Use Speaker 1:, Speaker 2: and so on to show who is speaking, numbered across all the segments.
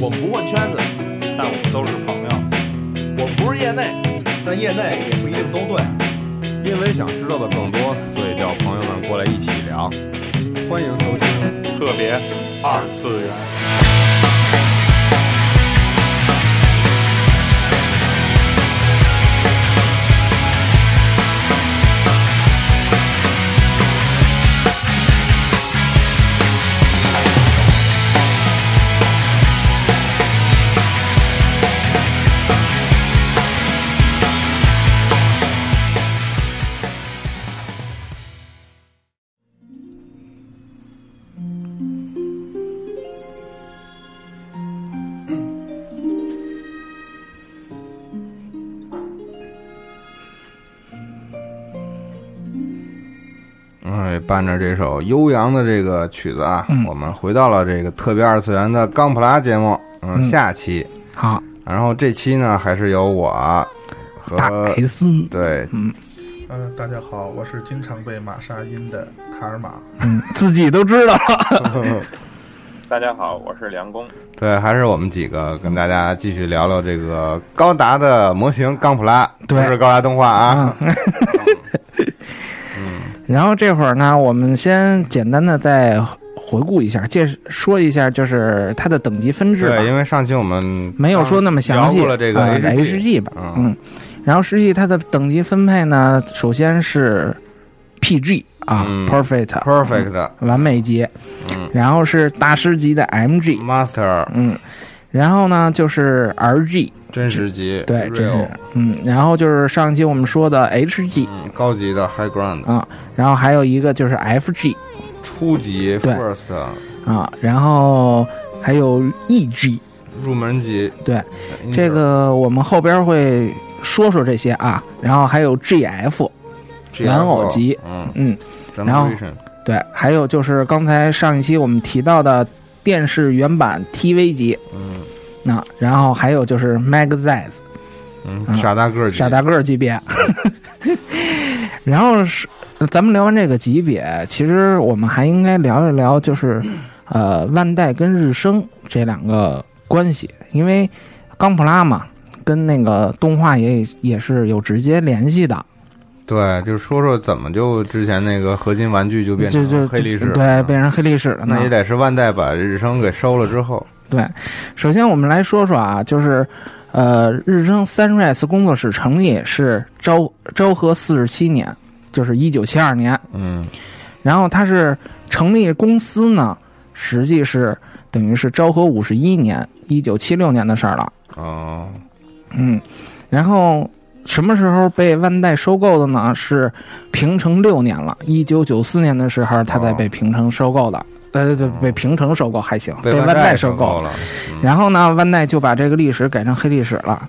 Speaker 1: 我们不混圈子，
Speaker 2: 但我们都是朋友。
Speaker 1: 我们不是业内，
Speaker 3: 但业内也不一定都对。
Speaker 4: 因为想知道的更多，所以叫朋友们过来一起聊。欢迎收听，
Speaker 2: 特别二次元，
Speaker 4: 哎，伴着这首悠扬的这个曲子啊，
Speaker 5: 嗯
Speaker 4: 我们回到了这个特别二次元的钢普拉节目，嗯，
Speaker 5: 嗯
Speaker 4: 下期。
Speaker 5: 好，
Speaker 4: 然后这期呢，还是由我和
Speaker 5: 大 S，
Speaker 4: 对
Speaker 6: 呃，大家好，我是经常被马杀阴的卡尔玛。
Speaker 5: 嗯，自己都知道了。
Speaker 7: 大家好，我是梁工。
Speaker 4: 对，还是我们几个跟大家继续聊聊这个高达的模型钢普拉，不
Speaker 5: 对嗯
Speaker 4: 是高达动画 啊。
Speaker 5: 然后这会儿呢，我们先简单的再回顾一下，介说一下就是它的等级分制吧
Speaker 4: 对，，因为上期我们
Speaker 5: 没有说那么详
Speaker 4: 聊
Speaker 5: 细。
Speaker 4: 过了这个
Speaker 5: 呃
Speaker 4: HG
Speaker 5: HG 吧，
Speaker 4: 嗯
Speaker 5: 嗯，然后实际它的等级分配呢，首先是 PG 啊
Speaker 4: 嗯
Speaker 5: ，Perfect
Speaker 4: Perfect
Speaker 5: 完美级，
Speaker 4: 嗯
Speaker 5: 然后是大师级的 MG，
Speaker 4: Master
Speaker 5: 嗯，然后呢就是 RG，
Speaker 4: 真实级，
Speaker 5: 对，这
Speaker 4: Real
Speaker 5: 是嗯，然后就是上期我们说的 HG
Speaker 4: 嗯，高级的 High Ground，
Speaker 5: 啊，然后还有一个就是 FG
Speaker 4: 初级
Speaker 5: 对
Speaker 4: First，
Speaker 5: 啊，然后还有 EG，
Speaker 4: 入门级。
Speaker 5: 对，
Speaker 4: 嗯
Speaker 5: 这个我们后边会说说这些啊，然后还有 GF，玩偶级，
Speaker 4: 嗯，
Speaker 5: 嗯，然
Speaker 4: 然
Speaker 5: 后
Speaker 4: 后
Speaker 5: 对，还有就是刚才上一期我们提到的电视原版 TV 级，
Speaker 4: 嗯
Speaker 5: 那、啊然后还有就是 Magazines。
Speaker 4: 嗯，傻大个儿级，
Speaker 5: 傻大个儿级别。 然后是，咱们聊完这个级别，其实我们还应该聊一聊，就是呃，万代跟日升这两个关系，因为钢普拉嘛，跟那个动画也也是有直接联系的，
Speaker 4: 对，就是说说怎么就之前那个合金玩具就变
Speaker 5: 就
Speaker 4: 成
Speaker 5: 就
Speaker 4: 黑历史了，
Speaker 5: 对，嗯变成黑历史了呢。
Speaker 4: 那也得是万代把日升给收了之后，
Speaker 5: 对，首先我们来说说啊，就是，呃，日升 Sunrise 工作室成立是昭昭和四十七年，就是一九七二年。
Speaker 4: 嗯，
Speaker 5: 然后它是成立公司呢，实际是等于是昭和五十一年，一九七六年的事儿了。
Speaker 4: 哦，
Speaker 5: 嗯，然后什么时候被万代收购的呢？是平成六年了，一九九四年的时候，它才被平成收购的。呃，对，被平成收购还行，被
Speaker 4: 哦万
Speaker 5: 万代
Speaker 4: 收
Speaker 5: 收购。
Speaker 4: 了。嗯
Speaker 5: 然后呢，万代就把这个历史改成黑历史了，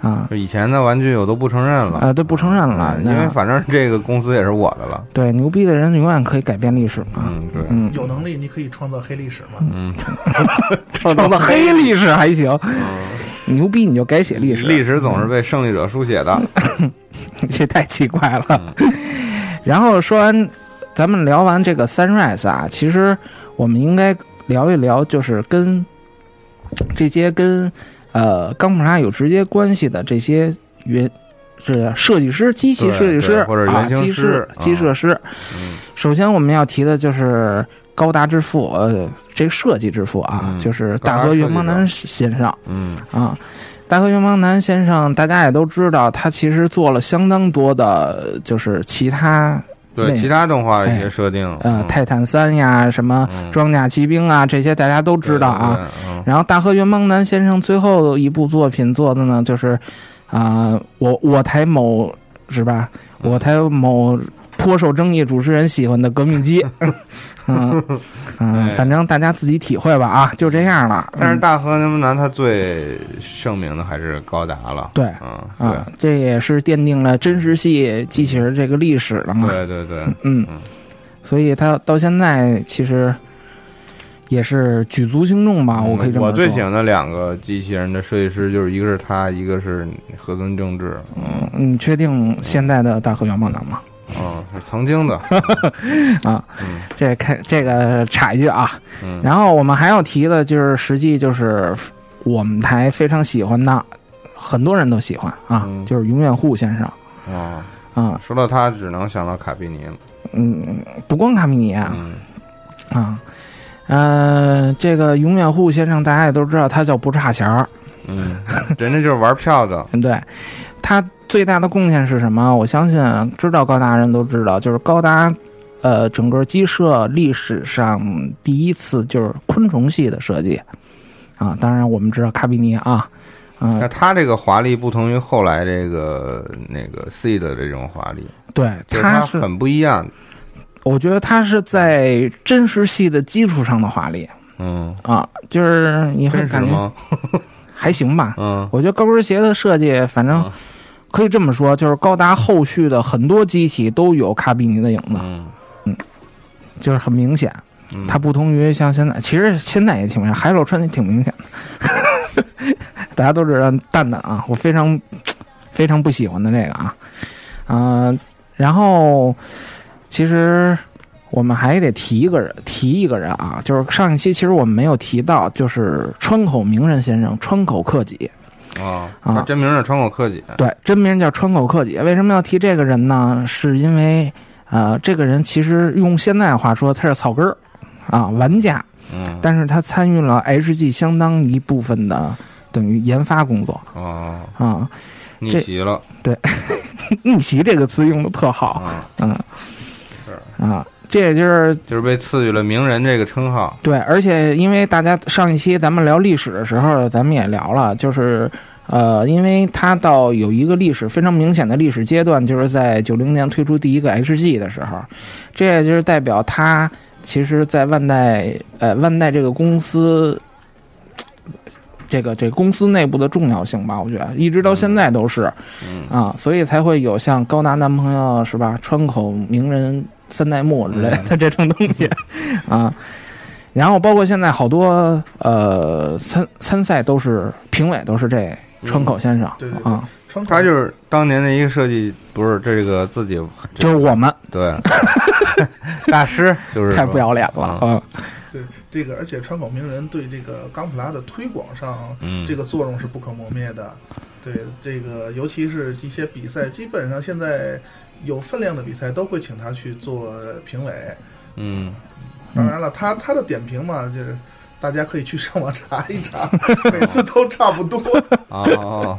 Speaker 5: 啊
Speaker 4: 就以前的玩具我都不承认了，
Speaker 5: 呃，都不承认了，
Speaker 4: 嗯
Speaker 5: 那
Speaker 4: 因为反正这个公司也是我的了。
Speaker 5: 对牛逼的人永远可以改变历史嘛。
Speaker 4: 嗯，对，
Speaker 5: 嗯，
Speaker 6: 有能力你可以创造黑历史
Speaker 4: 嗯
Speaker 6: 吗？
Speaker 5: 创 造了黑历史还行，嗯牛逼你就改写历史，嗯
Speaker 4: 历史总是被胜利者书写 的。
Speaker 5: 这太奇怪了。
Speaker 4: 嗯
Speaker 5: 然后说完，咱们聊完这个 Sunrise 啊，其实我们应该聊一聊，就是跟这些跟呃钢普拉有直接关系的这些原是设计师、机器
Speaker 4: 对
Speaker 5: 设计
Speaker 4: 对
Speaker 5: 师
Speaker 4: 或者
Speaker 5: 啊
Speaker 4: 原型
Speaker 5: 机
Speaker 4: 师
Speaker 5: 设
Speaker 4: 啊
Speaker 5: 机设师。
Speaker 4: 嗯
Speaker 5: 首先我们要提的就是。高达之父，呃，这个设计之父啊，
Speaker 4: 嗯
Speaker 5: 就是
Speaker 4: 高达
Speaker 5: 大和
Speaker 4: 设
Speaker 5: 圆
Speaker 4: 计
Speaker 5: 邦
Speaker 4: 者
Speaker 5: 男先生，
Speaker 4: 嗯，
Speaker 5: 啊，大和元邦男先生，大家也都知道，他其实做了相当多的，就是其他
Speaker 4: 对，
Speaker 5: 那
Speaker 4: 其他动画一些
Speaker 5: 哎
Speaker 4: 设定，
Speaker 5: 呃
Speaker 4: 嗯，
Speaker 5: 泰坦三呀，什么
Speaker 4: 嗯
Speaker 5: 装甲骑兵啊，这些大家都知道啊。，
Speaker 4: 对对嗯
Speaker 5: 然后大和元邦男先生最后一部作品做的呢，就是啊、我我台某是吧？我台某颇受争议主持人喜欢的革 命机，嗯嗯，反正大家自己体会吧啊，就这样了。
Speaker 4: 哎但是
Speaker 5: 嗯
Speaker 4: 大和南南他最盛名的还是高达了，
Speaker 5: 对
Speaker 4: 嗯，
Speaker 5: 啊，这也是奠定了真实系机器人这个历史了嘛。
Speaker 4: 对对对对，
Speaker 5: 嗯
Speaker 4: 嗯，
Speaker 5: 所以它到现在其实也是举足轻重吧，啊我可以这么
Speaker 4: 嗯
Speaker 5: 说。
Speaker 4: 我最喜欢的两个机器人的设计师就是一个是他，一个是河村正治，嗯
Speaker 5: 嗯，你确定现在的大和元邦男吗？
Speaker 4: 嗯，是曾经 的，
Speaker 5: 这看这个插一句啊，
Speaker 4: 嗯
Speaker 5: 然后我们还要提的就是实际就是我们台非常喜欢的，很多人都喜欢啊，
Speaker 4: 嗯
Speaker 5: 就是永远护先生
Speaker 4: 哦，
Speaker 5: 啊，
Speaker 4: 说到他只能想到卡比尼了。
Speaker 5: 嗯，不光卡米尼啊
Speaker 4: 嗯
Speaker 5: 啊，呃，这个永远护先生大家也都知道，他叫不差钱儿，
Speaker 4: 嗯，人家就是玩票的。
Speaker 5: 对，他最大的贡献是什么？我相信知道高达人都知道，就是高达，呃，整个鸡舍历史上第一次就是昆虫系的设计啊。当然，我们知道卡比尼啊， 嗯、
Speaker 4: 那他这个华丽不同于后来这个那个 C 的这种华丽，
Speaker 5: 对，
Speaker 4: 就是
Speaker 5: 他
Speaker 4: 它
Speaker 5: 是，
Speaker 4: 很不一样。
Speaker 5: 我觉得他是在真实系的基础上的华丽
Speaker 4: 嗯，
Speaker 5: 啊，就是你会
Speaker 4: 真实
Speaker 5: 感觉
Speaker 4: 吗？
Speaker 5: 还行吧。
Speaker 4: 嗯
Speaker 5: 我觉得高跟鞋的设计，反正
Speaker 4: 嗯
Speaker 5: 可以这么说，就是高达后续的很多机体都有卡比尼的影子。
Speaker 4: 嗯
Speaker 5: 就是很明显，
Speaker 4: 嗯
Speaker 5: 它不同于像现在，其实现在也挺明显，海老川也挺明显的， 大家都知道蛋蛋啊，我非常非常不喜欢的这个啊，嗯、然后其实我们还得提一个人，提一个人啊，就是上一期其实我们没有提到，就是川口明仁先生，川口克己，
Speaker 4: 哦，
Speaker 5: 啊
Speaker 4: 他真名是川口克己。
Speaker 5: 对，真名叫川口克己。为什么要提这个人呢？是因为，呃，这个人其实用现在话说，他是草根儿啊，玩家，
Speaker 4: 嗯
Speaker 5: 但是他参与了 HG 相当一部分的等于研发工作
Speaker 4: 哦，
Speaker 5: 啊。
Speaker 4: 逆袭了。
Speaker 5: 逆袭这个词用的特好，
Speaker 4: 啊，
Speaker 5: 嗯，啊，这也就是
Speaker 4: 就是被赐予了名人这个称号。
Speaker 5: 对，而且因为大家上一期咱们聊历史的时候，咱们也聊了，就是呃，因为它到有一个历史非常明显的历史阶段，就是在九零年推出第一个 HG 的时候，这也就是代表它其实，在万代呃万代这个公司。这个这公司内部的重要性吧，我觉得一直到现在都是，
Speaker 4: 嗯
Speaker 5: 啊，所以才会有像高达男朋友是吧，川口名人三代目之类的这种东西，啊，然后包括现在好多呃参参赛都是评委都是这川口先生、
Speaker 6: 对对
Speaker 5: 啊，
Speaker 6: 川口
Speaker 4: 他就是当年的一个设计，不是这个自己
Speaker 5: 就是我们
Speaker 4: 对大师，就是
Speaker 5: 太不要脸了
Speaker 4: 嗯
Speaker 5: 啊，
Speaker 6: 对这个，而且川口明人对这个冈普拉的推广上，
Speaker 4: 嗯
Speaker 6: 这个作用是不可磨灭的。对这个，尤其是一些比赛，基本上现在有分量的比赛都会请他去做评委。
Speaker 4: 嗯
Speaker 6: 当然了，他他的点评嘛，就是大家可以去上网查 一查，每次都差不多。
Speaker 4: 哦哦， 哦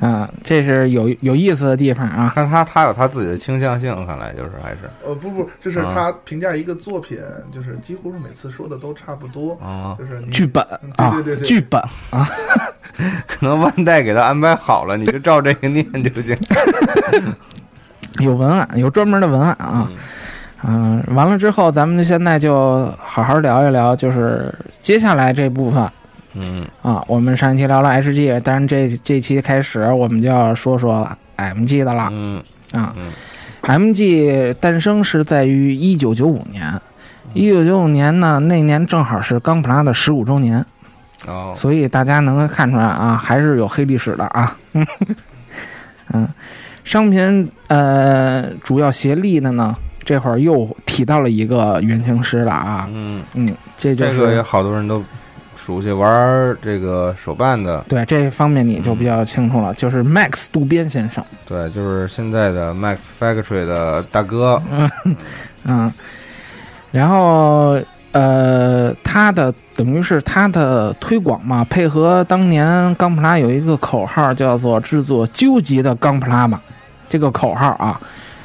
Speaker 5: 嗯，这是有有意思的地方啊，
Speaker 4: 看他他有他自己的倾向性，看来就是还是
Speaker 6: 呃，不不，就是
Speaker 4: 啊
Speaker 6: 他评价一个作品，就是几乎是每次说的都差不多，
Speaker 4: 哦，
Speaker 6: 就是你
Speaker 5: 啊剧本
Speaker 6: 嗯对
Speaker 5: 啊
Speaker 6: 对对，对
Speaker 5: 剧本
Speaker 4: 可能万代给他安排好了，你就照这个念就 行。
Speaker 5: 有文案，有专门的文案啊。嗯，完了之后，咱们就现在就好好聊一聊，就是接下来这部分
Speaker 4: 嗯
Speaker 5: 啊。我们上一期聊了 HG，但是这这期开始我们就要说说 MG 的了。
Speaker 4: 嗯
Speaker 5: 啊
Speaker 4: 嗯
Speaker 5: ，MG 诞生是在于一九九五年，一九九五年呢，那年正好是冈普拉的十五周年，
Speaker 4: 哦，
Speaker 5: 所以大家能看出来啊，还是有黑历史的啊。 嗯，商品呃主要协力的呢，这会儿又提到了一个原型师了啊，
Speaker 4: 嗯，
Speaker 5: 嗯，这就
Speaker 4: 这
Speaker 5: 是、
Speaker 4: 个也好多人都熟悉，玩这个手办的，
Speaker 5: 对这方面你就比较清楚了，
Speaker 4: 嗯
Speaker 5: 就是 Max 渡边先生。
Speaker 4: 对，就是现在的 Max Factory 的大哥。
Speaker 5: 嗯，然后呃，他的等于是他的推广嘛，配合当年钢普拉有一个口号叫做“制作究极的钢普拉嘛”，这个口号啊，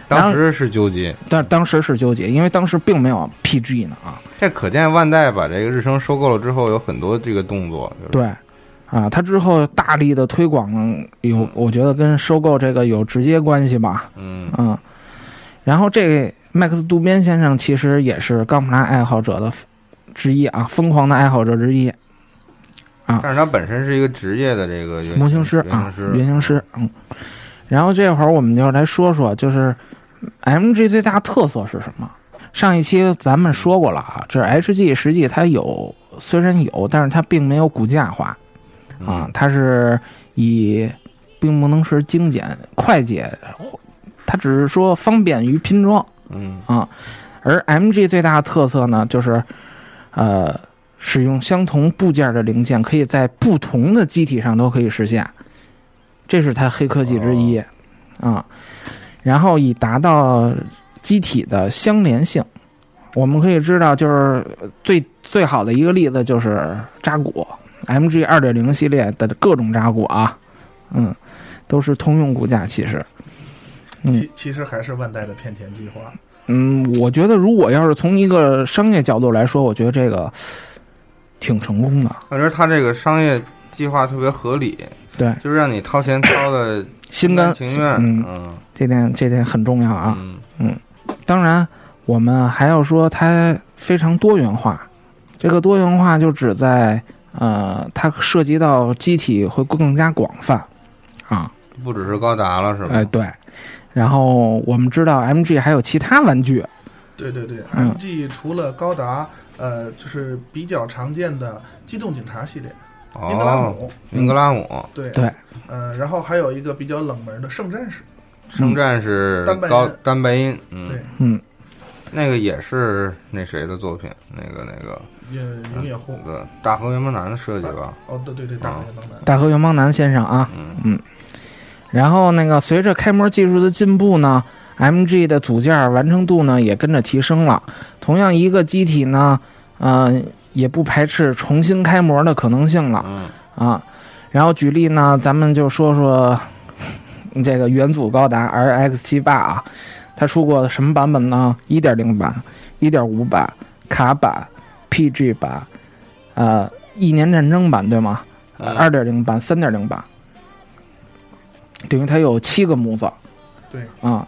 Speaker 4: 当时是纠结，
Speaker 5: 但当时是纠结，因为当时并没有 PG 呢啊，
Speaker 4: 这可见万代把这个日升收购了之后，有很多这个动作，就是
Speaker 5: 对。啊，他之后大力的推广有，我觉得跟收购这个有直接关系吧。
Speaker 4: 嗯
Speaker 5: 嗯，然后这麦克斯渡边先生其实也是冈普拉爱好者的之一啊，疯狂的爱好者之一，
Speaker 4: 但是他本身是一个职业的这个原
Speaker 5: 模型师
Speaker 4: 原
Speaker 5: 啊
Speaker 4: 型师，，
Speaker 5: 原型师。嗯，然后这会儿我们就来说说，就是 MG 最大的特色是什么？上一期咱们说过了啊，这 HG 实际它有，虽然有，但是它并没有骨架化
Speaker 4: 嗯
Speaker 5: 啊，它是以并不能是精简、快捷，它只是说方便于拼装。
Speaker 4: 嗯
Speaker 5: 而 MG 最大的特色呢，就是，呃，使用相同部件的零件，可以在不同的机体上都可以实现，这是它黑科技之一啊、然后以达到机体的相连性，我们可以知道，就是最最好的一个例子就是扎古 MG 二点零系列的各种扎古啊，嗯，都是通用骨架其实。嗯
Speaker 6: 其其实还是万代的骗钱计划。
Speaker 5: 嗯，我觉得如果要是从一个商业角度来说，我觉得这个挺成功的。
Speaker 4: 我觉得他这个商业计划特别合理，
Speaker 5: 对，
Speaker 4: 就是让你掏钱掏的
Speaker 5: 心甘
Speaker 4: 情愿，
Speaker 5: 嗯，
Speaker 4: 嗯
Speaker 5: 这点这点很重要啊。
Speaker 4: 嗯
Speaker 5: 当然，我们还要说它非常多元化。这个多元化就指在呃，它涉及到机体会更加广泛啊。
Speaker 4: 不只是高达了是吧？
Speaker 5: 哎，对。然后我们知道 MG 还有其他玩具，
Speaker 6: 对对对
Speaker 5: 嗯
Speaker 6: ，MG 除了高达，呃，就是比较常见的机动警察系列，英格拉
Speaker 4: 哦，
Speaker 6: 姆，
Speaker 4: 英格拉姆
Speaker 6: 对
Speaker 5: 对，
Speaker 6: 呃，然后还有一个比较冷门的圣战士，
Speaker 4: 圣战士
Speaker 6: 单白
Speaker 4: 高
Speaker 6: 银
Speaker 4: 单白银，嗯
Speaker 6: 对，
Speaker 5: 嗯，
Speaker 4: 那个也是那谁的作品，那个那个
Speaker 6: 呃，
Speaker 5: 嗯
Speaker 6: 永野护
Speaker 4: 那，个大和原邦男的设计吧，
Speaker 6: 哦，对对对，大黑帮男，
Speaker 5: 大和元邦男先生啊，
Speaker 4: 嗯
Speaker 5: 然后那个随着开模技术的进步呢，MG 的组件完成度呢也跟着提升了。同样一个机体呢，呃，也不排斥重新开模的可能性了
Speaker 4: 嗯，
Speaker 5: 啊。然后举例呢，咱们就说说 这个元祖高达 RX 7 8啊，它出过什么版本呢？1.0版、1.5版、卡版、PG 版，呃，一年战争版对吗？
Speaker 4: 嗯
Speaker 5: 二点零版、三点零版，等于它有七个模子。
Speaker 6: 对
Speaker 5: 啊，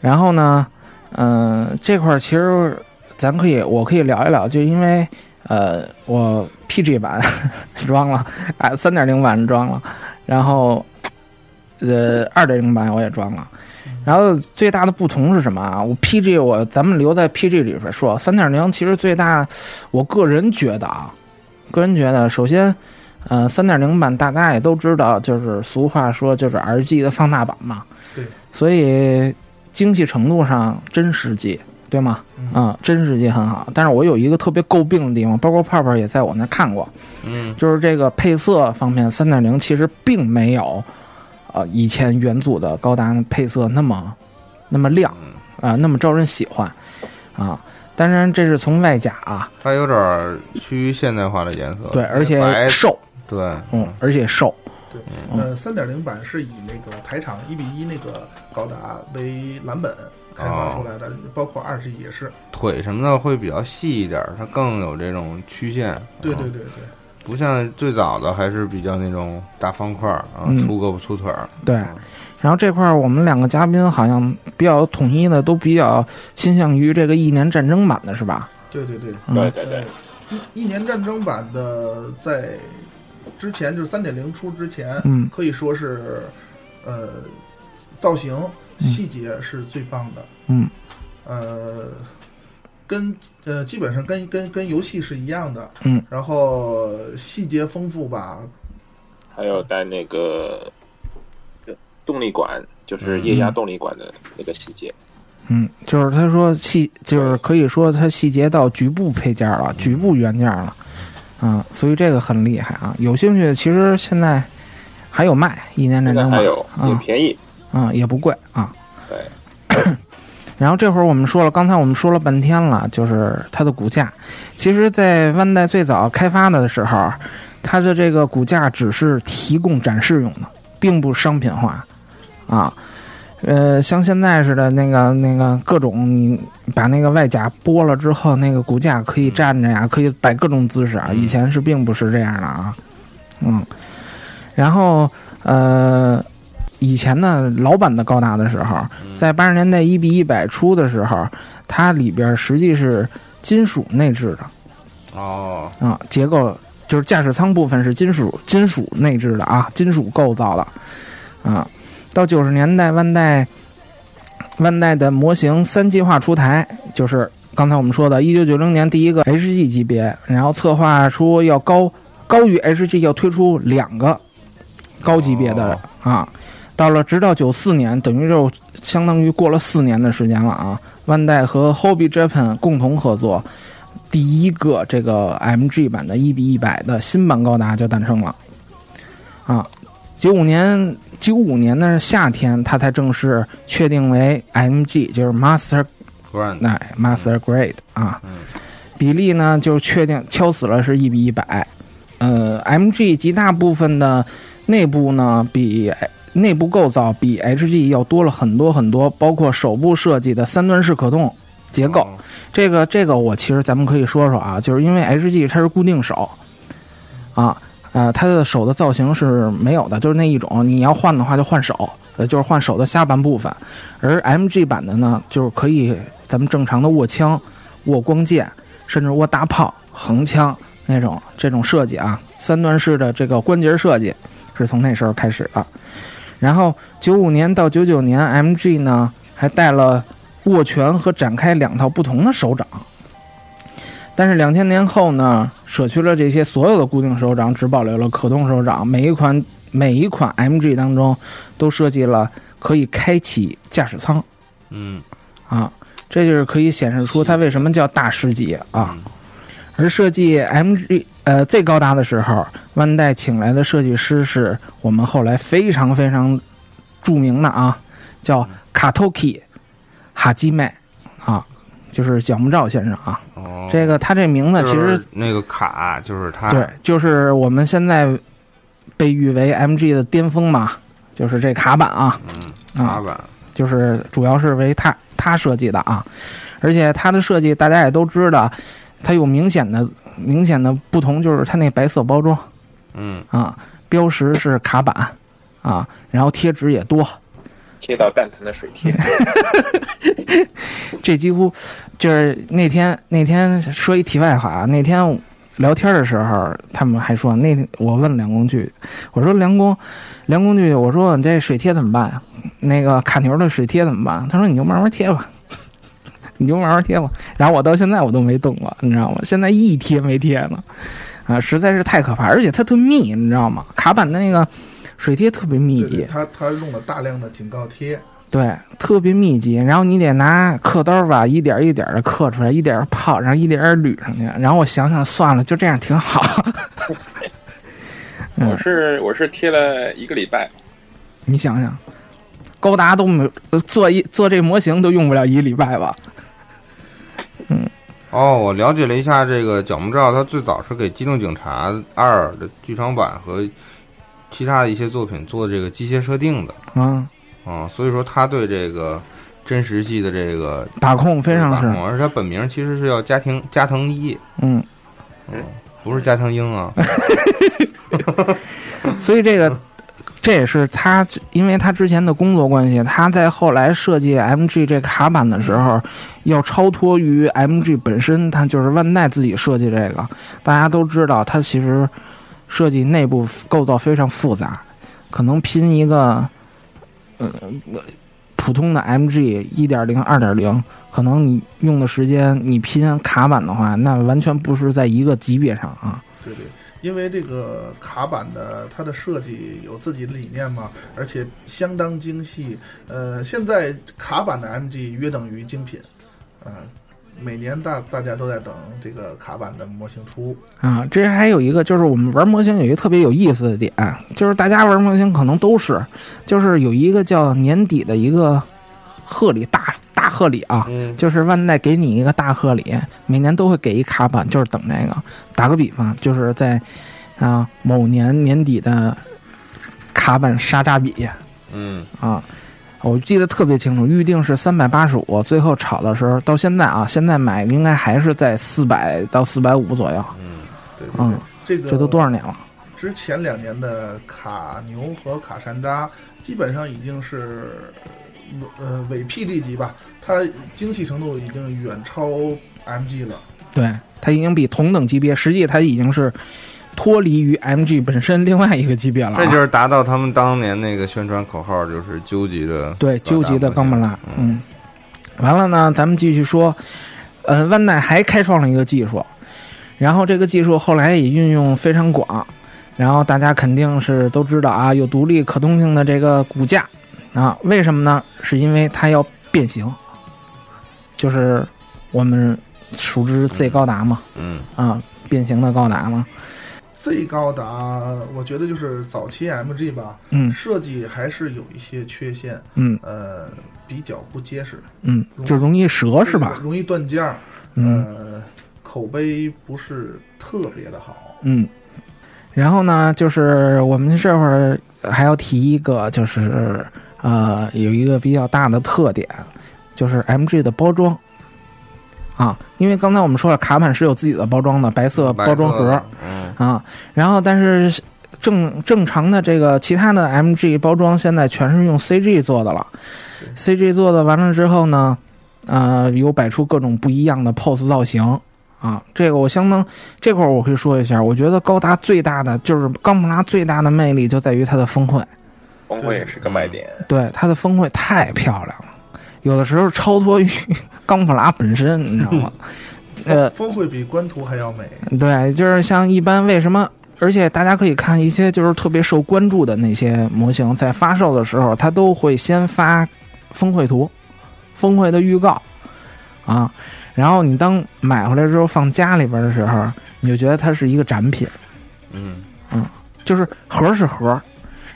Speaker 5: 然后呢，嗯、这块儿其实咱可以，我可以聊一聊，就因为呃，我 PG 版 装了，啊，三点零版装了，然后呃，二点零版我也装了。然后最大的不同是什么啊？我 PG 我咱们留在 PG 里边说，三点零其实最大，我个人觉得啊，个人觉得，首先，呃，三点零版大家也都知道，就是俗话说就是 RG 的放大版嘛，
Speaker 6: 对，
Speaker 5: 所以精细程度上真实际，对吗？
Speaker 6: 嗯
Speaker 5: 啊、真实际很好。但是我有一个特别诟病的地方，包括泡泡也在我那儿看过，
Speaker 4: 嗯
Speaker 5: 就是这个配色方面，三点零其实并没有，呃，以前元祖的高达配色那么那么亮
Speaker 4: 嗯，
Speaker 5: 啊、那么招人喜欢啊。当然，这是从外甲啊，
Speaker 4: 它有点儿趋于现代化的颜色，
Speaker 5: 对，而且
Speaker 4: 呃白
Speaker 5: 瘦，
Speaker 4: 对，
Speaker 5: 嗯，而且瘦，嗯
Speaker 6: 呃，三点零版是以那个排场一比一那个高达为蓝本开
Speaker 5: 哦
Speaker 6: 发出来的，包括二 G 也是，
Speaker 4: 腿什么的会比较细一点儿，它更有这种曲线，
Speaker 6: 对
Speaker 4: 嗯
Speaker 6: 对对对，
Speaker 4: 不像最早的还是比较那种大方块儿啊，
Speaker 5: 嗯
Speaker 4: 粗胳膊粗腿儿，
Speaker 5: 对
Speaker 4: 嗯。
Speaker 5: 然后这块儿我们两个嘉宾好像比较统一的，都比较倾向于这个一年战争版的是吧？
Speaker 6: 对对对，
Speaker 5: 嗯
Speaker 7: 对对对
Speaker 6: 呃，，一一年战争版的在之前就是三点零出之前，
Speaker 5: 嗯
Speaker 6: 可以说是呃造型细节是最棒的，
Speaker 5: 嗯，
Speaker 6: 呃，跟呃基本上跟跟跟游戏是一样的，
Speaker 5: 嗯，
Speaker 6: 然后细节丰富吧，
Speaker 7: 还有在那个呃动力管，就是液压动力管的那个细节，
Speaker 5: 嗯，就是他说细，就是可以说它细节到局部配件了，局部元件了，嗯，所以这个很厉害啊！有兴趣，其实现在还有卖一年战
Speaker 7: 现在
Speaker 5: 争版
Speaker 7: 还有也
Speaker 5: 啊
Speaker 7: 便宜，
Speaker 5: 啊，也不贵啊。
Speaker 7: 对，
Speaker 5: 然后这会儿我们说了，刚才我们说了半天了，就是它的骨架。其实，在万代最早开发的时候，它的这个骨架只是提供展示用的，并不商品化啊。呃，像现在似的那个那个各种，你把那个外甲剥了之后，那个骨架可以站着呀，可以摆各种姿势啊。以前是并不是这样的啊，嗯。然后呃，以前呢，老版的高达的时候，在八十年代一比一百出的时候，它里边实际是金属内置的
Speaker 4: 哦，
Speaker 5: 啊，结构就是驾驶舱部分是金属金属内置的啊，金属构造的啊。到九十年代，万代万代的模型三计划出台，就是刚才我们说的，一九九零年第一个 HG 级别，然后策划出要高高于 HG 要推出两个高级别的、啊。到了直到九四年，等于就相当于过了四年的时间了啊。万代和 Hobby Japan 共同合作，第一个这个 MG 版的一比一百的新版高达就诞生了。啊，九五年九五年的夏天，它才正式确定为 MG，就是 Master
Speaker 4: ，Grand，
Speaker 5: 那 Master Grade 啊，比例呢就确定敲死了是一比一百。呃，MG 极大部分的内部呢比内部构造比 HG 要多了很多很多，包括手部设计的三段式可动结构。这个这个我其实咱们可以说说啊，就是因为 HG 它是固定手啊。呃，它的手的造型是没有的，就是那一种，你要换的话就换手，呃，就是换手的下半部分。而 MG 版的呢，就是可以咱们正常的握枪、握光剑，甚至握大炮、横枪那种这种设计啊，三段式的这个关节设计是从那时候开始的。然后九五年到九九年，MG 呢还带了握拳和展开两套不同的手掌。但是两千年后呢，舍去了这些所有的固定手掌，只保留了可动手掌。每一款每一款 MG 当中都设计了可以开启驾驶舱
Speaker 4: 嗯，
Speaker 5: 啊，这就是可以显示出它为什么叫大师级啊。而设计 MG 呃 Z 高达的时候，万代请来的设计师是我们后来非常非常著名的啊，叫卡托基哈基麦啊，就是角木照先生啊。
Speaker 4: 哦，
Speaker 5: 这个他这名字其
Speaker 4: 就是啊
Speaker 5: 实
Speaker 4: 那个卡就是它，
Speaker 5: 对，啊就是我们现在被誉为 MG 的巅峰嘛，就是这卡板啊，
Speaker 4: 嗯，卡板，
Speaker 5: 就是主要是为他他设计的啊，而且他的设计大家也都知道，它有明显的明显的不同，就是它那白色包装
Speaker 4: 嗯，
Speaker 5: 啊，标识是卡板啊，然后贴纸也多，
Speaker 7: 贴到蛋疼的水贴，
Speaker 5: 这几乎就是那天那天说一题外话啊，那天聊天的时候，他们还说那我问梁工具，我说梁工，梁工具，我说你这水贴怎么办呀、那个卡牛的水贴怎么办？啊他说你就慢慢贴吧， 你就慢慢贴吧。然后我到现在我都没动过，你知道吗？现在一贴没贴呢，啊，实在是太可怕，而且它特密，你知道吗？卡板的那个水贴特别密
Speaker 6: 对
Speaker 5: 集
Speaker 6: 对，他他用了大量的警告贴，
Speaker 5: 对，特别密集。然后你得拿刻刀吧，一点一点的刻出来，一点儿泡，然后一点儿捋上去。然后我想想，算了，就这样挺好。嗯
Speaker 7: 我是我是贴了一个礼拜，
Speaker 5: 你想想，高达都没有呃做一做这模型都用不了一礼拜吧？
Speaker 4: 哦，我了解了一下这个角木照，它最早是给《机动警察二》的剧场版和其他的一些作品做这个机械设定的，
Speaker 5: 啊，
Speaker 4: 啊、所以说他对这个真实系的这个
Speaker 5: 把控非常
Speaker 4: 把
Speaker 5: 是，
Speaker 4: 控而且他本名其实是叫加藤加藤一，
Speaker 5: 嗯，
Speaker 4: 嗯，不是加藤鹰啊，
Speaker 5: 哎所以这个。这也是他，因为他之前的工作关系，他在后来设计 MG 这卡板的时候，要超脱于 MG 本身，它就是万代自己设计这个。大家都知道，它其实设计内部构造非常复杂，可能拼一个，呃，普通的 MG 一点零、二点零，可能你用的时间，你拼卡板的话，那完全不是在一个级别上啊。
Speaker 6: 对对，因为这个卡板的它的设计有自己的理念嘛，而且相当精细。呃，现在卡板的 MG 约等于精品，呃，每年大大家都在等这个卡板的模型出。
Speaker 5: 啊，这还有一个就是我们玩模型有一个特别有意思的点，就是大家玩模型可能都是，就是有一个叫年底的一个贺礼大大贺礼啊，
Speaker 4: 嗯，
Speaker 5: 就是万代给你一个大贺礼，每年都会给一卡板，就是等这个。打个比方，就是在啊、某年年底的卡板沙扎比
Speaker 4: 嗯，
Speaker 5: 啊，我记得特别清楚，预定是三百八十五，最后炒的时候到现在啊，现在买应该还是在四百到四百五左右。
Speaker 6: 对对对，
Speaker 5: 嗯，
Speaker 6: 这个
Speaker 5: 这都多少年了？
Speaker 6: 之前两年的卡牛和卡山楂，基本上已经是呃伪 PG 级吧，它精细程度已经远超 MG 了。
Speaker 5: 对，它已经比同等级别，实际它已经是脱离于 MG 本身另外一个级别了啊、
Speaker 4: 这就是达到他们当年那个宣传口号，就是究极的
Speaker 5: 对，究极的冈本拉，嗯，完了呢，咱们继续说，呃，万代还开创了一个技术，然后这个技术后来也运用非常广，然后大家肯定是都知道啊，有独立可动性的这个骨架啊，为什么呢？是因为它要变形，就是我们熟知 Z 高达嘛，
Speaker 4: 嗯
Speaker 5: 啊，变形的高达嘛，
Speaker 6: Z 高达，我觉得就是早期 MG 吧，
Speaker 5: 嗯
Speaker 6: 设计还是有一些缺陷，
Speaker 5: 嗯
Speaker 6: 呃，比较不结实，
Speaker 5: 嗯，就容易折是吧？
Speaker 6: 容易断件儿，
Speaker 5: 嗯
Speaker 6: 呃，口碑不是特别的好。
Speaker 5: 嗯。然后呢，就是我们这会儿还要提一个，就是呃，有一个比较大的特点，就是 MG 的包装啊，因为刚才我们说了，卡板是有自己的包装的，白色包装盒，
Speaker 4: 嗯
Speaker 5: 啊，然后但是正正常的这个其他的 MG 包装现在全是用 CG 做的了，CG 做的完了之后呢，呃，有摆出各种不一样的 pose 造型啊，这个我相当这块儿我可以说一下，我觉得高达最大的就是冈普拉最大的魅力就在于它的峰会，
Speaker 7: 峰会也是个卖点。
Speaker 5: 对它的峰会太漂亮了，有的时候超脱于冈普拉本身，你知道吗？呃，
Speaker 6: 峰会比官图还要美，
Speaker 5: 对，就是像一般为什么？而且大家可以看一些就是特别受关注的那些模型，在发售的时候，它都会先发峰会图、峰会的预告啊。然后你当买回来之后放家里边的时候，你就觉得它是一个展品，
Speaker 4: 嗯，
Speaker 5: 就是盒是盒，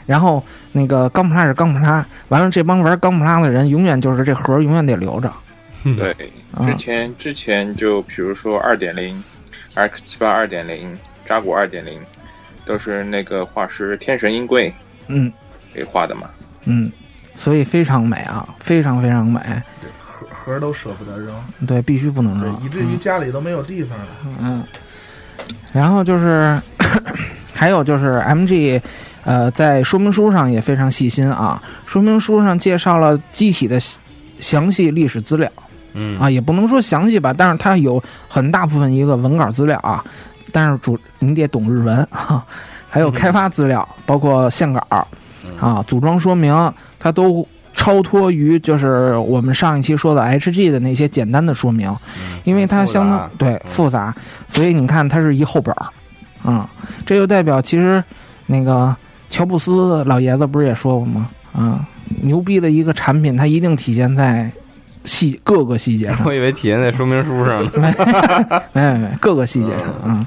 Speaker 5: 然后那个钢普拉是钢普拉，完了这帮玩钢普拉的人永远就是这盒永远得留着。
Speaker 7: 对，
Speaker 5: 嗯
Speaker 7: 之前之前就比如说二点零，X 七八二点零，扎古二点零，都是那个画师天神英贵
Speaker 5: 嗯
Speaker 7: 给画的嘛。
Speaker 5: 嗯，所以非常美啊，非常非常美。
Speaker 6: 盒盒儿都舍不得扔，
Speaker 5: 对，必须不
Speaker 4: 嗯
Speaker 5: 能
Speaker 6: 对
Speaker 5: 扔，，
Speaker 6: 以至于家里都没有地方了。
Speaker 5: 嗯，然后就是 还有就是 MG，呃，在说明书上也非常细心啊，说明书上介绍了机体的详详细历史资料
Speaker 4: 嗯
Speaker 5: 啊，也不能说详细吧，但是它有很大部分一个文稿资料啊，但是主你得懂日文啊， 还有开发资料，包括线稿啊、组装说明，它都。超脱于就是我们上一期说的 HG 的那些简单的说明，
Speaker 4: 嗯
Speaker 5: 因为它相当对复嗯杂，所以你看它是一厚本儿，啊、这就代表其实那个乔布斯老爷子不是也说过吗？啊、牛逼的一个产品，它一定体现在细各个细节上
Speaker 4: 嗯 我，以为体现在说明书上呢。
Speaker 5: 没没没，各个细节上啊。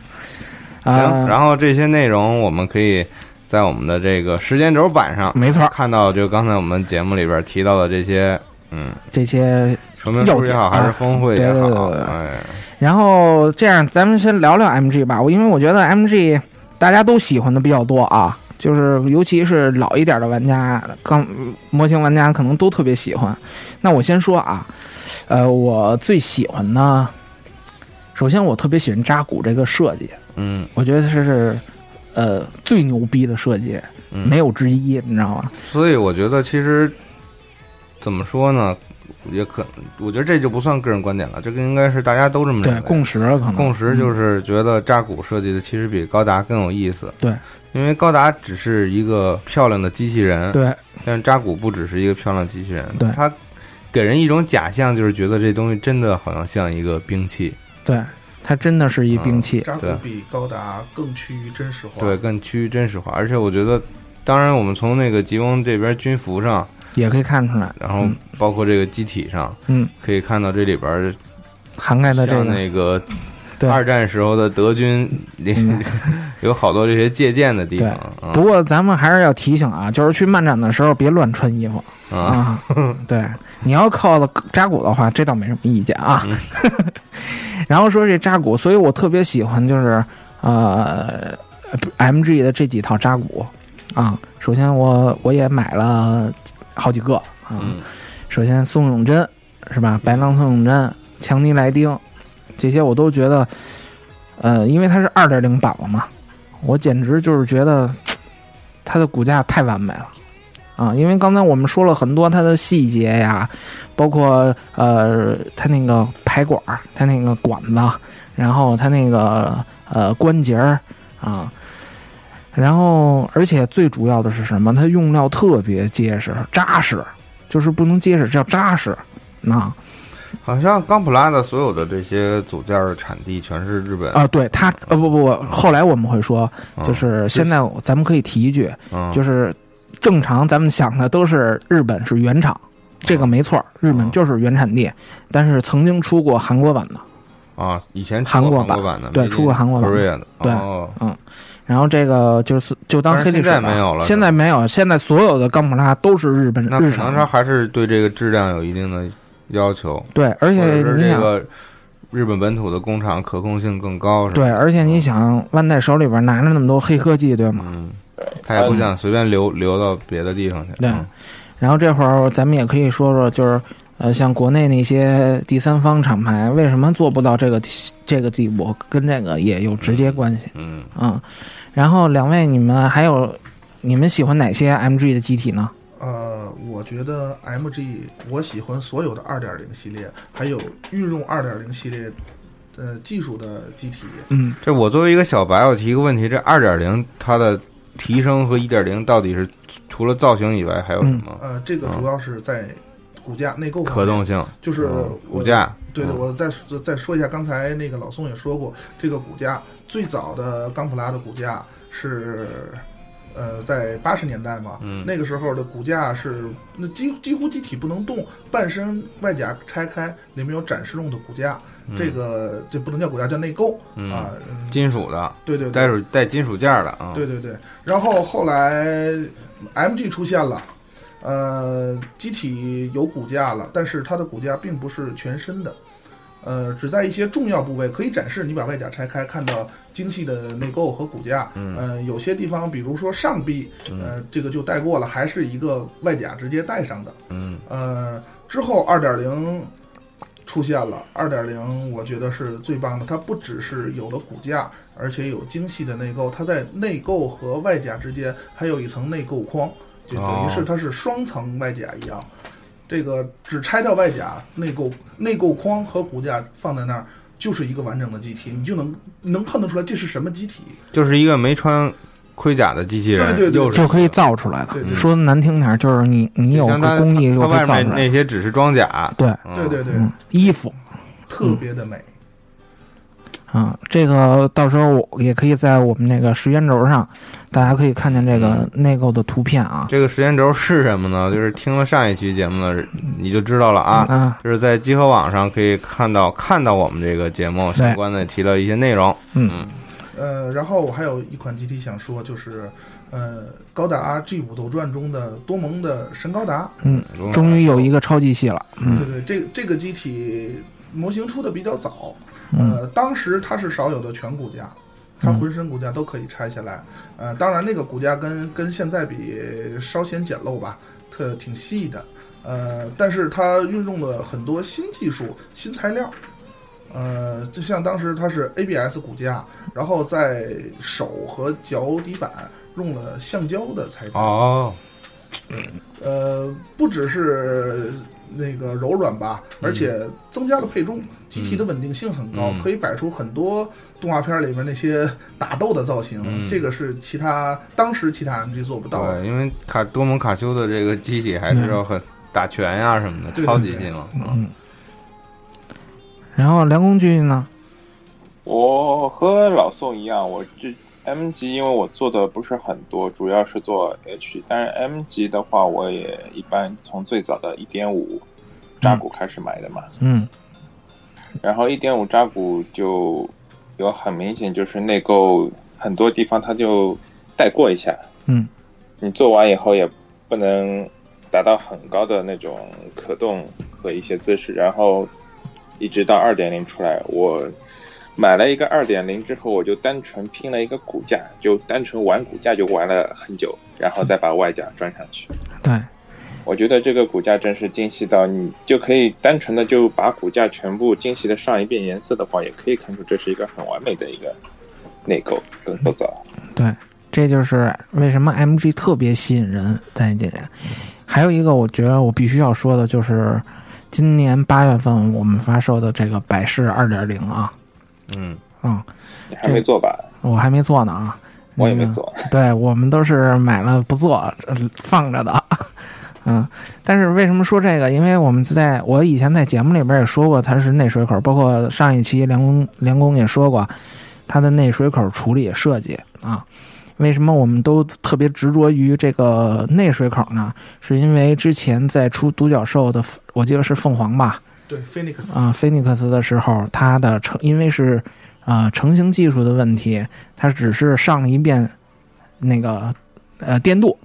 Speaker 4: 行，
Speaker 5: 啊，
Speaker 4: 然后这些内容我们可以在我们的这个时间轴版上
Speaker 5: 没错儿，
Speaker 4: 看到，就刚才我们节目里边提到的这些，嗯，
Speaker 5: 这些
Speaker 4: 说明书也好，
Speaker 5: 要点啊
Speaker 4: 还是峰会也
Speaker 5: 对对
Speaker 4: 好，
Speaker 5: 对对对
Speaker 4: 哎，
Speaker 5: 然后这样，咱们先聊聊 MG 吧，我因为我觉得 MG 大家都喜欢的比较多啊，就是尤其是老一点的玩家，刚模型玩家可能都特别喜欢。那我先说啊，呃，我最喜欢呢，首先我特别喜欢扎古这个设计，
Speaker 4: 嗯，
Speaker 5: 我觉得是呃最牛逼的设计，
Speaker 4: 嗯
Speaker 5: 没有之一，你知道吗？
Speaker 4: 所以我觉得其实怎么说呢，也可，我觉得这就不算个人观点了，这个应该是大家都这么认
Speaker 5: 对
Speaker 4: 为，。
Speaker 5: 共识可能
Speaker 4: 共识
Speaker 5: 嗯
Speaker 4: 就是觉得扎古设计的其实比高达更有意思，
Speaker 5: 对，
Speaker 4: 因为高达只是一个漂亮的机器人，
Speaker 5: 嗯对
Speaker 4: 但是扎古不只是一个漂亮机器人，
Speaker 5: 对
Speaker 4: 它给人一种假象，就是觉得这东西真的好像像一个兵器，
Speaker 5: 对，它真的是一兵器，
Speaker 6: 扎古
Speaker 4: 对
Speaker 6: 比高达更趋于真实化，
Speaker 4: 对，更趋于真实化。而且我觉得，当然我们从那个吉翁这边军服上，
Speaker 5: 也可以看出来，
Speaker 4: 然后
Speaker 5: 嗯
Speaker 4: 包括这个机体上，
Speaker 5: 嗯，
Speaker 4: 可以看到这里边
Speaker 5: 涵盖的这
Speaker 4: 像
Speaker 5: 个
Speaker 4: 那个
Speaker 5: 对
Speaker 4: 二战时候的德军，
Speaker 5: 嗯
Speaker 4: 有好多这些借鉴的地方。啊
Speaker 5: 不过咱们还是要提醒啊，就是去漫展的时候别乱穿衣服
Speaker 4: 嗯啊，
Speaker 5: 啊。对，你要靠扎古的话，这倒没什么意见啊。 然后说这扎古，所以我特别喜欢就是呃，MG 的这几套扎古啊。首先我我也买了好几个啊。
Speaker 4: 嗯
Speaker 5: 首先宋永贞是吧？白狼宋永贞、强尼莱丁，这些我都觉得，呃，因为它是二点零版了嘛，我简直就是觉得它的骨架太完美了啊！因为刚才我们说了很多它的细节呀，包括呃，它那个排管儿，它那个管子，然后它那个呃关节儿啊。然后，而且最主要的是什么？它用料特别结实、扎实，就是不能结实，叫扎实。啊
Speaker 4: 好像冈普拉的所有的这些组件的产地全是日本，
Speaker 5: 啊，对它呃不不不，后来我们会说，
Speaker 4: 嗯
Speaker 5: 就是现在咱们可以提一句，
Speaker 4: 嗯
Speaker 5: 就是正常咱们想的都是日本是原
Speaker 4: 啊
Speaker 5: 厂，这个没错儿，日本就是原产地，但是曾经出过韩国版的
Speaker 4: 啊，以前出
Speaker 5: 韩国
Speaker 4: 韩国
Speaker 5: 版
Speaker 4: 版的，
Speaker 5: 对出过韩国版的
Speaker 4: r e a 的，
Speaker 5: 对
Speaker 4: 哦
Speaker 5: 然后这个就是就当
Speaker 4: 但是
Speaker 5: 黑历史
Speaker 4: 现在
Speaker 5: 吧
Speaker 4: 没有了
Speaker 5: 现在没有，现在所有的钢普拉都是日本
Speaker 4: 那
Speaker 5: 嗯日
Speaker 4: 可能
Speaker 5: 产
Speaker 4: 他
Speaker 5: 的，
Speaker 4: 还是对这个质量有一定的要求，
Speaker 5: 对，而
Speaker 4: 或
Speaker 5: 且
Speaker 4: 者是
Speaker 5: 你
Speaker 4: 这
Speaker 5: 想，
Speaker 4: 个日本本土的工厂可控性更高，是吧？
Speaker 5: 对，而且你想，万代手里边拿着那么多黑科技，对吗？
Speaker 4: 嗯，
Speaker 7: 对，
Speaker 4: 他也不想随便流流到别的地方去，
Speaker 5: 对
Speaker 4: 嗯
Speaker 5: 然后这会儿咱们也可以说说，就是呃，像国内那些第三方厂牌为什么做不到这个这个地步，跟这个也有直接关系
Speaker 4: 嗯，
Speaker 5: 嗯。然后两位，你们还有你们喜欢哪些 MG 的机体呢？
Speaker 6: 呃，我觉得 MG 我喜欢所有的2.0系列，还有运用2.0系列呃技术的机体。
Speaker 5: 嗯，
Speaker 4: 这我作为一个小白，我提一个问题：这二点零它的提升和一点零到底是除了造型以外还有什么
Speaker 5: 嗯
Speaker 6: 呃，这个主要是在骨架内构
Speaker 4: 嗯可
Speaker 6: 方面，
Speaker 4: 动性？
Speaker 6: 就是
Speaker 4: 嗯
Speaker 6: 我啊
Speaker 4: 骨架，
Speaker 6: 对对，
Speaker 4: 嗯
Speaker 6: 我再说再说一下，刚才那个老宋也说过，这个骨架最早的钢普拉的骨架是，呃，在八十年代嘛，
Speaker 4: 嗯
Speaker 6: 那个时候的骨架是那几几乎机体不能动，半身外甲拆开，里面有展示用的骨架，这个这不能叫骨架，叫内构、
Speaker 4: 嗯
Speaker 6: 啊，嗯
Speaker 4: 金属的，
Speaker 6: 对对
Speaker 4: 带
Speaker 6: 对，
Speaker 4: 属带金属件儿的啊，
Speaker 6: 对对对，然后后来 MG 出现了。呃，机体有骨架了，但是它的骨架并不是全身的，呃，只在一些重要部位可以展示。你把外甲拆开，看到精细的内构和骨架。嗯、有些地方，比如说上臂，
Speaker 4: 嗯
Speaker 6: 呃，这个就带过了，还是一个外甲直接带上的。
Speaker 4: 嗯，
Speaker 6: 呃，之后二点零出现了，二点零我觉得是最棒的。它不只是有了骨架，而且有精细的内构，它在内构和外甲之间还有一层内构框，就等于
Speaker 4: 哦
Speaker 6: 是它是双层外甲一样。这个只拆掉外甲，内构内构框和骨架放在那儿。就是一个完整的机体，你就能能看得出来这是什么机体。
Speaker 4: 就是一个没穿盔甲的机器人，
Speaker 6: 对对对
Speaker 4: 又是
Speaker 5: 就可以造出来的。
Speaker 6: 对对
Speaker 5: 说的难听点儿，就是你你有
Speaker 4: 相当
Speaker 5: 个
Speaker 4: 于
Speaker 5: 工艺，
Speaker 4: 它
Speaker 5: 我可
Speaker 4: 外
Speaker 5: 以造
Speaker 4: 面
Speaker 5: 出来。
Speaker 4: 那些只是装甲，
Speaker 5: 对，
Speaker 4: 嗯
Speaker 6: 对对对，
Speaker 5: 嗯，衣服
Speaker 6: 特别的美。
Speaker 5: 啊、这个到时候我也可以在我们那个时间轴上，大家可以看见这个内购的图片啊。
Speaker 4: 这个时间轴是什么呢？就是听了上一期节目的你就知道了啊。
Speaker 5: 嗯
Speaker 4: 就是在集合网上可以看到看到我们这个节目相关的提到一些内容，
Speaker 5: 嗯
Speaker 6: 呃，然后我还有一款机体想说，就是呃，高达 G 五斗转中的多蒙的神高达，
Speaker 5: 嗯，终于有一个超级系了。嗯
Speaker 6: 对对，这这个机体模型出的比较早，呃，当时它是少有的全骨架。它浑身骨架都可以拆下来，呃，当然那个骨架跟跟现在比稍显简陋吧，特挺细的，呃，但是它运用了很多新技术、新材料，呃，就像当时它是 ABS 骨架，然后在手和脚底板用了橡胶的材质，
Speaker 4: 哦，
Speaker 6: 呃，不只是那个柔软吧，
Speaker 4: 嗯
Speaker 6: 而且增加了配重，机体的稳定性很高，
Speaker 4: 嗯
Speaker 6: 可以摆出很多动画片里面那些打斗的造型。
Speaker 4: 嗯
Speaker 6: 这个是其他当时其他 MG 做不到的。
Speaker 4: 对，因为卡多蒙卡修的这个机体还是要很打拳呀、什么的，
Speaker 6: 对对
Speaker 4: 超级近了，嗯
Speaker 5: 嗯。然后梁工具呢？
Speaker 7: 我和老宋一样，我这 M 级因为我做的不是很多，主要是做 H。但是 M 级的话，我也一般从最早的一点五扎古开始买的嘛，
Speaker 5: 嗯
Speaker 7: 然后一点五扎古就有很明显就是内购很多地方它就带过一下，
Speaker 5: 嗯，
Speaker 7: 你做完以后也不能达到很高的那种可动和一些姿势，然后一直到二点零出来，我买了一个二点零之后，我就单纯拼了一个骨架，就单纯玩骨架就玩了很久，然后再把外甲装上去。
Speaker 5: 对，
Speaker 7: 我觉得这个骨架真是精细到你就可以单纯的就把骨架全部精细的上一遍颜色的话，也可以看出这是一个很完美的一个内构跟构造。
Speaker 5: 对，这就是为什么 MG 特别吸引人在这点。还有一个，我觉得我必须要说的就是，今年八月份我们发售的这个百事二点零啊，
Speaker 4: 嗯，
Speaker 5: 嗯，
Speaker 7: 你还没做吧？
Speaker 5: 我还没做呢啊，
Speaker 7: 我也没
Speaker 5: 那个
Speaker 7: 做。
Speaker 5: 对我们都是买了不做，呃放着的。 嗯，但是为什么说这个？因为我们在我以前在节目里边也说过，它是内水口，包括上一期梁工梁工也说过，它的内水口处理设计啊。为什么我们都特别执着于这个内水口呢？是因为之前在出独角兽的，我记得是凤凰吧，
Speaker 6: 对，Phoenix
Speaker 5: 啊、菲尼克斯的时候，它的成因为是啊成型技术的问题，它只是上了一遍那个呃电镀，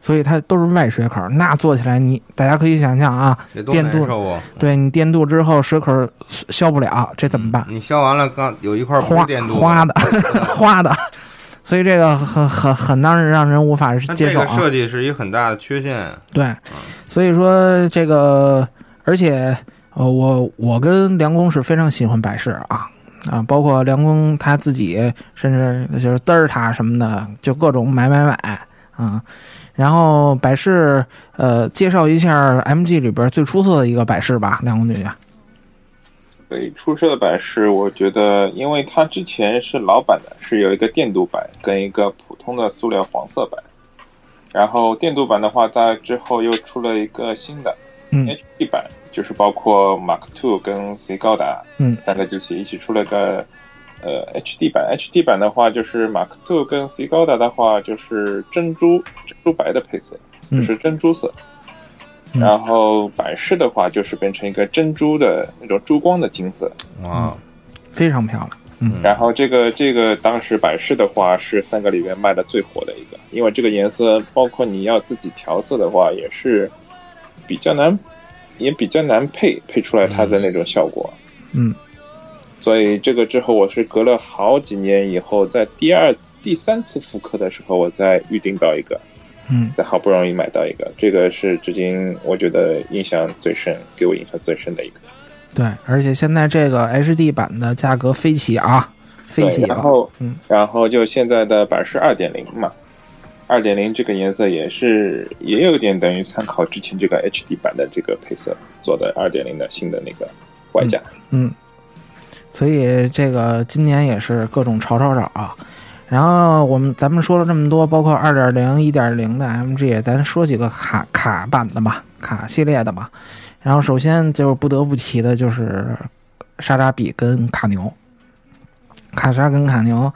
Speaker 5: 所以它都是外水口。那做起来你大家可以想象啊，
Speaker 4: 这多难
Speaker 5: 电镀
Speaker 4: 受啊！
Speaker 5: 对你电镀之后水口消不了，这怎么办？
Speaker 4: 你削完了，刚有一块不
Speaker 5: 花
Speaker 4: 是嗯电镀
Speaker 5: 花的
Speaker 4: 的
Speaker 5: 花的，所以这个很很很让人让人无法
Speaker 4: 那
Speaker 5: 接
Speaker 4: 这
Speaker 5: 受
Speaker 4: 个
Speaker 5: 啊。
Speaker 4: 设计是一个很大的缺陷，
Speaker 5: 对，所以说这个，而且呃，我我跟梁工是非常喜欢百事啊啊，包括梁工他自己，甚至就是嘚儿他什么的，就各种买买买啊。然后百事，呃，介绍一下 MG 里边最出色的一个百事吧，梁工姐姐。
Speaker 7: 对，出色的版是，我觉得，因为它之前是老版的，是有一个电镀版跟一个普通的塑料黄色版。然后电镀版的话，在之后又出了一个新的
Speaker 5: 嗯
Speaker 7: HD 版，就是包括 Mark Two 跟 C 高达，
Speaker 5: 嗯
Speaker 7: 三个机器一起出了个呃 HD 版。HD 版的话，就是 Mark Two 跟 C 高达的话，就是珍珠珍珠白的配色，
Speaker 5: 嗯
Speaker 7: 就是珍珠色。
Speaker 5: 嗯
Speaker 7: 然后版式的话，就是变成一个珍珠的那种珠光的金色。
Speaker 5: 嗯
Speaker 4: 哇，
Speaker 5: 非常漂亮，
Speaker 7: 然后这个这个当时百事的话是三个里面卖的最火的一个，因为这个颜色包括你要自己调色的话也是比较难，也比较难配配出来它的那种效果。
Speaker 5: 嗯，
Speaker 7: 所以这个之后我是隔了好几年以后，在第二、第三次复刻的时候，我再预定到一个，
Speaker 5: 嗯
Speaker 7: 再好不容易买到一个，这个是至今我觉得印象最深，给我印象最深的一个。
Speaker 5: 对，而且现在这个 HD 版的价格飞起啊，飞起
Speaker 7: 对，
Speaker 5: 了
Speaker 7: 然，后，
Speaker 5: 嗯
Speaker 7: 然后就现在的版是二点零嘛，二点零这个颜色也是也有点等于参考之前这个 HD 版的这个配色做的二点零的新的那个外加。
Speaker 5: 嗯，所以这个今年也是各种吵吵吵啊。然后我们咱们说了这么多，包括二点零、一点零的 MG，咱说几个卡卡版的吧，卡系列的吧。然后首先就是不得不提的就是莎莎比跟卡牛，卡莎跟卡牛，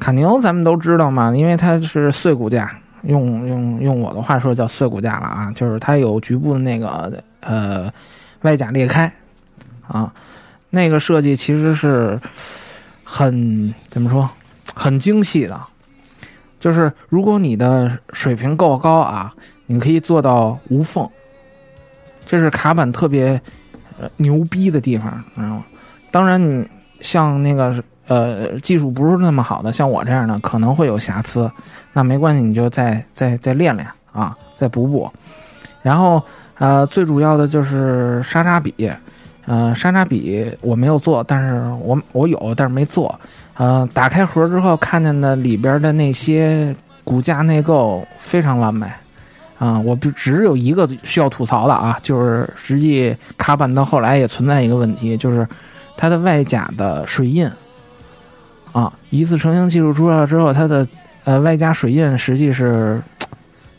Speaker 5: 卡牛咱们都知道嘛，因为它是碎骨架，用用用我的话说叫碎骨架了啊，就是它有局部的那个呃外甲裂开啊，那个设计其实是很怎么说，很精细的。就是如果你的水平够高啊，你可以做到无缝，这是卡板特别呃牛逼的地方，你知道吗？当然，你像那个呃技术不是那么好的，像我这样的可能会有瑕疵，那没关系，你就再再再练练啊，再补补。然后呃，最主要的就是莎莎比，呃，莎莎比我没有做，但是我我有，但是没做。呃，打开盒之后看见的里边的那些骨架内构非常完美，啊、我不只有一个需要吐槽的啊，就是实际卡板到后来也存在一个问题，就是它的外甲的水印，啊，一次成型技术出来之后，它的呃外加水印实际是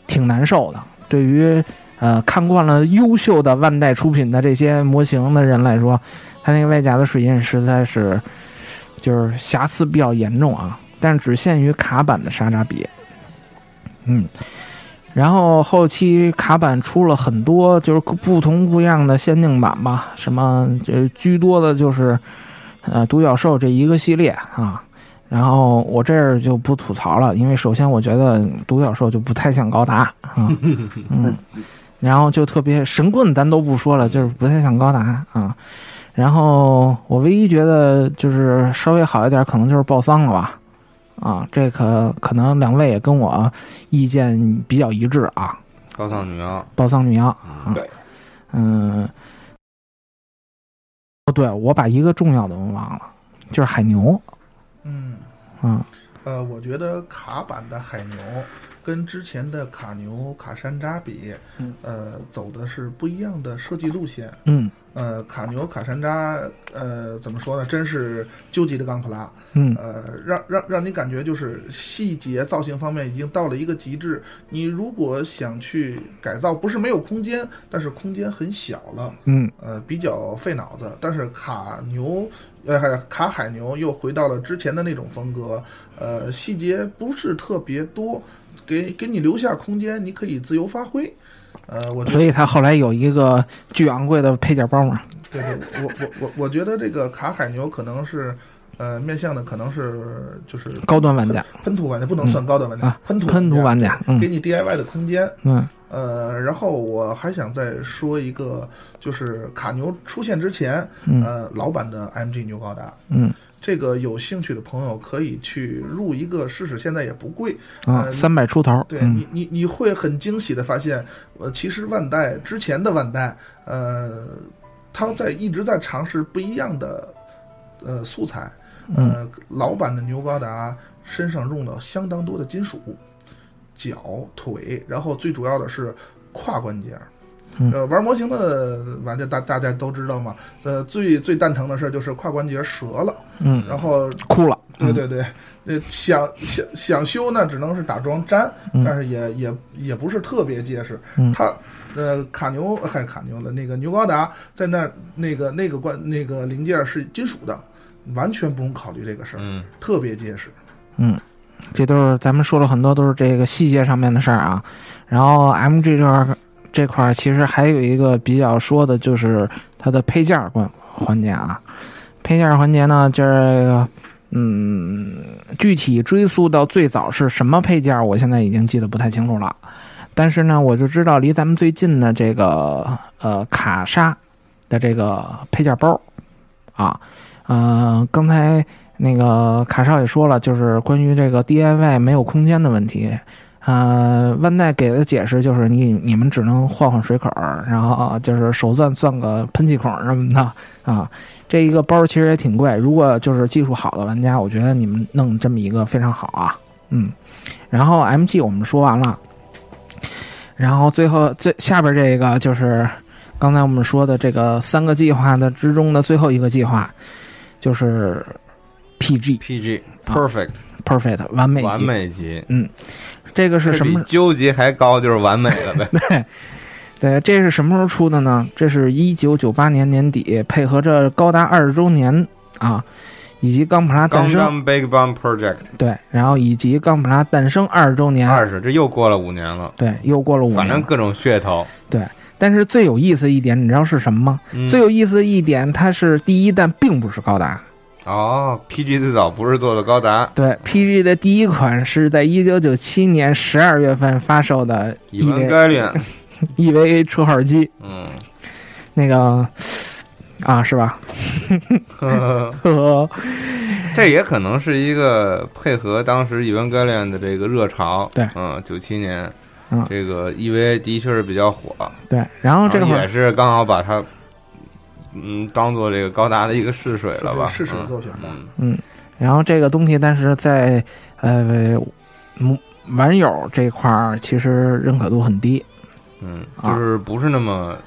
Speaker 5: 挺难受的，对于呃看惯了优秀的万代出品的这些模型的人来说，它那个外甲的水印实在是就是瑕疵比较严重啊，但是只限于卡板的莎莎比，嗯。然后后期卡板出了很多，就是不同不一样的限定版吧，什么呃居多的就是，呃独角兽这一个系列啊。然后我这儿就不吐槽了，因为首先我觉得独角兽就不太像高达啊，嗯，然后就特别神棍，咱都不说
Speaker 6: 嗯
Speaker 5: 了，就是不太像高达啊。然后我唯一觉得就是稍微好一点，可能就是报丧了吧，啊，这可可能两位也跟我意见比较一致啊。
Speaker 4: 高档女妖，
Speaker 5: 报丧女妖啊，
Speaker 7: 对，
Speaker 5: 嗯，哦，对，我把一个重要的忘了，就是海牛，
Speaker 6: 嗯，
Speaker 5: 嗯
Speaker 6: 呃，我觉得卡版的海牛跟之前的卡牛、卡山楂比，
Speaker 5: 嗯
Speaker 6: 呃，走的是不一样的设计路线。
Speaker 5: 嗯
Speaker 6: 呃，卡牛、卡山楂，呃，怎么说呢？真是究极的钢普拉。
Speaker 5: 嗯
Speaker 6: 呃，让让让你感觉就是细节造型方面已经到了一个极致。你如果想去改造，不是没有空间，但是空间很小了，
Speaker 5: 嗯
Speaker 6: 呃，比较费脑子。但是卡牛，呃，还卡海牛又回到了之前的那种风格，呃，细节不是特别多，给给你留下空间，你可以自由发挥。呃，我觉
Speaker 5: 所
Speaker 6: 得
Speaker 5: 以它后来有一个巨昂贵的配件包嘛。
Speaker 6: 对对，我我我我觉得这个卡海牛可能是。呃，面向的可能是就是
Speaker 5: 高端玩家，
Speaker 6: 喷涂玩家，不能算高端玩家，
Speaker 5: 嗯啊
Speaker 6: 喷涂
Speaker 5: 喷涂玩家嗯
Speaker 6: 给你 DIY 的空间。
Speaker 5: 嗯
Speaker 6: 呃，然后我还想再说一个，就是卡牛出现之前，
Speaker 5: 嗯
Speaker 6: 呃，老版的 MG 牛高达，
Speaker 5: 嗯
Speaker 6: 这个有兴趣的朋友可以去入一个试试，现在也不贵。
Speaker 5: 啊，
Speaker 6: 呃
Speaker 5: 三百出头，
Speaker 6: 对、
Speaker 5: 嗯
Speaker 6: 你，你你会很惊喜的发现，呃，其实万代之前的万代，呃，他在一直在尝试不一样的呃素材，
Speaker 5: 嗯
Speaker 6: 呃，老版的牛高达身上用了相当多的金属，脚、腿，然后最主要的是胯关节。
Speaker 5: 嗯
Speaker 6: 呃，玩模型的玩家大大家都知道嘛，呃，最最蛋疼的事儿就是胯关节折了，
Speaker 5: 嗯，
Speaker 6: 然后
Speaker 5: 哭了，
Speaker 6: 对对对，那想想想修呢，只能是打桩粘，
Speaker 5: 嗯
Speaker 6: 但是也也也不是特别结实
Speaker 5: 嗯。
Speaker 6: 他呃卡牛还卡牛了，那个牛高达在那儿那个那个关那个零件是金属的，完全不用考虑这个事儿，
Speaker 4: 嗯，
Speaker 6: 特别结实。
Speaker 5: 这都是咱们说了很多都是这个细节上面的事儿啊。然后 MG 这块儿这块儿其实还有一个比较说的就是它的配件儿环环节啊，配件儿环节呢，这个嗯，具体追溯到最早是什么配件儿，我现在已经记得不太清楚了。但是呢，我就知道离咱们最近的这个呃卡莎的这个配件包啊，呃，刚才那个卡少也说了，就是关于这个 DIY 没有空间的问题。呃，万代给的解释就是你你们只能换换水口儿，然后就是手钻钻个喷气孔什么的啊。这一个包其实也挺贵，如果就是技术好的玩家，我觉得你们弄这么一个非常好啊。嗯，然后 MG 我们说完了，然后最后最下边这个就是刚才我们说的这个三个计划的之中的最后一个计划，就是 PG
Speaker 4: PG
Speaker 5: 啊
Speaker 4: perfect、
Speaker 5: perfect 完美级
Speaker 4: 完美级，
Speaker 5: 这个是什么
Speaker 4: 这？比纠结还高就是完美了呗。
Speaker 5: 对，这是什么时候出的呢？这是一九九八年年底，配合着高达二十周年啊，以及冈普拉诞
Speaker 4: 刚
Speaker 5: 生
Speaker 4: 刚 Big Bang Project
Speaker 5: 对，然后以及冈普拉诞生二十周年，
Speaker 4: 二十，这又过了五年了，
Speaker 5: 对，又过了嗯五
Speaker 4: 反正
Speaker 5: 年。
Speaker 4: 各种噱头。
Speaker 5: 但是最有意思一点，你知道是什么吗？
Speaker 4: 嗯
Speaker 5: 最有意思的一点，它是第一弹并不是高达，
Speaker 4: 哦，PG 最早不是做的高达，
Speaker 5: 对，PG 的第一款是在一九九七年十二月份发售的 E
Speaker 4: 伊万盖略，
Speaker 5: EVA 车号机，
Speaker 4: 嗯，
Speaker 5: 那个啊，是吧？
Speaker 4: 呵呵
Speaker 5: 呵呵。
Speaker 4: 这也可能是一个配合当时伊万盖略的这个热潮。
Speaker 5: 对
Speaker 4: 嗯，九七年
Speaker 5: 嗯，
Speaker 4: 这个 EVA 的确是比较火，
Speaker 5: 对，然后这
Speaker 4: 然
Speaker 5: 会
Speaker 4: 后哦
Speaker 5: 儿
Speaker 4: 也是刚好把它，嗯，当做这个高达的一个试水了吧？
Speaker 6: 是是
Speaker 4: 嗯
Speaker 6: 作品吧
Speaker 4: 嗯，
Speaker 5: 然后这个东西，但是在呃，嗯玩友这块儿其实认可度很低。
Speaker 4: 嗯，
Speaker 5: 啊
Speaker 4: 就是不是那么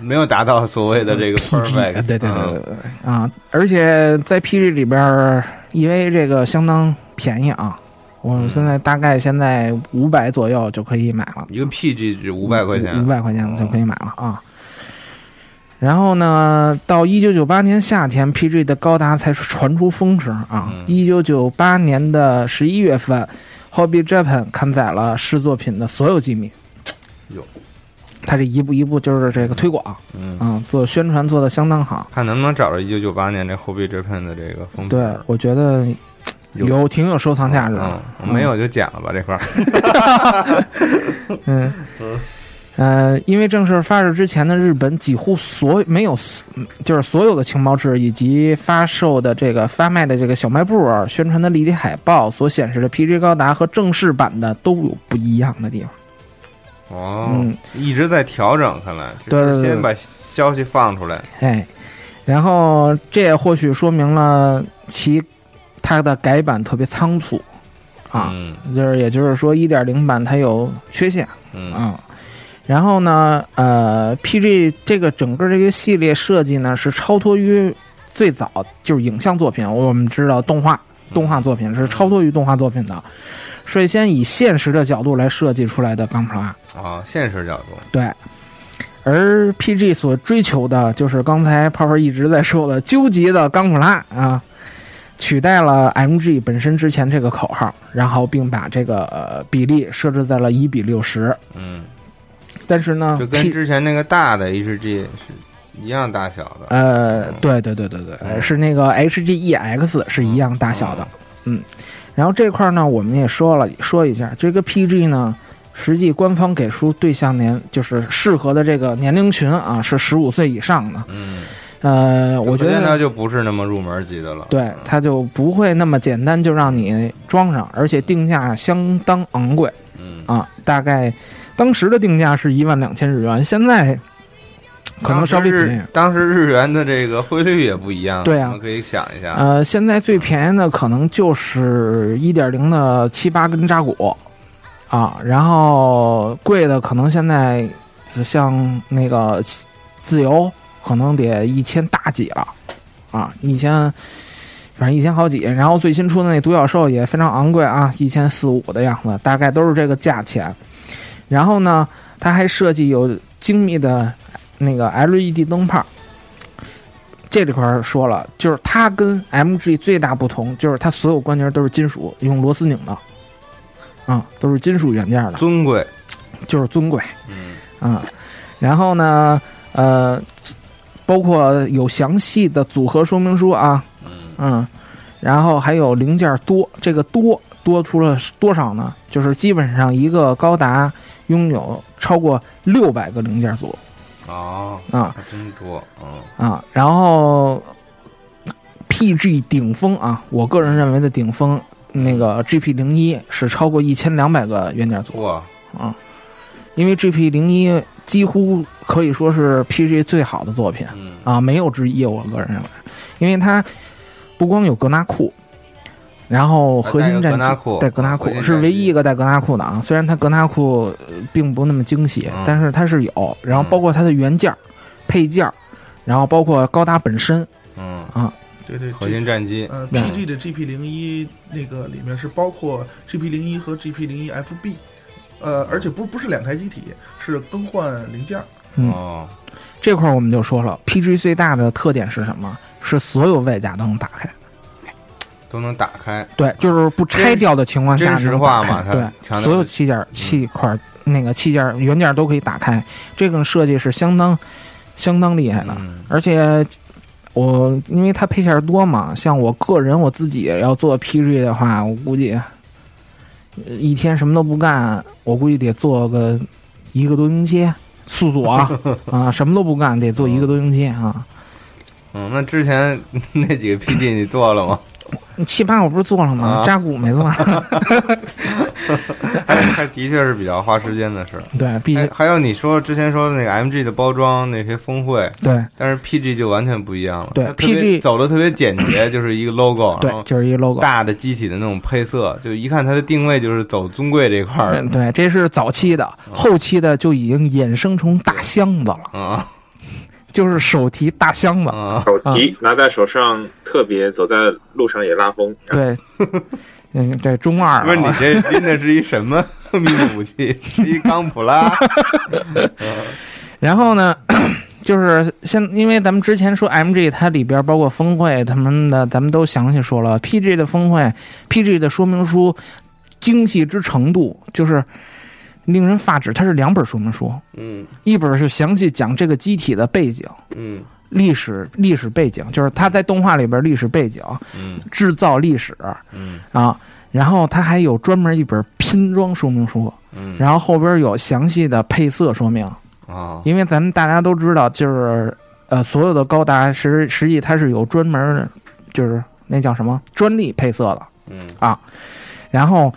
Speaker 4: 没有达到所谓的这个 perfect，、
Speaker 5: 哎对对对
Speaker 4: 嗯
Speaker 5: 对对、啊！而且在 PG 里边儿，EV 这个相当便宜啊，我
Speaker 4: 嗯
Speaker 5: 现在大概现在五百左右就可以买了。
Speaker 4: 一个 PG 值五百块
Speaker 5: 五
Speaker 4: 钱，
Speaker 5: 百块钱就可以买了啊。然后呢，到一九九八年夏天，PG 的高达才传出风声啊
Speaker 4: 嗯。
Speaker 5: 一九九八年的十一月份，Hobby Japan 刊载了试作品的所有机密。
Speaker 4: 哟，
Speaker 5: 他这一步一步就是这个推广啊、
Speaker 4: 嗯。
Speaker 5: 做宣传做的相当好。
Speaker 4: 看能不能找着一九九八年这 Hobby Japan 的这个封面，
Speaker 5: 对，我觉得
Speaker 4: 嗯有
Speaker 5: 有挺有收藏价值的。
Speaker 4: 嗯，没有就剪了吧这块儿。
Speaker 5: 嗯，呃，因为正式发售之前的日本几乎所没有，就是所有的情报制以及发售的这个发卖的这个小卖部儿宣传的立体海报所显示的 PG 高达和正式版的都有不一样的地方。
Speaker 4: 哦，
Speaker 5: 嗯，
Speaker 4: 一直在调整，看来
Speaker 5: 对对对
Speaker 4: 就是先把消息放出来。
Speaker 5: 哎，然后这也或许说明了其它的改版特别仓促啊，
Speaker 4: 嗯
Speaker 5: 就是也就是说一点零版它有缺陷。
Speaker 4: 嗯
Speaker 5: 嗯，然后呢，呃，PG 这个整个这个系列设计呢，是超脱于最早就是影像作品，我们知道动画
Speaker 4: 嗯
Speaker 5: 动画作品是超脱于动画作品的，率先以现实的角度来设计出来的钢普拉。
Speaker 4: 啊，现实角度，
Speaker 5: 对，而 PG 所追求的就是刚才泡泡一直在说的究极的钢普拉啊，取代了 MG 本身之前这个口号，然后并把这个、呃、比例设置在了一比六十。
Speaker 4: 嗯
Speaker 5: 但是呢
Speaker 4: 就跟
Speaker 5: ，P
Speaker 4: 之前那个大的 HG 是一样大小的。
Speaker 5: 呃，对对对对对，
Speaker 4: 嗯
Speaker 5: 是那个 HGEX 是一样大小的，嗯。然后这块儿呢，我们也说了说一下，这个 PG 呢，实际官方给出对象年就是适合的这个年龄群啊，是十五岁以上的。
Speaker 4: 嗯，
Speaker 5: 呃，我觉
Speaker 4: 可见它
Speaker 5: 得
Speaker 4: 就不是那么入门级的了。
Speaker 5: 对它就不会那么简单就让你装上，而且定价相当昂贵。
Speaker 4: 嗯，
Speaker 5: 啊，大概当时的定价是一万两千日元，现在可能稍微便宜。
Speaker 4: 当时日。当时日元的这个汇率也不一样，
Speaker 5: 对啊
Speaker 4: 我们可以想一下。
Speaker 5: 呃，现在最便宜的可能就是一点零的七八根扎古啊，然后贵的可能现在像那个自由可能得一千大几了啊，一千反正一千好几，然后最新出的那独角兽也非常昂贵啊，一千四五的样子，大概都是这个价钱。然后呢，它还设计有精密的那个 LED 灯泡。这里块儿说了，就是它跟 MG 最大不同，就是它所有关节都是金属，用螺丝拧的，啊、啊都是金属元件的，
Speaker 4: 尊贵，
Speaker 5: 就是尊贵。
Speaker 4: 嗯，
Speaker 5: 啊，然后呢，呃，包括有详细的组合说明书啊，
Speaker 4: 嗯
Speaker 5: 嗯，然后还有零件多，这个多多出了多少呢？就是基本上一个高达拥有超过六百个零件组
Speaker 4: 哦，
Speaker 5: 啊
Speaker 4: 还真多，嗯，
Speaker 5: 啊，然后 PG 顶峰啊，我个人认为的顶峰。那个 GP 零一是超过一千两百个元件组，
Speaker 4: 哇，
Speaker 5: 因为 GP 零一几乎可以说是 PG 最好的作品，
Speaker 4: 嗯，
Speaker 5: 啊，没有之一，我个人认为，因为它不光有格纳库，然后核心
Speaker 4: 还带有格
Speaker 5: 战
Speaker 4: 纳
Speaker 5: 机
Speaker 4: 库
Speaker 5: 带格纳
Speaker 4: 核
Speaker 5: 库
Speaker 4: 心战
Speaker 5: 是唯一
Speaker 4: 机
Speaker 5: 一个带格纳库的啊。虽然它格纳库呃并不那么精细
Speaker 4: 嗯，
Speaker 5: 但是它是有。然后包括它的原件儿、配件儿，然后包括高达本身，啊
Speaker 4: 嗯，
Speaker 6: 对对，
Speaker 4: 核
Speaker 6: 这
Speaker 4: 心战机，
Speaker 6: 呃
Speaker 5: 嗯
Speaker 6: ，PG 的 GP 零一那个里面是包括 GP 零一和 GP 零一 FB，呃，而且不不是两台机体，是更换零件儿。
Speaker 5: 嗯
Speaker 4: 哦，
Speaker 5: 这块儿我们就说了，PG 最大的特点是什么？是所有外甲都能打开。
Speaker 4: 都能打开，
Speaker 5: 对，就是不拆掉的情况下
Speaker 4: 真
Speaker 5: 啊能
Speaker 4: 实
Speaker 5: 打
Speaker 4: 化嘛
Speaker 5: 开
Speaker 4: 它强调
Speaker 5: 对，所有
Speaker 4: 是嗯
Speaker 5: 器件儿、器块儿、那个器件儿原件儿都可以打开，这个设计是相当相当厉害的。
Speaker 4: 嗯，
Speaker 5: 而且我因为它配件儿多嘛，像我个人我自己要做 PG 的话，我估计呃一天什么都不干，我估计得做个一个多星期，速度啊 啊，什么都不干得做一个多星期啊。
Speaker 4: 嗯，那之前 那几个 PG 你做了吗？
Speaker 5: 七八我不是做了吗？
Speaker 4: 啊
Speaker 5: 扎古没 做，
Speaker 4: 还还的确是比较花时间的事儿。哎
Speaker 5: 对，必
Speaker 4: 还
Speaker 5: 须
Speaker 4: 还有你说之前说的那个 MG 的包装那些峰会，
Speaker 5: 对。
Speaker 4: 但是 PG 就完全不一样了。
Speaker 5: 对
Speaker 4: 它特别
Speaker 5: PG
Speaker 4: 走的特别简洁，就是一个 logo，然
Speaker 5: 对，
Speaker 4: 后
Speaker 5: 就是一 logo。
Speaker 4: 大的机体的那种配色，就一看它的定位就是走尊贵这一块儿
Speaker 5: 嗯，
Speaker 4: 的。
Speaker 5: 对，这是早期的，
Speaker 7: 嗯
Speaker 5: 后期的就已经衍生成大箱子了，
Speaker 4: 啊
Speaker 5: 就是手提大箱子。嗯
Speaker 4: 啊，
Speaker 7: 嗯手提拿在手上，特别走在路上也拉风。
Speaker 5: 对，嗯，对，中 二
Speaker 4: 不是你
Speaker 5: 啊，
Speaker 4: 这拎的是一什么 秘密武器？是一钢普拉？
Speaker 5: 然后呢， 就是现，因为咱们之前说 MG 它里边包括峰会他们的，咱们都详细说了。PG 的峰会，PG 的说明书精细之程度，就是令人发指。它是两本说明书，
Speaker 4: 嗯
Speaker 5: 一本是详细讲这个机体的背景、
Speaker 4: 嗯
Speaker 5: 历史、历史背景，就是它在动画里边历史背景，
Speaker 4: 嗯
Speaker 5: 制造历史
Speaker 4: 嗯
Speaker 5: 啊。然后它还有专门一本拼装说明书，
Speaker 4: 嗯
Speaker 5: 然后后边有详细的配色说明。
Speaker 4: 啊，
Speaker 5: 因为咱们大家都知道，就是呃，所有的高达实实际它是有专门的，就是那叫什么专利配色的。啊
Speaker 4: 嗯
Speaker 5: 然后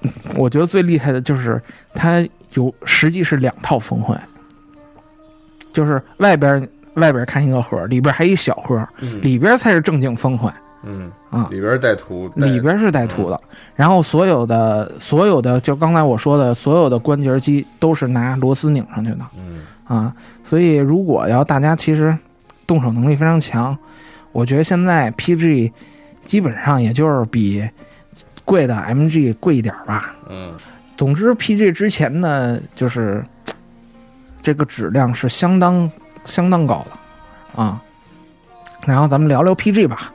Speaker 5: 嗯我觉得最厉害的就是它有实际是两套峰会，就是外边外边看一个盒，里边还一小盒，
Speaker 4: 嗯
Speaker 5: 里边才是正经峰会。
Speaker 4: 嗯
Speaker 5: 啊
Speaker 4: 里边带图，带
Speaker 5: 里边是带图的，然后所有的所有的就刚才我说的所有的关节机都是拿螺丝拧上去的
Speaker 4: 嗯
Speaker 5: 啊，所以如果要大家其实动手能力非常强，我觉得现在 PG 基本上也就是比贵的 MG 贵一点吧。
Speaker 4: 嗯
Speaker 5: 总之，PG 之前呢，就是嘖这个质量是相当相当高的啊。然后咱们聊聊 PG 吧，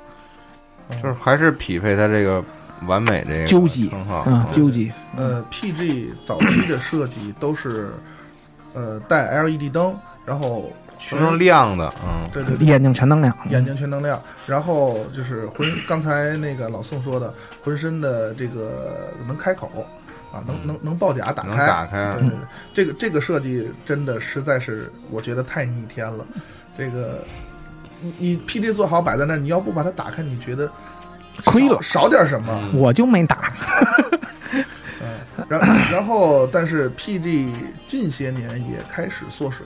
Speaker 4: 就是还是匹配它这个完美这个
Speaker 5: 纠结
Speaker 4: 称号
Speaker 5: 啊，
Speaker 4: 嗯
Speaker 5: 究极，
Speaker 6: 呃，PG 早期的设计都是呃，带 LED 灯，然后
Speaker 4: 都
Speaker 6: 全
Speaker 4: 是亮的，嗯，
Speaker 6: 对对对，
Speaker 5: 眼睛全能亮，
Speaker 6: 眼睛全能亮，然后就是浑，刚才那个老宋说的，浑身的这个能开口啊，能能能报假打
Speaker 4: 嗯能
Speaker 6: 开，
Speaker 4: 打开
Speaker 5: 嗯
Speaker 4: 嗯
Speaker 6: 对，对对，这个这个设计真的实在是，我觉得太逆天了。这个你你 PD 做好摆在那儿，你要不把它打开，你觉得少
Speaker 5: 亏了
Speaker 6: 少点什么？
Speaker 4: 嗯
Speaker 5: 我就没打。
Speaker 6: 嗯，然 然后，但是 PG 近些年也开始缩水，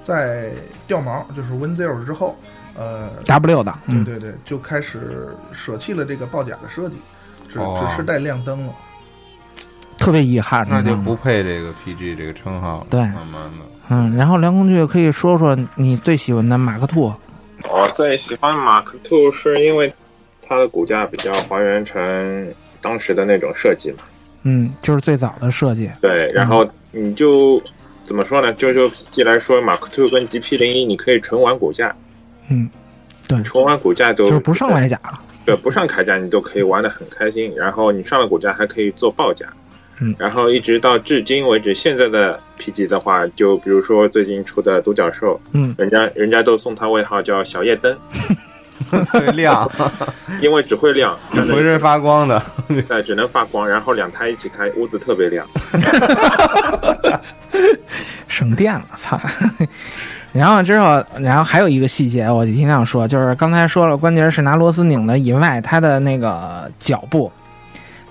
Speaker 6: 在掉毛就是 Win Zero 之后，呃，
Speaker 5: W 的，
Speaker 6: 对
Speaker 5: 嗯，
Speaker 6: 对对，就开始舍弃了这个爆甲的设计，只
Speaker 4: 哦
Speaker 6: 只是带亮灯了。
Speaker 5: 特别遗憾，嗯
Speaker 4: 那
Speaker 5: 你
Speaker 4: 就
Speaker 5: 知道吗
Speaker 4: 不配这个 PG 这个称号了。
Speaker 5: 对
Speaker 4: 慢慢的，
Speaker 5: 嗯。然后梁工具可以说说你最喜欢的马克兔，
Speaker 7: 嗯我最喜欢马克兔是因为它的骨架比较还原成当时的那种设计嘛。
Speaker 5: 嗯，就是最早的设计，
Speaker 7: 对，然
Speaker 5: 嗯
Speaker 7: 后你就怎么说呢？就就既来说，马克兔跟 GP 零一，你可以纯玩骨架，
Speaker 5: 嗯，
Speaker 7: 纯玩骨架都
Speaker 5: 就是不上铠甲了，
Speaker 7: 对，不上铠甲你都可以玩得很开心。然后你上了骨架还可以做爆甲，
Speaker 5: 嗯
Speaker 7: 然后一直到至今为止，现在的 PG 的话，就比如说最近出的独角兽，
Speaker 5: 嗯，
Speaker 7: 人家人家都送它外号叫小夜 灯，
Speaker 4: 会亮，
Speaker 7: 因为只会亮，站
Speaker 4: 浑
Speaker 7: 着
Speaker 4: 身发光的，
Speaker 7: 对，只能发光，然后两台一起开，屋子特别亮。
Speaker 5: 省电了，操。 然后之后，然后还有一个细节，我一定要说，就是刚才说了，关节是拿螺丝拧的，以外，它的那个脚步，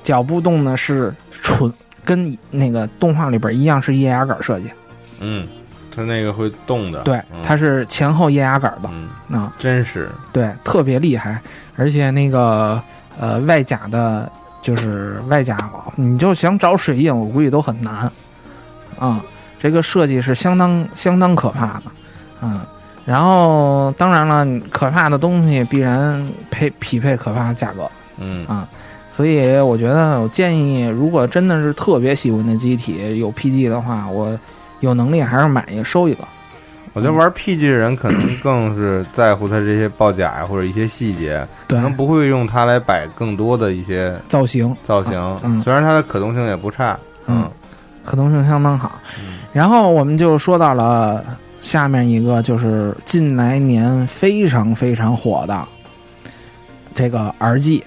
Speaker 5: 脚步动呢是纯跟那个动画里边一样是液压杆设计，
Speaker 4: 嗯，它那个会动的，
Speaker 5: 对，
Speaker 4: 嗯
Speaker 5: 它是前后液压杆的
Speaker 4: 嗯，
Speaker 5: 啊。
Speaker 4: 真实，
Speaker 5: 对，特别厉害，而且那个呃外甲的，就是外甲，你就想找水印，我估计都很难啊、这个设计是相当相当可怕的，嗯。然后，当然了，可怕的东西必然配匹配可怕的价格，
Speaker 4: 嗯
Speaker 5: 所以我觉得，我建议，如果真的是特别喜欢的机体有 PG 的话，我有能力还是买一个收一个。
Speaker 4: 我觉得玩 PG 的人可能更是在乎它这些爆甲呀，或者一些细节，
Speaker 5: 对
Speaker 4: 可能不会用它来摆更多的一些
Speaker 5: 造型
Speaker 4: 造型。
Speaker 5: 嗯
Speaker 4: 虽然它的可动性也不差，
Speaker 5: 嗯可动性相当好。
Speaker 4: 嗯
Speaker 5: 然后我们就说到了下面一个，就是近来年非常非常火的这个 RG，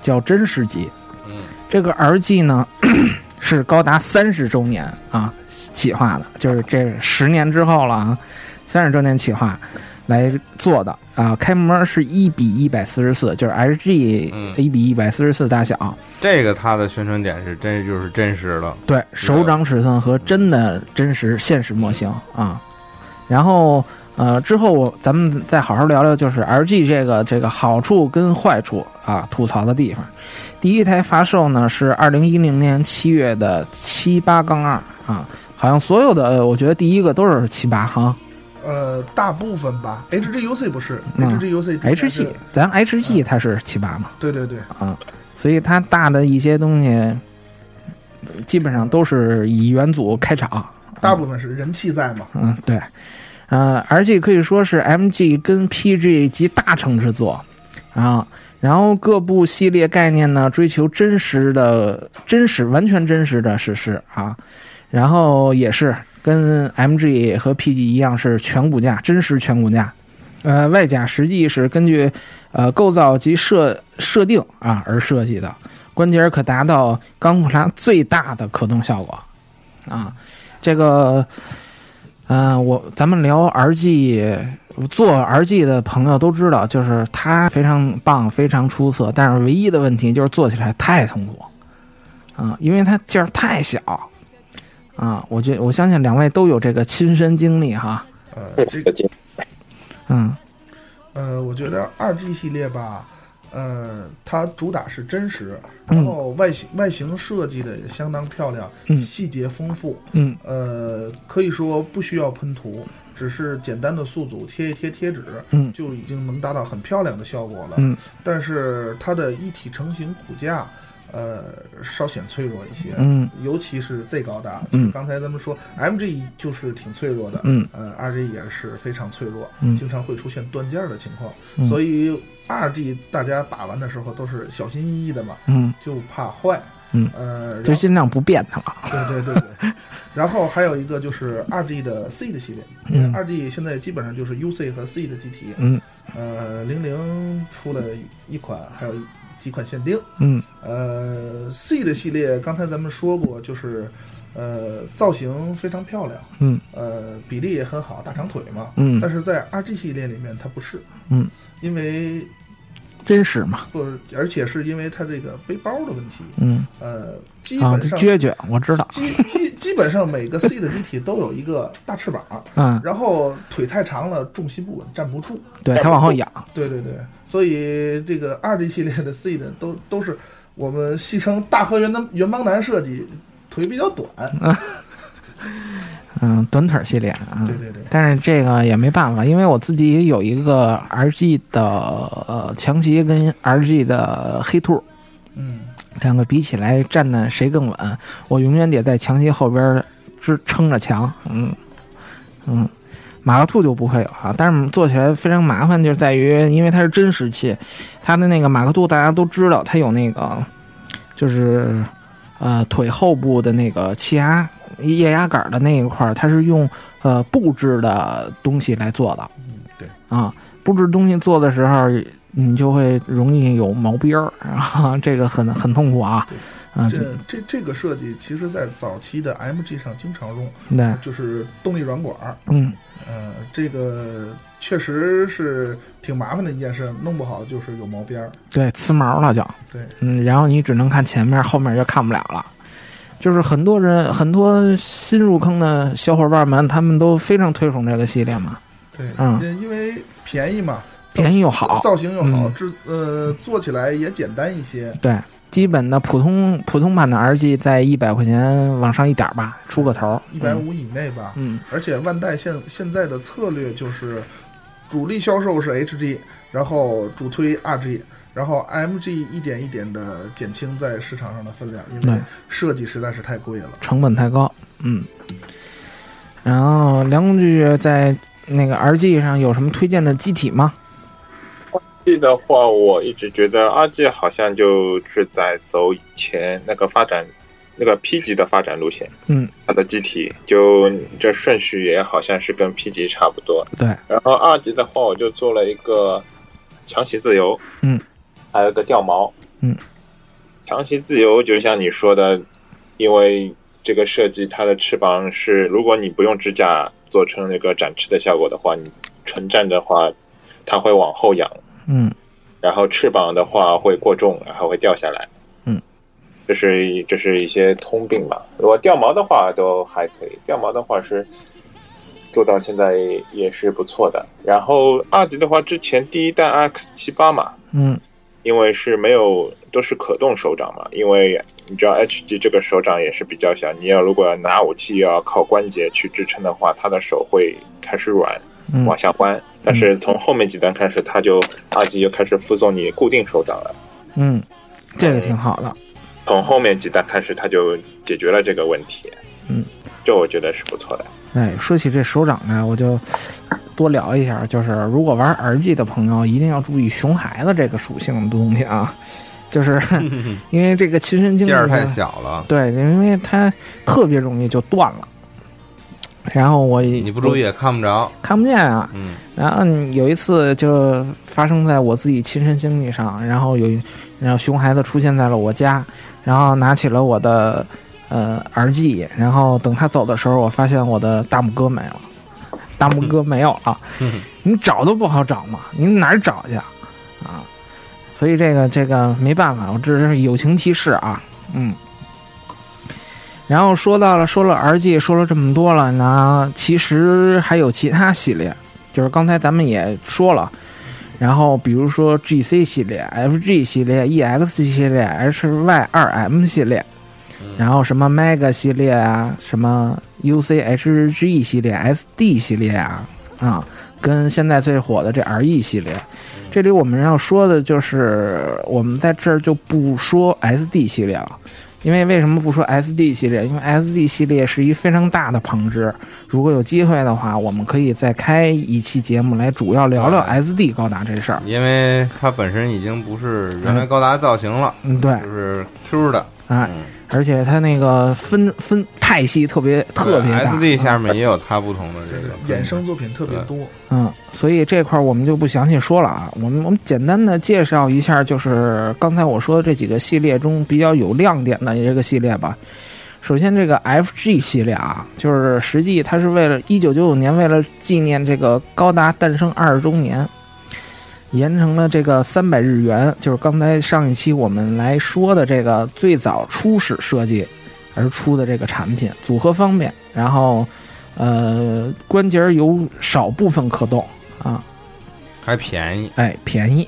Speaker 5: 叫真实级。
Speaker 4: 嗯
Speaker 5: 这个 RG 呢 是高达三十周年啊企划的，就是这十年之后了啊，三十周年企划来做的啊。开模是一比一百四十四，就是 RG
Speaker 4: 嗯
Speaker 5: 一比一百四十四大小。
Speaker 4: 这个它的宣传点是真就是真实的，
Speaker 5: 对，手掌尺寸和真的真实现实模型啊。然后呃，之后我咱们再好好聊聊，就是 LG 这个这个好处跟坏处啊，吐槽的地方。第一台发售呢是二零一零年七月的七八杠二啊，好像所有的呃我觉得第一个都是七八哈
Speaker 6: 呃，大部分吧，HGUC 不是、
Speaker 5: 嗯
Speaker 6: HGUC 之前是
Speaker 5: ，HG 咱 HG 它是七八嘛
Speaker 6: 对对对，
Speaker 5: 啊，所以它大的一些东西基本上都是以元组开场。
Speaker 6: 大部分是人气在嘛，
Speaker 5: 嗯，对，呃，RG 可以说是 MG 跟 PG 集大成之作啊。然后各部系列概念呢，追求真实的、真实、完全真实的史诗啊。然后也是跟 MG 和 PG 一样，是全骨架，真实全骨架。呃，外甲实际是根据呃构造及设设定啊而设计的，关节可达到钢普拉最大的可动效果啊。这个嗯，我咱们聊 RG，做 RG 的朋友都知道，就是它非常棒，非常出色，但是唯一的问题就是做起来太痛苦，啊、因为它劲儿太小，啊，我觉我相信两位都有这个亲身经历哈，
Speaker 6: 呃，这
Speaker 5: 嗯
Speaker 6: 呃，我觉得二 G 系列吧，呃，它主打是真实，
Speaker 5: 嗯
Speaker 6: 然后外形外形设计的也相当漂亮，
Speaker 5: 嗯
Speaker 6: 细节丰富，
Speaker 5: 嗯
Speaker 6: 呃，可以说不需要喷涂，只是简单的素组贴一贴贴纸，
Speaker 5: 嗯
Speaker 6: 就已经能达到很漂亮的效果了。
Speaker 5: 嗯
Speaker 6: 但是它的一体成型骨架，呃，稍显脆弱一些，
Speaker 5: 嗯
Speaker 6: 尤其是 Z 高达，
Speaker 5: 嗯
Speaker 6: 就是刚才咱们说 MG 就是挺脆弱的，
Speaker 5: 嗯
Speaker 6: 呃，RG 也是非常脆弱，
Speaker 5: 嗯
Speaker 6: 经常会出现断件儿的情况，
Speaker 5: 嗯
Speaker 6: 所以 RG 大家把玩的时候都是小心翼翼的嘛，
Speaker 5: 嗯
Speaker 6: 就怕坏。
Speaker 5: 嗯，
Speaker 6: 呃，然
Speaker 5: 就
Speaker 6: 后
Speaker 5: 尽量不变它了。
Speaker 6: 对对对 对。然后还有一个就是二 G 的 C 的系列，
Speaker 5: 嗯
Speaker 6: 二 G 现在基本上就是 UC 和 C 的机体，
Speaker 5: 嗯
Speaker 6: 呃，零零出了一款，还有几款限定。
Speaker 5: 嗯
Speaker 6: 呃，C 的系列，刚才咱们说过，就是呃造型非常漂亮，
Speaker 5: 嗯
Speaker 6: 呃比例也很好，大长腿嘛。但
Speaker 5: 嗯，
Speaker 6: 是在 RG 系列里面，它不是，
Speaker 5: 嗯，
Speaker 6: 因为
Speaker 5: 真实嘛。
Speaker 6: 不，而且是因为它这个背包的问题，
Speaker 5: 嗯
Speaker 6: 呃，基
Speaker 5: 啊，
Speaker 6: 本上、
Speaker 5: 撅撅，我知道。
Speaker 6: 基基基本上每个 C 的机体都有一个大翅膀，
Speaker 5: 嗯，
Speaker 6: 然后腿太长了，重心不稳，站不住。
Speaker 5: 对，它往后仰。
Speaker 6: 对对对，所以这个二 D 系列的 C 的都都是我们戏称大和原的原邦男设计，腿比较短。
Speaker 5: 嗯，短腿儿系列啊。
Speaker 6: 对对对，
Speaker 5: 但是这个也没办法，因为我自己也有一个 RG 的呃强袭跟 RG 的黑兔，
Speaker 6: 嗯，
Speaker 5: 两个比起来站的谁更稳，我永远得在强袭后边儿支撑着墙。嗯嗯，马克兔就不会有啊，但是做起来非常麻烦，就在于因为它是真实器，它的那个马克兔大家都知道，它有那个就是呃腿后部的那个气压液压杆的那一块儿，它是用呃布制的东西来做的。嗯，
Speaker 6: 对
Speaker 5: 啊，布制东西做的时候，你就会容易有毛边儿，啊，这个很很痛苦啊
Speaker 6: 对。
Speaker 5: 啊，
Speaker 6: 这这这个设计其实在早期的 MG 上经常用，
Speaker 5: 对，
Speaker 6: 就是动力软管儿。
Speaker 5: 嗯
Speaker 6: 呃，这个确实是挺麻烦的一件事，弄不好就是有毛边儿。
Speaker 5: 对，呲毛了就。
Speaker 6: 对，
Speaker 5: 嗯，然后你只能看前面，后面就看不了了。就是很多人，很多新入坑的小伙伴们，他们都非常推崇这个系列嘛，
Speaker 6: 对，
Speaker 5: 嗯
Speaker 6: 因因为便宜嘛，
Speaker 5: 便宜又好，
Speaker 6: 造型又好，
Speaker 5: 嗯
Speaker 6: 制呃做起来也简单一些。
Speaker 5: 对，基本的普通普通版的 RG 在一百块钱往上一点儿吧，出个头儿，
Speaker 6: 一百五以内吧，
Speaker 5: 嗯，
Speaker 6: 而且万代现现在的策略就是，主力销售是 HG，然后主推 RG，然后 MG 一点一点的减轻在市场上的分量，因为
Speaker 5: 对
Speaker 6: 设计实在是太贵了。
Speaker 5: 成本太高，嗯。然后梁工具在那个 RG 上有什么推荐的机体吗？
Speaker 7: G 的话，我一直觉得 RG 好像就是在走以前那个发展，那个 P 级的发展路线。
Speaker 5: 嗯，
Speaker 7: 它的机体就这顺序也好像是跟 P 级差不多。
Speaker 5: 对，
Speaker 7: 然后二级的话，我就做了一个强袭自由，
Speaker 5: 嗯，
Speaker 7: 还有一个掉毛，
Speaker 5: 嗯，
Speaker 7: 强袭自由就像你说的，因为这个设计它的翅膀是，如果你不用支架做成那个展翅的效果的话，你纯站的话，它会往后仰，
Speaker 5: 嗯，
Speaker 7: 然后翅膀的话会过重，然后会掉下来。
Speaker 5: 嗯，
Speaker 7: 这是这是一些通病吧。如果掉毛的话都还可以，掉毛的话是做到现在也是不错的。然后二级的话，之前第一代 X 七八嘛，
Speaker 5: 嗯，
Speaker 7: 因为是没有都是可动手掌嘛，因为你知道 HG 这个手掌也是比较小，你要如果拿武器要靠关节去支撑的话，它的手会开始软，
Speaker 5: 嗯
Speaker 7: 往下弯。但是从后面几段开始，它就二级就开始附送你固定手掌了。
Speaker 5: 嗯，这个挺好的。
Speaker 7: 从后面几代开始，它就解决了这个问题。
Speaker 5: 嗯，
Speaker 7: 这我觉得是不错的。
Speaker 5: 哎，说起这手掌来，我就多聊一下，就是如果玩 RG 的朋友一定要注意熊孩子这个属性的东西啊， 就是 因为这个亲身经历
Speaker 4: 劲儿太
Speaker 5: 就
Speaker 4: 小了，
Speaker 5: 对，因为它特别容易就断了。然后我
Speaker 4: 你不注意也看不着。
Speaker 5: 看不见啊，
Speaker 4: 嗯，
Speaker 5: 然后有一次就发生在我自己亲身经历上，然后有一，然后熊孩子出现在了我家，然后拿起了我的呃 RG，然后等他走的时候，我发现我的大拇哥没了，大拇哥没有了，你找都不好找嘛，你哪儿找去啊啊？所以这个这个没办法，我这是友情提示啊，嗯。然后说到了说了 RG，说了这么多了，那其实还有其他系列。就是刚才咱们也说了，然后比如说 GC 系列、FG 系列、EX 系列、HY 二 M 系列，然后什么 Mega 系列啊，什么 UCHG 系列、SD 系列啊，啊，跟现在最火的这 RE 系列。这里我们要说的就是，我们在这儿就不说 SD 系列了。因为为什么不说 SD 系列？因为 SD 系列是一非常大的旁支，如果有机会的话，我们可以再开一期节目来主要聊聊 SD 高达这事儿。
Speaker 4: 因为它本身已经不是原来高达造型了，
Speaker 5: 嗯，对，
Speaker 4: 就是 Q 的，
Speaker 5: 哎，
Speaker 4: 嗯
Speaker 5: 而且它那个分分派系特别特别大，
Speaker 4: SD 下面也有它不同的这个
Speaker 6: 衍生作品特别多，
Speaker 5: 嗯，所以这块儿我们就不详细说了啊，我们我们简单的介绍一下，就是刚才我说的这几个系列中比较有亮点的这个系列吧。首先，这个 FG 系列啊，就是实际它是为了一九九九年为了纪念这个高达诞生二十周年，延成了这个三百日元，就是刚才上一期我们来说的这个最早初始设计而出的这个产品组合方面，然后呃，关节儿有少部分可动啊，
Speaker 4: 还便宜，
Speaker 5: 哎，便宜，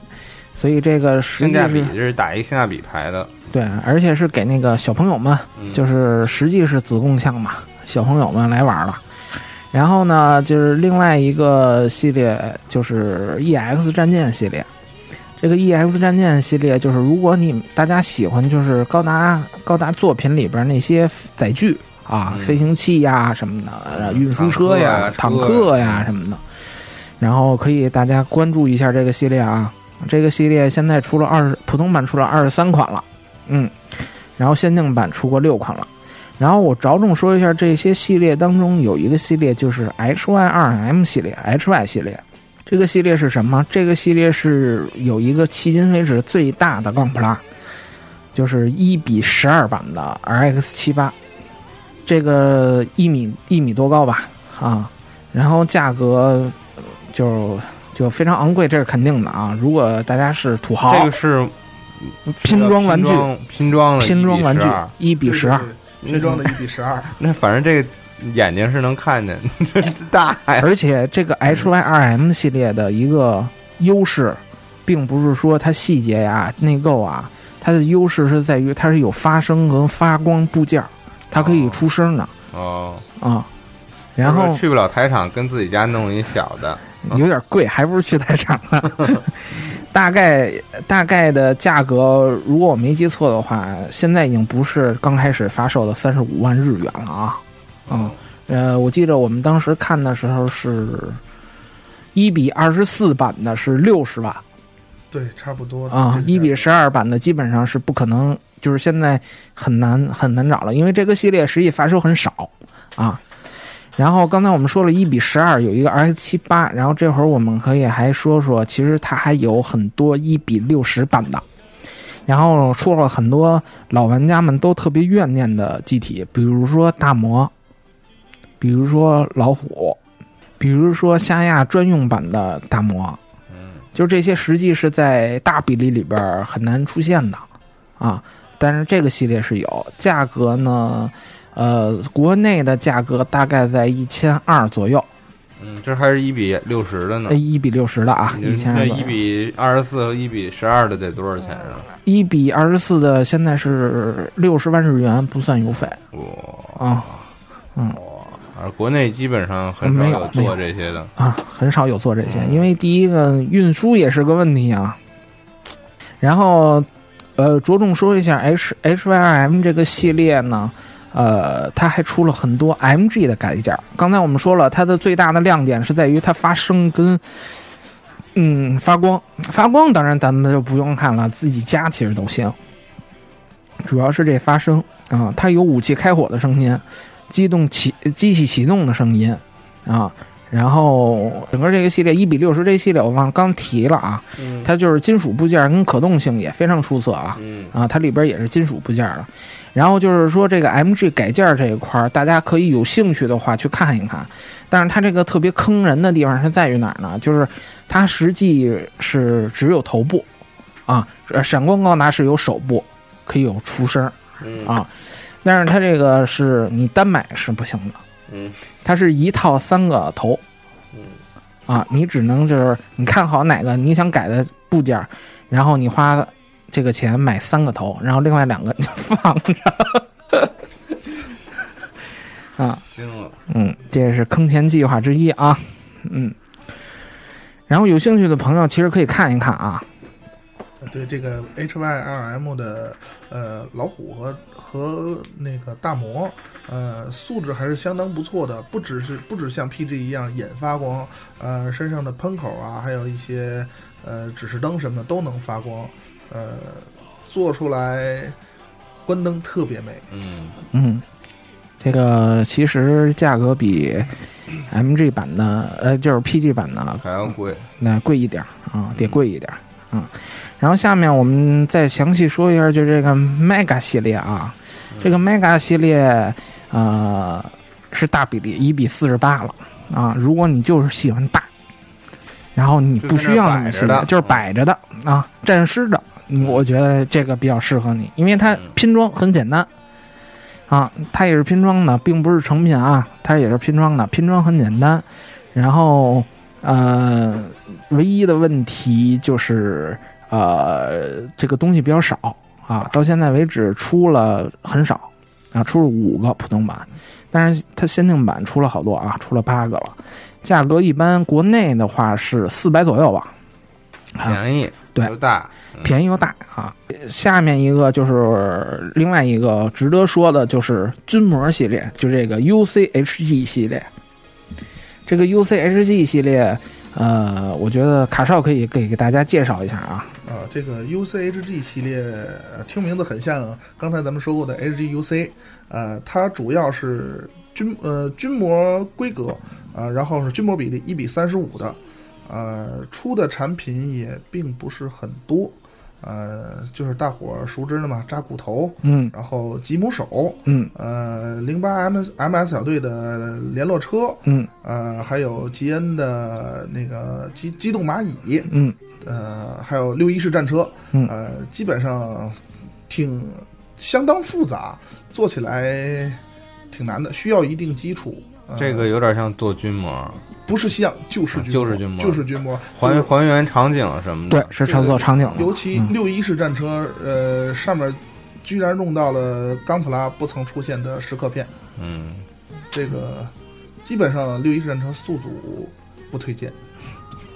Speaker 5: 所以这个实
Speaker 4: 性
Speaker 5: 际
Speaker 4: 价比
Speaker 5: 是
Speaker 4: 这是打一性价比排的，
Speaker 5: 对，而且是给那个小朋友们，
Speaker 4: 嗯
Speaker 5: 就是实际是子贡项嘛，小朋友们来玩儿了。然后呢，就是另外一个系列就是 EX 战舰系列。这个 EX 战舰系列，就是如果你大家喜欢，就是高达高达作品里边那些载具啊、
Speaker 4: 嗯
Speaker 5: 飞行器呀什么的，然后啊运输车呀、
Speaker 4: 坦
Speaker 5: 坦
Speaker 4: 克呀啊
Speaker 5: 克
Speaker 4: 车
Speaker 5: 呀
Speaker 4: 呀
Speaker 5: 什么的，然后可以大家关注一下这个系列啊。这个系列现在出了二十普通版出了二十三款了，嗯，然后限定版出过六款了。然后我着重说一下这些系列当中有一个系列就是 HY2M 系列，HY 系列。这个系列是什么？这个系列是有一个迄今为止最大的钢普拉，就是一比十二版的 RX 七八，这个一米一米多高吧，啊，然后价格呃就就非常昂贵，这是肯定的啊。如果大家是土豪，
Speaker 4: 这个是嗯
Speaker 5: 拼装玩具，
Speaker 4: 拼装的
Speaker 5: 拼装玩具
Speaker 4: 1:12
Speaker 5: 一比十二，
Speaker 6: 对，对对拼装的一比十二，
Speaker 4: 那反正这个眼睛是能看见，这 大呀，
Speaker 5: 而且这个 HYRM 系列的一个优势，并不是说它细节呀、内购啊，它的优势是在于它是有发声和发光部件儿，它可以出声的
Speaker 4: 哦，
Speaker 5: 啊。然后
Speaker 4: 去不了台场，跟自己家弄一小的，
Speaker 5: 有点贵，还不如去台场呢。 大概大概的价格，如果我没记错的话，现在已经不是刚开始发售的三十五万日元了啊。嗯，呃，我记得我们当时看的时候是，一比二十四版的是六十万
Speaker 6: 对，差不多
Speaker 5: 啊，一比
Speaker 6: 十，
Speaker 5: 十二版的基本上是不可能，就是现在很难很难找了，因为这个系列实际发售很少啊。然后刚才我们说了一比十二有一个 RX 七八，然后这会儿我们可以还说说，其实它还有很多一比六十版的，然后说了很多老玩家们都特别怨念的机体，比如说大魔，比如说老虎，比如说夏亚专用版的大魔，
Speaker 4: 嗯，
Speaker 5: 就这些实际是在大比例里边儿很难出现的啊。但是这个系列是有，价格呢，呃，国内的价格大概在一千二左右，
Speaker 4: 嗯，这还是一比六十的呢
Speaker 5: 呃，。一比六十的啊，一千
Speaker 4: 嗯那
Speaker 5: 二
Speaker 4: 一比二十四和一比十二的得多少钱啊？
Speaker 5: 一比二十四的现在是六十万日元，不算邮费
Speaker 4: 哇，
Speaker 5: 啊
Speaker 4: 哦而国内基本上很少
Speaker 5: 没有
Speaker 4: 有
Speaker 5: 没有
Speaker 4: 做这些的。
Speaker 5: 啊，很少有做这些，因为第一个运输也是个问题啊。然后，呃，着重说一下 H H Y R M 这个系列呢，呃，它还出了很多 M G 的改件儿。刚才我们说了，它的最大的亮点是在于它发声跟嗯发光，发光当然咱们就不用看了，自己加其实都行。主要是这发声啊，它有武器开火的声音，机动启机器启动的声音啊。然后整个这个系列一比六十这系列，我忘了刚提了啊，它就是金属部件跟可动性也非常出色啊
Speaker 4: 嗯，
Speaker 5: 啊，它里边也是金属部件了。然后就是说这个 MG 改件这一块儿，大家可以有兴趣的话去看一看。但是它这个特别坑人的地方是在于哪儿呢？就是它实际是只有头部啊，呃闪光高达是有手部可以有出声儿
Speaker 4: 嗯
Speaker 5: 啊，但是它这个是你单买是不行的。
Speaker 4: 嗯，
Speaker 5: 它是一套三个头，啊，你只能就是你看好哪个你想改的部件儿，然后你花这个钱买三个头，然后另外两个你就 放着。啊，
Speaker 4: 惊了。
Speaker 5: 嗯，这是坑钱计划之一啊，嗯。然后有兴趣的朋友其实可以看一看啊，
Speaker 6: 对这个 H Y R M 的呃老虎和和那个大魔，呃素质还是相当不错的，不只是不只像 P G 一样眼发光，呃身上的喷口啊，还有一些呃指示灯什么的都能发光，呃做出来关灯特别美。
Speaker 4: 嗯，
Speaker 5: 嗯，这个其实价格比 MG 版的呃就是 PG 版的
Speaker 4: 还要贵。
Speaker 5: 那贵一点儿啊，
Speaker 4: 嗯
Speaker 5: 得贵一点儿啊。然后下面我们再详细说一下，就这个 Mega 系列啊，
Speaker 4: 嗯
Speaker 5: 这个 Mega 系列呃是大比例一比四十八了啊。如果你就是喜欢大，然后你不需要那么系
Speaker 4: 就在那
Speaker 5: 列
Speaker 4: 儿摆着的，
Speaker 5: 就是摆着的啊，站尸的，你我觉得这个比较适合你，因为它
Speaker 4: 嗯
Speaker 5: 拼装很简单。啊，它也是拼装的，并不是成品啊，它也是拼装的，拼装很简单。然后，呃，唯一的问题就是，呃，这个东西比较少啊，到现在为止出了很少啊，出了五个普通版，但是它限定版出了好多啊，出了八个了。价格一般国内的话是四百左右吧，啊，
Speaker 4: 便宜，
Speaker 5: 对
Speaker 4: 又大，
Speaker 5: 便宜又大啊。下面一个就是另外一个值得说的，就是军模系列，就这个 UCHG 系列。这个 UCHG 系列，呃，我觉得卡少可以给给大家介绍一下啊。
Speaker 6: 啊，这个 UCHG 系列呃听名字很像刚才咱们说过的 HGUC，呃，它主要是军呃军模规格啊、呃然后是军模比例一比三十五的，呃，出的产品也并不是很多，呃，就是大伙儿熟知的嘛，扎骨头，
Speaker 5: 嗯
Speaker 6: 然后吉姆手，
Speaker 5: 嗯
Speaker 6: 呃，零八 MS MS 小队的联络车，
Speaker 5: 嗯
Speaker 6: 呃，还有吉恩的那个机机动蚂蚁，
Speaker 5: 嗯
Speaker 6: 呃，还有六一式战车，
Speaker 5: 嗯
Speaker 6: 呃，基本上挺相当复杂，做起来挺难的，需要一定基础。呃、
Speaker 4: 这个有点像做军模，
Speaker 6: 不是像，就是军模
Speaker 4: 就是军模
Speaker 6: 就是军模，
Speaker 4: 还还原场景什么的。
Speaker 5: 对，是操作场景了。
Speaker 6: 尤其
Speaker 5: 嗯
Speaker 6: 六一式战车，呃，上面居然用到了钢普拉不曾出现的石刻片，
Speaker 4: 嗯，
Speaker 6: 这个基本上六一式战车宿主不推 荐，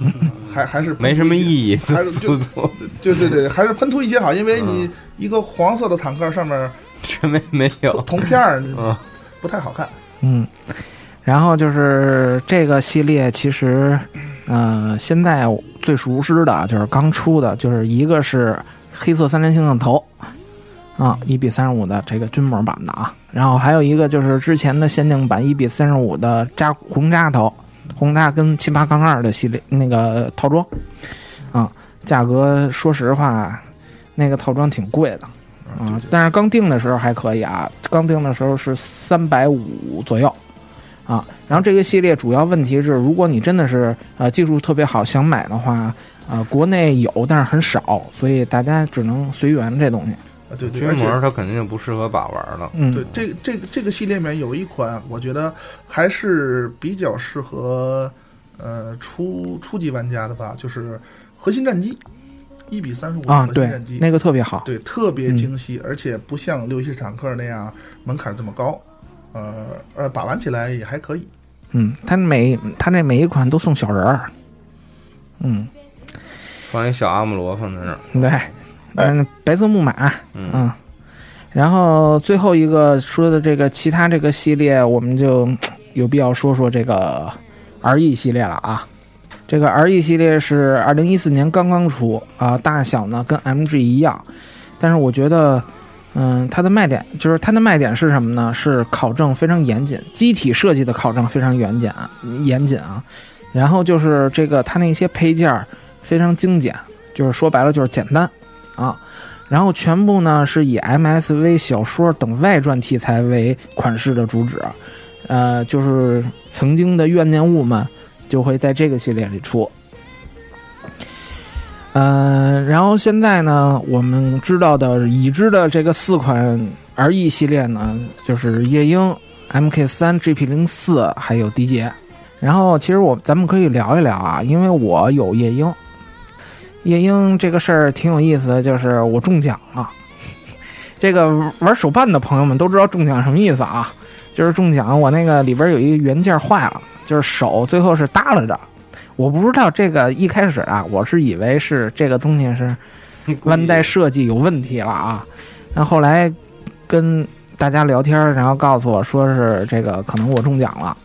Speaker 6: 呃还还是
Speaker 4: 没什么
Speaker 6: 义。
Speaker 4: 意义，
Speaker 6: 还是
Speaker 4: 做
Speaker 6: 就
Speaker 4: 做
Speaker 6: 对对对，还是喷涂一些好，因为
Speaker 4: 嗯
Speaker 6: 你一个黄色的坦克上面
Speaker 4: 这没没有
Speaker 6: 铜。铜片儿，
Speaker 4: 嗯，
Speaker 6: 不太好看。
Speaker 5: 嗯，然后就是这个系列，其实，呃，现在最熟知的就是刚出的，就是一个是黑色三连星的头，啊，一比三十五的这个军模版的啊，然后还有一个就是之前的限定版一比三十五的扎红扎头，红扎跟七八杠二的系列那个套装，啊，价格说实话，那个套装挺贵的。啊，但是刚定的时候还可以啊，刚定的时候是三百五左右，啊，然后这个系列主要问题是，如果你真的是呃技术特别好想买的话，呃，国内有但是很少，所以大家只能随缘这东西。
Speaker 6: 啊，对对，
Speaker 4: 军
Speaker 6: 而且
Speaker 4: 模它肯定就不适合把玩了。
Speaker 5: 嗯，
Speaker 6: 对这这这个系列里面有一款，我觉得还是比较适合呃初初级玩家的吧，就是核心战机一比三十五
Speaker 5: 啊，
Speaker 6: 核心
Speaker 5: 对
Speaker 6: 战机，，
Speaker 5: 那个特别好。
Speaker 6: 对特别
Speaker 5: 嗯
Speaker 6: 精细，而且不像六系坦克那样门槛这么高，呃呃，把玩起来也还可以。
Speaker 5: 嗯，它每它这每一款都送小人儿。嗯，
Speaker 4: 放一小阿姆罗放在那儿，
Speaker 5: 对，嗯，白色木马，
Speaker 4: 嗯
Speaker 5: 嗯，然后最后一个说的这个其他这个系列，我们就嗯有必要说说这个 RE 系列了啊。这个 RE 系列是二零一四年刚刚出啊、大小呢跟 MG 一样，但是我觉得，嗯，它的卖点就是它的卖点是什么呢？是考证非常严谨，机体设计的考证非常严谨啊，严谨啊。然后就是这个它那些配件儿非常精简，就是说白了就是简单啊。然后全部呢是以 MSV 小说等外传题材为款式的主旨，呃，就是曾经的怨念物们就会在这个系列里出。呃，然后现在呢，我们知道的已知的这个四款 RE 系列呢，就是夜鹰、MK 三、GP 零四还有 DJ。然后其实我咱们可以聊一聊啊，因为我有夜鹰，夜鹰这个事儿挺有意思的，就是我中奖了。 这个玩手办的朋友们都知道中奖什么意思啊？就是中奖，我那个里边有一个原件坏了，就是手最后是耷拉着。我不知道这个一开始啊，我是以为是这个东西是弯
Speaker 4: 嗯
Speaker 5: 带设计有问题了啊。那后来跟大家聊天儿，然后告诉我说是这个可能我中奖了，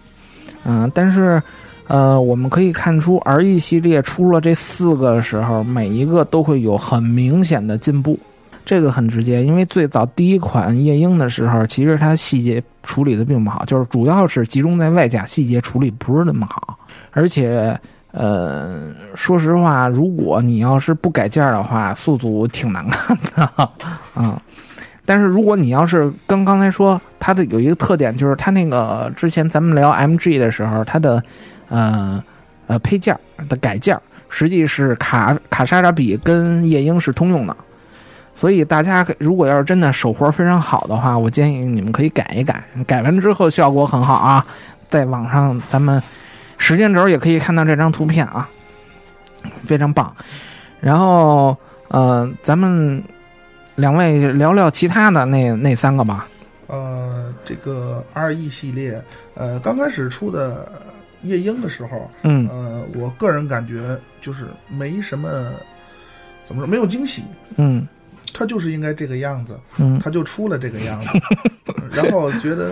Speaker 5: 嗯、但是呃，我们可以看出 E RE 系列出了这四个时候，每一个都会有很明显的进步。这个很直接，因为最早第一款夜鹰的时候，其实它细节处理的并不好，就是主要是集中在外甲，细节处理不是那么好。而且，呃，说实话，如果你要是不改件儿的话，速组挺难看的 啊、嗯但是如果你要是跟刚才说，它的有一个特点就是它那个之前咱们聊 MG 的时候，它的呃呃配件儿的改件儿，实际是卡卡莎莎比跟夜鹰是通用的。所以大家可如果要是真的手活非常好的话，我建议你们可以改一改，改完之后效果很好啊。在网上咱们时间轴也可以看到这张图片啊，非常棒。然后呃，咱们两位聊聊其他的那那三个吧。
Speaker 6: 呃，这个 RE 系列，呃，刚开始出的夜鹰的时候，
Speaker 5: 嗯
Speaker 6: 呃，我个人感觉就是没什么，怎么说，没有惊喜，
Speaker 5: 嗯
Speaker 6: 它就是应该这个样子，
Speaker 5: 嗯，
Speaker 6: 它就出了这个样 子，然后觉得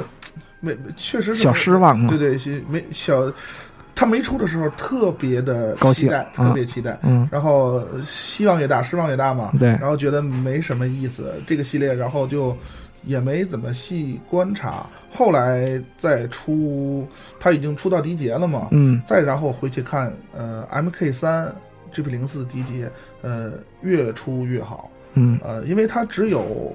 Speaker 6: 没，确实是
Speaker 5: 小失望
Speaker 6: 对
Speaker 5: 啊。
Speaker 6: 对，是没小，它没出的时候特别的
Speaker 5: 高
Speaker 6: 期
Speaker 5: 兴
Speaker 6: 待，
Speaker 5: 嗯
Speaker 6: 特别期待，
Speaker 5: 嗯，
Speaker 6: 然后呃希望越大，失望越大嘛。
Speaker 5: 对
Speaker 6: 然后觉得没什么意思，这个系列，然后就也没怎么细观察。后来再出，它已经出到迪杰了嘛，
Speaker 5: 嗯
Speaker 6: 再然后回去看，呃，MK 三 GP 零四迪杰，呃，越出越好，
Speaker 5: 嗯
Speaker 6: 呃，因为它只有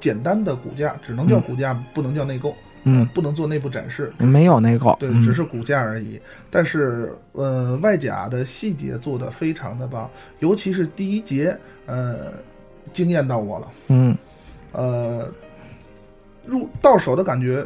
Speaker 6: 简单的骨架，只能叫骨架，不能叫内购，
Speaker 5: 嗯，
Speaker 6: 不能做内部展示，
Speaker 5: 没有那个，
Speaker 6: 对，
Speaker 5: 嗯
Speaker 6: 只是骨架而已。但是，呃，外甲的细节做的非常的棒，尤其是第一节，呃，惊艳到我了。
Speaker 5: 嗯
Speaker 6: 呃，入到手的感觉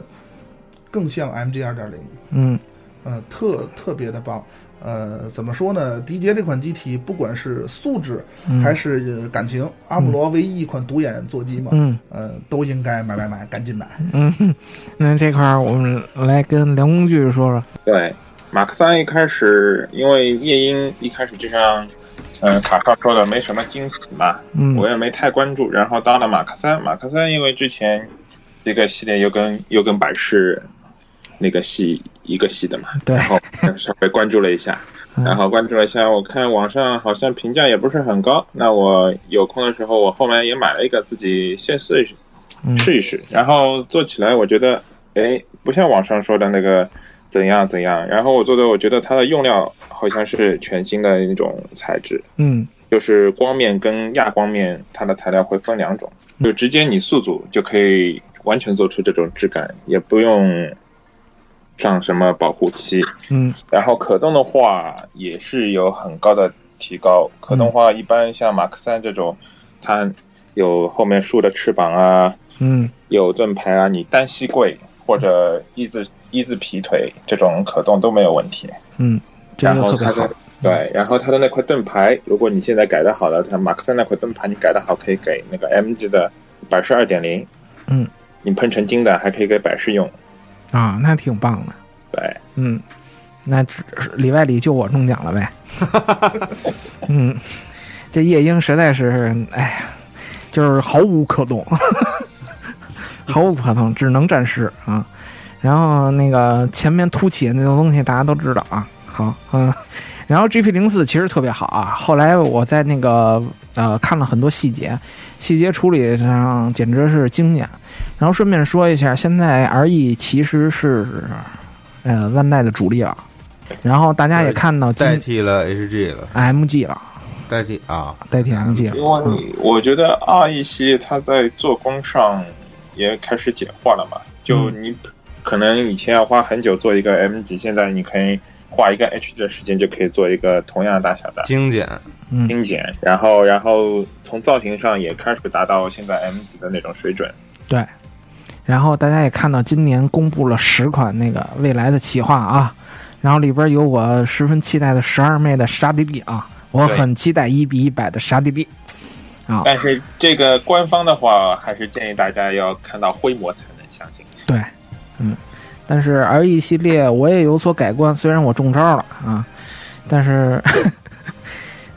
Speaker 6: 更像 MG 二点零，
Speaker 5: 嗯
Speaker 6: 呃，特特别的棒。呃，怎么说呢？迪杰这款机体，不管是素质
Speaker 5: 嗯，
Speaker 6: 还是感情，阿姆罗唯一一款独眼座机嘛，
Speaker 5: 嗯
Speaker 6: 呃，都应该买买买，赶紧买。
Speaker 5: 嗯，哼那这块儿我们来跟梁工具说说。
Speaker 7: 对，马克三一开始因为夜莺一开始就像，呃，卡少说的没什么惊喜嘛，
Speaker 5: 嗯
Speaker 7: 我也没太关注。然后到了马克三，马克三因为之前这个系列又跟又跟百事那个系一个系的嘛，
Speaker 5: 对
Speaker 7: 然后稍微关注了一下，
Speaker 5: 嗯
Speaker 7: 然后关注了一下，我看网上好像评价也不是很高。那我有空的时候，我后面也买了一个自己先试一试，
Speaker 5: 嗯
Speaker 7: 试一试，然后做起来，我觉得，哎，不像网上说的那个怎样怎样。然后我做的，我觉得它的用料好像是全新的那种材质，
Speaker 5: 嗯
Speaker 7: 就是光面跟亚光面，它的材料会分两种，
Speaker 5: 嗯
Speaker 7: 就直接你速组就可以完全做出这种质感，也不用上什么保护漆。
Speaker 5: 嗯
Speaker 7: 然后可动的话也是有很高的提高。可动话一般像马克三这种，它有后面竖的翅膀啊，
Speaker 5: 嗯
Speaker 7: 有盾牌啊，你单膝跪或者一字一字劈腿这种可动都没有问题。
Speaker 5: 嗯，这
Speaker 7: 然
Speaker 5: 个
Speaker 7: 后
Speaker 5: 特别
Speaker 7: 它
Speaker 5: 好
Speaker 7: 的。对，然后它的那块盾牌，如果你现在改的好了，它马克三那块盾牌你改的好，可以给那个 MG 的百事二点零，
Speaker 5: 嗯，
Speaker 7: 你喷成金的还可以给百事用。
Speaker 5: 啊，那挺棒的。
Speaker 7: 对，
Speaker 5: 嗯，那只里外里就我中奖了呗。嗯，这夜莺实在是，哎呀，就是毫无可动， 毫无可动，只能战尸啊。然后那个前面凸起的那种东西大家都知道啊。好，嗯，然后 GP 零四其实特别好啊。后来我在那个呃看了很多细节，细节处理上简直是惊艳。然后顺便说一下，现在 RE 其实是呃万代的主力了。然后大家也看到今
Speaker 4: 代替了 HG 了，
Speaker 5: MG 了，
Speaker 4: 代替啊，
Speaker 5: 代替 MG
Speaker 7: 因
Speaker 5: 了。
Speaker 7: 为你我觉得 R E 系列它在做工上也开始简化了嘛，就你可能以前要花很久做一个 M 级，现在你可以花一个 H 的时间就可以做一个同样大小的
Speaker 4: 精简，
Speaker 5: 嗯
Speaker 7: 精简，然后然后从造型上也开始达到现在 M 级的那种水准。
Speaker 5: 对。然后大家也看到今年公布了十款那个未来的企划啊，然后里边有我十分期待的十二妹的沙地利啊，我
Speaker 7: 对
Speaker 5: 很期待一比一百的沙地利。
Speaker 7: 但是这个官方的话，还是建议大家要看到规模才能相信。
Speaker 5: 对，嗯，但是 R E 系列我也有所改观，虽然我中招了啊，但是，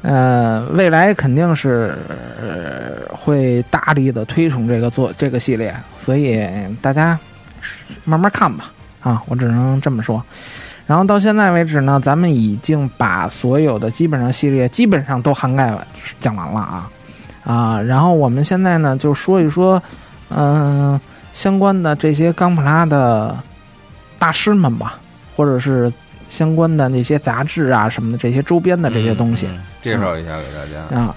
Speaker 5: 呃，未来肯定是、呃会大力的推崇这个做这个系列，所以大家慢慢看吧啊，我只能这么说。然后到现在为止呢，咱们已经把所有的基本上系列基本上都涵盖了，讲完了啊。啊、然后我们现在呢，就说一说，嗯、相关的这些钢普拉的大师们吧，或者是相关的那些杂志啊什么的这些周边的这些东西。
Speaker 4: 嗯介绍一下给大家。
Speaker 5: 啊，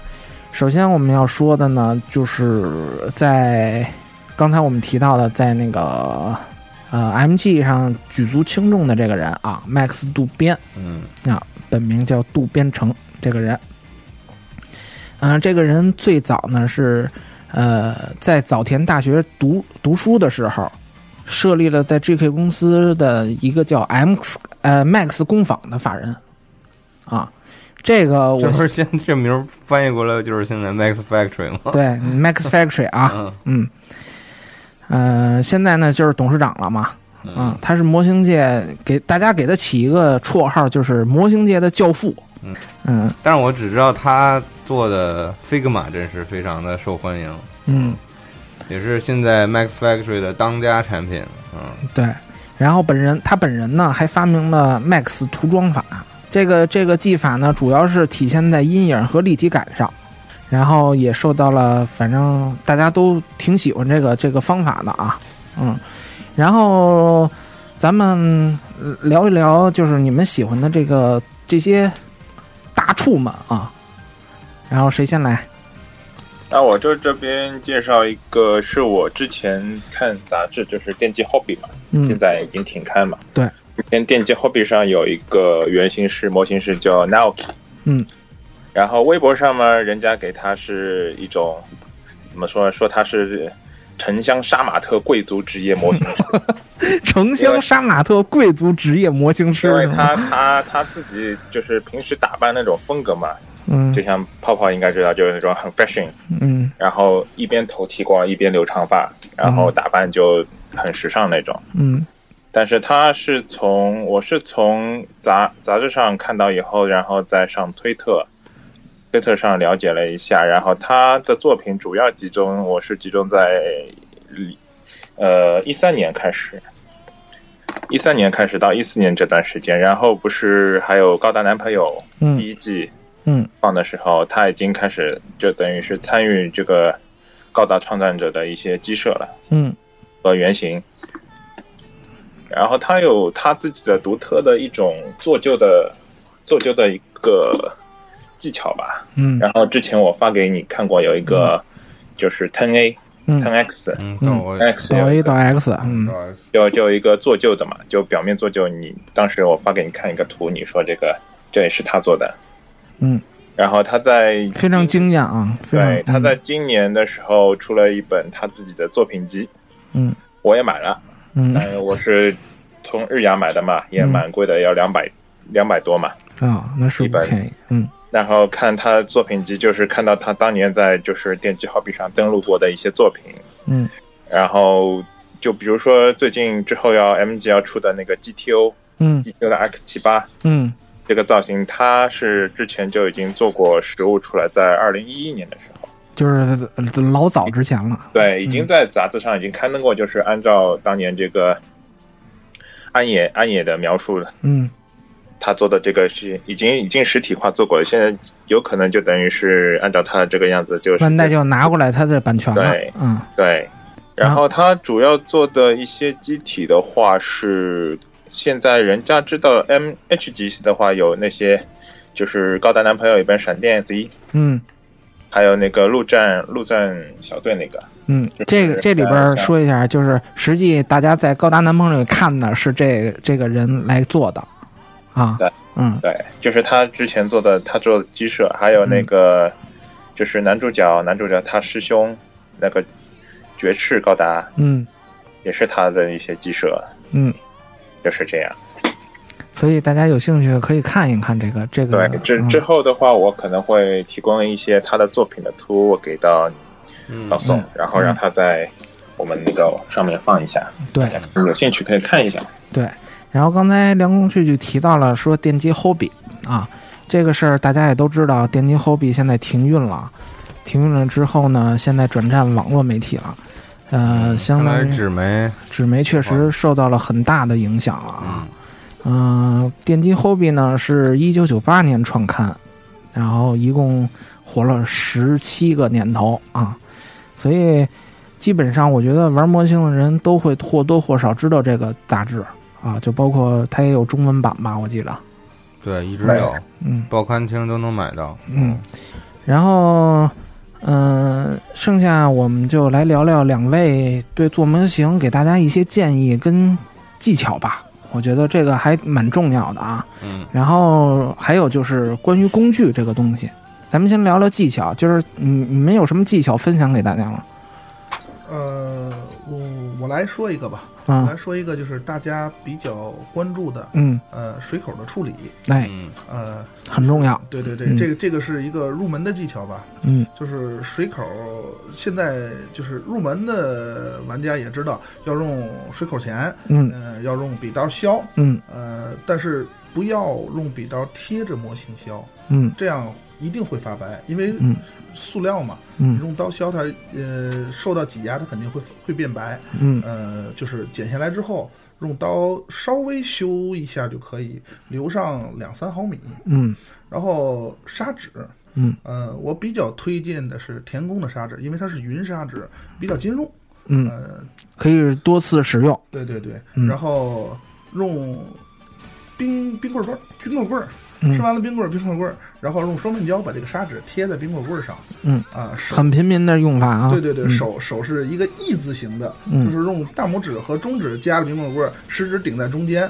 Speaker 5: 首先我们要说的呢，就是在刚才我们提到的，在那个呃 MG 上举足轻重的这个人啊，Max 渡边，
Speaker 4: 嗯
Speaker 5: 本名叫渡边成这个人。嗯、这个人最早呢是呃在早田大学读读书的时候。设立了在 GK 公司的一个叫 MX 呃 Max 工坊的法人，啊，这个
Speaker 4: 嗯这
Speaker 5: 我
Speaker 4: 不是现 这名儿翻译过来就是现在 Max Factory 吗？
Speaker 5: 对 Max Factory 啊，
Speaker 4: 嗯
Speaker 5: 嗯，呃，现在呢就是董事长了嘛，嗯
Speaker 4: 嗯，
Speaker 5: 他是模型界给大家给他起一个绰号，就是模型界的教父
Speaker 4: 嗯，
Speaker 5: 嗯
Speaker 4: 但是我只知道他做的 Figma 真是非常的受欢迎，
Speaker 5: 嗯，
Speaker 4: 也是现在 Max Factory 的当家产品。嗯，
Speaker 5: 对。然后本人他本人呢还发明了 Max 涂装法，这个这个技法呢主要是体现在阴影和立体感上，然后也受到了反正大家都挺喜欢这个这个方法的啊，嗯，然后咱们呃聊一聊就是你们喜欢的这个这些大触们啊，然后谁先来？
Speaker 7: 那我就这边介绍一个，是我之前看杂志，就是电击 Hobby 嘛，现
Speaker 5: 嗯
Speaker 7: 在已经停刊嘛。
Speaker 5: 对，
Speaker 7: 今天电击 Hobby 上有一个原型师模型师叫 Naoki，
Speaker 5: 嗯，
Speaker 7: 然后微博上面人家给他是一种怎么说呢？说他是城乡杀马特贵族职业模型师，
Speaker 5: 城乡杀马特贵族职业模型师
Speaker 7: 因为
Speaker 5: 是吗，
Speaker 7: 他他他自己就是平时打扮那种风格嘛，
Speaker 5: 嗯
Speaker 7: 就像泡泡应该知道，就是那种很 fashion，
Speaker 5: 嗯
Speaker 7: 然后一边头剃光一边留长发，然后打扮就很时尚那种。
Speaker 5: 嗯
Speaker 7: 但是他是从我是从杂杂志上看到以后，然后再上推特，推特上了解了一下，然后他的作品主要集中，我是集中在呃一三年开始，一三年开始到一四年这段时间，然后不是还有高达男朋友
Speaker 5: 嗯
Speaker 7: 第一季
Speaker 5: 嗯
Speaker 7: 放的时候，他已经开始就等于是参与这个高达创战者的一些鸡舍了。
Speaker 5: 嗯
Speaker 7: 和原型。然后他有他自己的独特的一种做旧的做旧的一个技巧吧。
Speaker 5: 嗯
Speaker 7: 然后之前我发给你看过有一个，就是 Ten A
Speaker 5: 嗯
Speaker 7: Ten，X
Speaker 4: 嗯，那我
Speaker 7: X
Speaker 5: 到
Speaker 7: 有
Speaker 5: A
Speaker 7: 一
Speaker 5: 到
Speaker 7: 个
Speaker 5: X，嗯
Speaker 7: 就就一个做旧的嘛，就表面做旧。你当时我发给你看一个图，你说这个这也是他做的，
Speaker 5: 嗯，
Speaker 7: 然后他在
Speaker 5: 非常惊艳啊，非常
Speaker 7: 对，他在今年的时候出了一本他自己的作品集，
Speaker 5: 嗯，
Speaker 7: 我也买了。
Speaker 5: 嗯嗯
Speaker 7: 嗯，我是从日亚买的嘛，也蛮贵的，要两百两百多嘛。
Speaker 5: 啊，那是
Speaker 7: 一
Speaker 5: 不
Speaker 7: 般
Speaker 5: 便宜，嗯
Speaker 7: 然后看他的作品集，就是看到他当年在就是电击 Hobby 上登录过的一些作品，
Speaker 5: 嗯
Speaker 7: 然后就比如说最近之后要 MG 要出的那个 GTO
Speaker 5: 嗯
Speaker 7: GTO 的 X 七八
Speaker 5: 嗯
Speaker 7: 这个造型，他是之前就已经做过实物出来，在二零一一年的时候，
Speaker 5: 就是老早之前了，
Speaker 7: 对，已经在杂志上已经刊登过，就是按照当年这个安野安野的描述
Speaker 5: 嗯
Speaker 7: 他做的这个是已经已经实体化做过了，现在有可能就等于是按照他这个样子，就是
Speaker 5: 万代就拿过来他的版权了
Speaker 7: 对，
Speaker 5: 嗯
Speaker 7: 对。然后他主要做的一些机体的话是，现在人家知道 M H 级的话有那些，就是高达男朋友里边闪电 S 一，
Speaker 5: 嗯
Speaker 7: 还有那个陆战陆战小队那个，
Speaker 5: 嗯，这个这里边说一下，就是实际大家在高达男朋友里看的是这这个人来做的啊
Speaker 7: 对，
Speaker 5: 嗯
Speaker 7: 对，就是他之前做的，他做的鸡舍，还有那个、就是男主角男主角他师兄那个绝世高达，
Speaker 5: 嗯
Speaker 7: 也是他的一些鸡舍，
Speaker 5: 嗯，
Speaker 7: 就是这样。
Speaker 5: 所以大家有兴趣可以看一看这个这个
Speaker 7: 对，之之
Speaker 5: 嗯
Speaker 7: 后的话，我可能会提供一些他的作品的图，我给到
Speaker 4: 嗯
Speaker 7: 老宋，然后让他在我们那个上面放一下，
Speaker 5: 对。
Speaker 7: 有兴趣可以看一下。
Speaker 5: 对，然后刚才梁公旭就提到了说电机 Hobby 啊，这个事儿大家也都知道，电机 Hobby 现在停运了，停运了之后呢，现在转战网络媒体了，呃，相
Speaker 4: 看
Speaker 5: 当
Speaker 4: 来
Speaker 5: 于
Speaker 4: 纸媒，
Speaker 5: 纸媒确实受到了很大的影响了啊。
Speaker 4: 嗯
Speaker 5: 嗯、电机 Hobby 呢是一九九八年创刊，然后一共活了十七个年头啊，所以基本上我觉得玩模型的人都会或多或少知道这个杂志啊，就包括它也有中文版吧，我记得，
Speaker 4: 对，一直
Speaker 3: 没
Speaker 4: 有
Speaker 3: 有
Speaker 5: 嗯，
Speaker 4: 报刊厅都能买到。
Speaker 5: 嗯，然后，嗯、剩下我们就来聊聊两位对做模型给大家一些建议跟技巧吧。我觉得这个还蛮重要的啊。
Speaker 4: 嗯，
Speaker 5: 然后还有就是关于工具这个东西，咱们先聊聊技巧，就是你你们有什么技巧分享给大家吗？
Speaker 6: 呃，我我来说一个吧，我
Speaker 5: 啊
Speaker 6: 来，说一个就是大家比较关注的，
Speaker 5: 嗯，
Speaker 6: 呃，水口的处理，
Speaker 5: 哎，
Speaker 4: 嗯，
Speaker 6: 呃，
Speaker 5: 很重要，
Speaker 6: 对对
Speaker 5: 嗯
Speaker 6: 对，这个这个是一个入门的技巧吧，
Speaker 5: 嗯，
Speaker 6: 就是水口现在就是入门的玩家也知道要用水口钳，
Speaker 5: 嗯
Speaker 6: 嗯，要用笔刀削，
Speaker 5: 嗯
Speaker 6: 呃，但是不要用笔刀贴着模型削，
Speaker 5: 嗯
Speaker 6: 这样一定会发白，因为
Speaker 5: 嗯
Speaker 6: 塑料嘛，你
Speaker 5: 嗯
Speaker 6: 用刀削它，呃，受到挤压它肯定会会变白，
Speaker 5: 嗯
Speaker 6: 呃，就是剪下来之后用刀稍微修一下就可以，留上两三毫米，
Speaker 5: 嗯
Speaker 6: 然后砂纸。
Speaker 5: 嗯，
Speaker 6: 呃，我比较推荐的是田宫的砂纸，因为它是云砂纸，比较经用。
Speaker 5: 嗯，
Speaker 6: 呃，
Speaker 5: 可以多次使用，
Speaker 6: 对对对，
Speaker 5: 嗯
Speaker 6: 然后用冰冰棍儿棍儿，冰棍儿棍儿，
Speaker 5: 嗯，
Speaker 6: 吃完了冰棍儿，冰棍儿棍儿，然后用双面胶把这个砂纸贴在冰棍儿棍儿上。
Speaker 5: 嗯
Speaker 6: 啊，手
Speaker 5: 很平民的用法啊。
Speaker 6: 对对对，
Speaker 5: 嗯
Speaker 6: 手手是一个 E 字形的，
Speaker 5: 嗯
Speaker 6: 就是用大拇指和中指夹着冰棍儿棍儿，食指顶在中间，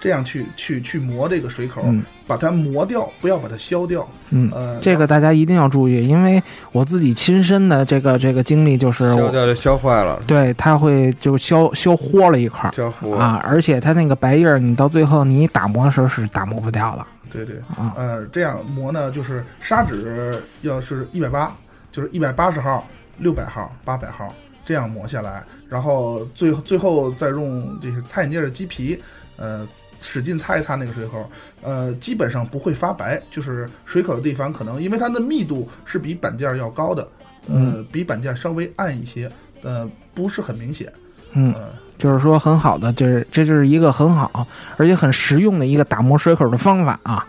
Speaker 6: 这样去去去磨这个水口，
Speaker 5: 嗯
Speaker 6: 把它磨掉，不要把它削掉。
Speaker 5: 嗯。
Speaker 6: 呃，
Speaker 5: 这个大家一定要注意，因为我自己亲身的这个这个经历就是
Speaker 4: 削
Speaker 5: 我，
Speaker 4: 掉就削坏了，
Speaker 5: 对，它会就削削豁了一块儿
Speaker 4: 削糊了。
Speaker 5: 啊，而且它那个白印儿，你到最后你打磨的时候是打磨不掉的
Speaker 6: 对对，
Speaker 5: 啊，
Speaker 6: 呃，这样磨呢，就是砂纸要是一百八，就是一百八十号、六百号、八百号这样磨下来，然后最最后再用这些菜叶的鸡皮，呃，使劲擦一擦那个水口，呃，基本上不会发白，就是水口的地方可能因为它的密度是比板件儿要高的，
Speaker 5: 嗯
Speaker 6: 呃，比板件儿稍微暗一些，呃，不是很明显，
Speaker 5: 嗯，
Speaker 6: 呃，
Speaker 5: 就是说很好的，就是这就是一个很好而且很实用的一个打磨水口的方法啊，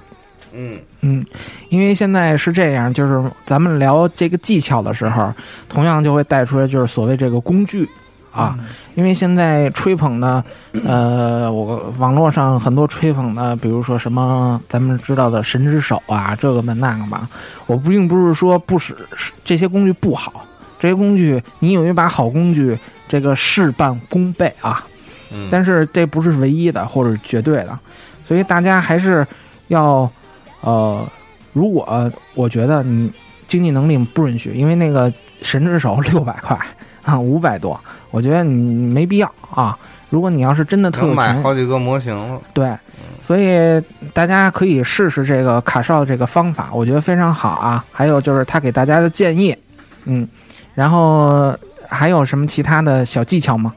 Speaker 4: 嗯，
Speaker 5: 嗯，因为现在是这样，就是咱们聊这个技巧的时候，同样就会带出来就是所谓这个工具啊，
Speaker 6: 嗯
Speaker 5: 因为现在吹捧的，呃，我网络上很多吹捧的，比如说什么咱们知道的神之手啊，这个嘛那个嘛，我并不是说不使这些工具不好，这些工具你有一把好工具，这个事半功倍啊，
Speaker 4: 嗯
Speaker 5: 但是这不是唯一的或者绝对的，所以大家还是要，呃，如果呃我觉得你经济能力不允许，因为那个神之手 六百块啊，五百多，我觉得你没必要啊。如果你要是真的特
Speaker 4: 能
Speaker 5: 有
Speaker 4: 买
Speaker 5: 钱，
Speaker 4: 好嗯几个模型了。
Speaker 5: 对，所以大家可以试试这个卡少这个方法，我觉得非常好啊。还有就是他给大家的建议，嗯，然后还有什么其他的小技巧吗？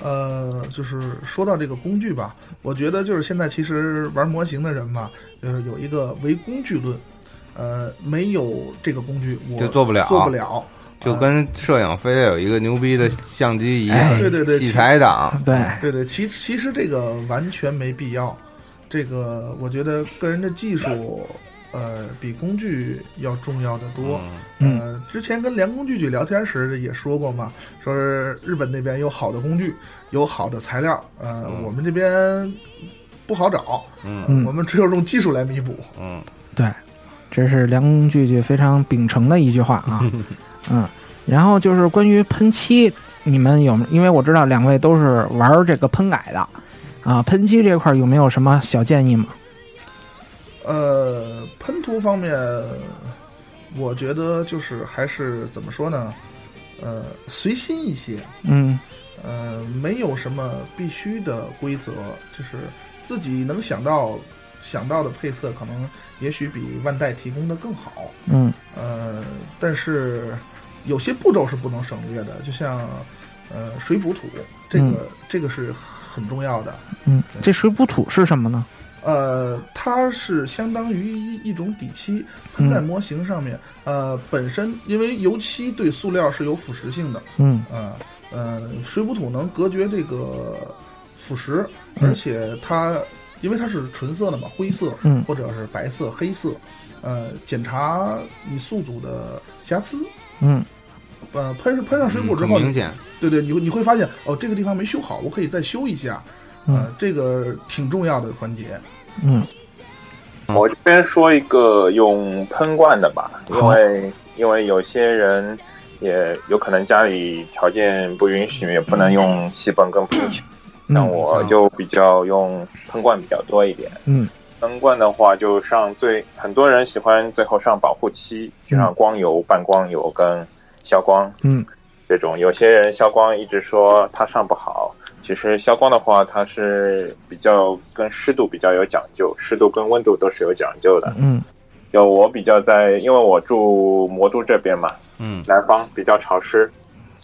Speaker 6: 呃，就是说到这个工具吧，我觉得就是现在其实玩模型的人吧，就是有一个唯工具论，呃，没有这个工具我
Speaker 4: 就做不了啊
Speaker 6: 做不了。
Speaker 4: 就跟摄影非得有一个牛逼的相机一
Speaker 5: 哎
Speaker 4: 样，
Speaker 6: 对对对
Speaker 4: 器材党，
Speaker 5: 对，
Speaker 6: 对对，其其实这个完全没必要。这个我觉得个人的技术，呃，比工具要重要的多。
Speaker 5: 嗯
Speaker 6: 呃，之前跟梁工具局聊天时也说过嘛，说是日本那边有好的工具，有好的材料，呃，
Speaker 4: 嗯
Speaker 6: 我们这边不好找，
Speaker 4: 嗯
Speaker 5: 嗯
Speaker 6: 我们只有用技术来弥补。
Speaker 4: 嗯，
Speaker 5: 这是梁工句句非常秉承的一句话啊，嗯，然后就是关于喷漆，你们有没？因为我知道两位都是玩这个喷改的，啊，喷漆这块儿有没有什么小建议吗？
Speaker 6: 呃，喷涂方面，我觉得就是还是怎么说呢？呃，随心一些，
Speaker 5: 嗯
Speaker 6: 呃，没有什么必须的规则，就是自己能想到想到的配色，可能也许比万代提供的更好。
Speaker 5: 嗯
Speaker 6: 呃，但是有些步骤是不能省略的，就像呃水补土，这个、
Speaker 5: 嗯
Speaker 6: 这个是很重要的。
Speaker 5: 嗯，这水补土是什么呢？
Speaker 6: 呃，它是相当于一一种底漆
Speaker 4: 嗯
Speaker 6: 喷在模型上面。呃，本身因为油漆对塑料是有腐蚀性的，
Speaker 5: 嗯
Speaker 6: 啊，呃，水补土能隔绝这个腐蚀，
Speaker 5: 嗯
Speaker 6: 而且它因为它是纯色的嘛，灰色，
Speaker 5: 嗯
Speaker 6: 或者是白色、黑色，呃，检查你宿主的瑕疵，
Speaker 5: 嗯
Speaker 6: 呃，喷喷上水
Speaker 4: 嗯
Speaker 6: 果之
Speaker 4: 很
Speaker 6: 后，
Speaker 4: 明显，
Speaker 6: 对对，你会你会发现哦，这个地方没修好，我可以再修一下，
Speaker 4: 嗯
Speaker 6: 呃，这个挺重要的环节。
Speaker 5: 嗯
Speaker 7: 我这边说一个用喷罐的吧，因
Speaker 5: 好
Speaker 7: 为因为有些人也有可能家里条件不允许，也不能用气泵跟喷枪，那
Speaker 5: 嗯
Speaker 7: 我就比较用喷罐比较多一点。
Speaker 5: 嗯，
Speaker 7: 喷罐的话就上最很多人喜欢最后上保护漆，就上光油、半光油跟消光
Speaker 5: 嗯
Speaker 7: 这种。有些人消光一直说它上不好，其实消光的话它是比较跟湿度比较有讲究，湿度跟温度都是有讲究的。
Speaker 5: 嗯
Speaker 7: 就我比较在，因为我住魔都这边嘛，
Speaker 4: 嗯，
Speaker 7: 南方比较潮湿。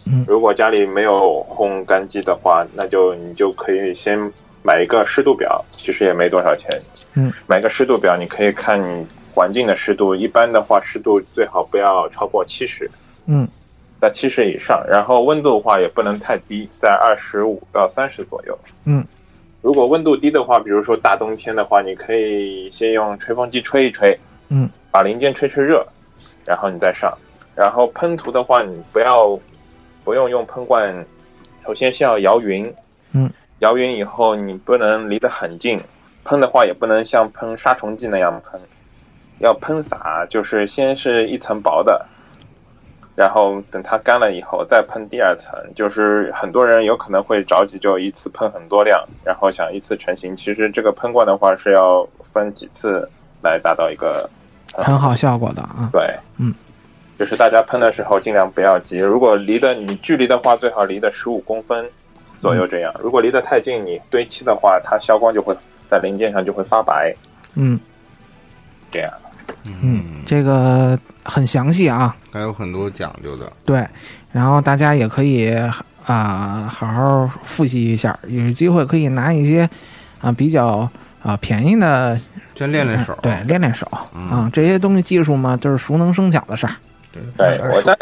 Speaker 5: 嗯
Speaker 7: 如果家里没有烘干机的话，那就你就可以先买一个湿度表，其实也没多少钱。
Speaker 5: 嗯，
Speaker 7: 买个湿度表，你可以看你环境的湿度，一般的话湿度最好不要超过七十，
Speaker 5: 嗯
Speaker 7: 在七十以上。然后温度的话也不能太低，在二十五到三十左右。
Speaker 5: 嗯，
Speaker 7: 如果温度低的话，比如说大冬天的话，你可以先用吹风机吹一吹，
Speaker 5: 嗯，
Speaker 7: 把零件吹吹热，然后你再上。然后喷涂的话，你不要不用用喷罐，首先先要摇匀，
Speaker 5: 嗯，
Speaker 7: 摇匀以后你不能离得很近，喷的话也不能像喷杀虫剂那样喷，要喷洒，就是先是一层薄的，然后等它干了以后再喷第二层。就是很多人有可能会着急，就一次喷很多量，然后想一次成型。其实这个喷罐的话是要分几次来达到一个
Speaker 5: 很好效果的啊，
Speaker 7: 对，
Speaker 5: 嗯，
Speaker 7: 就是大家喷的时候尽量不要急，如果离了你距离的话，最好离的十五公分左右这样。如果离得太近，你堆漆的话，它消光就会在零件上就会发白。
Speaker 5: 嗯
Speaker 7: 这样，
Speaker 5: 嗯，这个很详细啊，
Speaker 4: 还有很多讲究的，
Speaker 5: 对，然后大家也可以啊、好好复习一下，有机会可以拿一些啊、比较啊、便宜的
Speaker 4: 先练练手，
Speaker 5: 嗯对，练练手啊、
Speaker 4: 嗯
Speaker 5: 这些东西技术嘛，就是熟能生巧的事儿。
Speaker 6: 对
Speaker 7: 对
Speaker 6: 哎
Speaker 7: 我再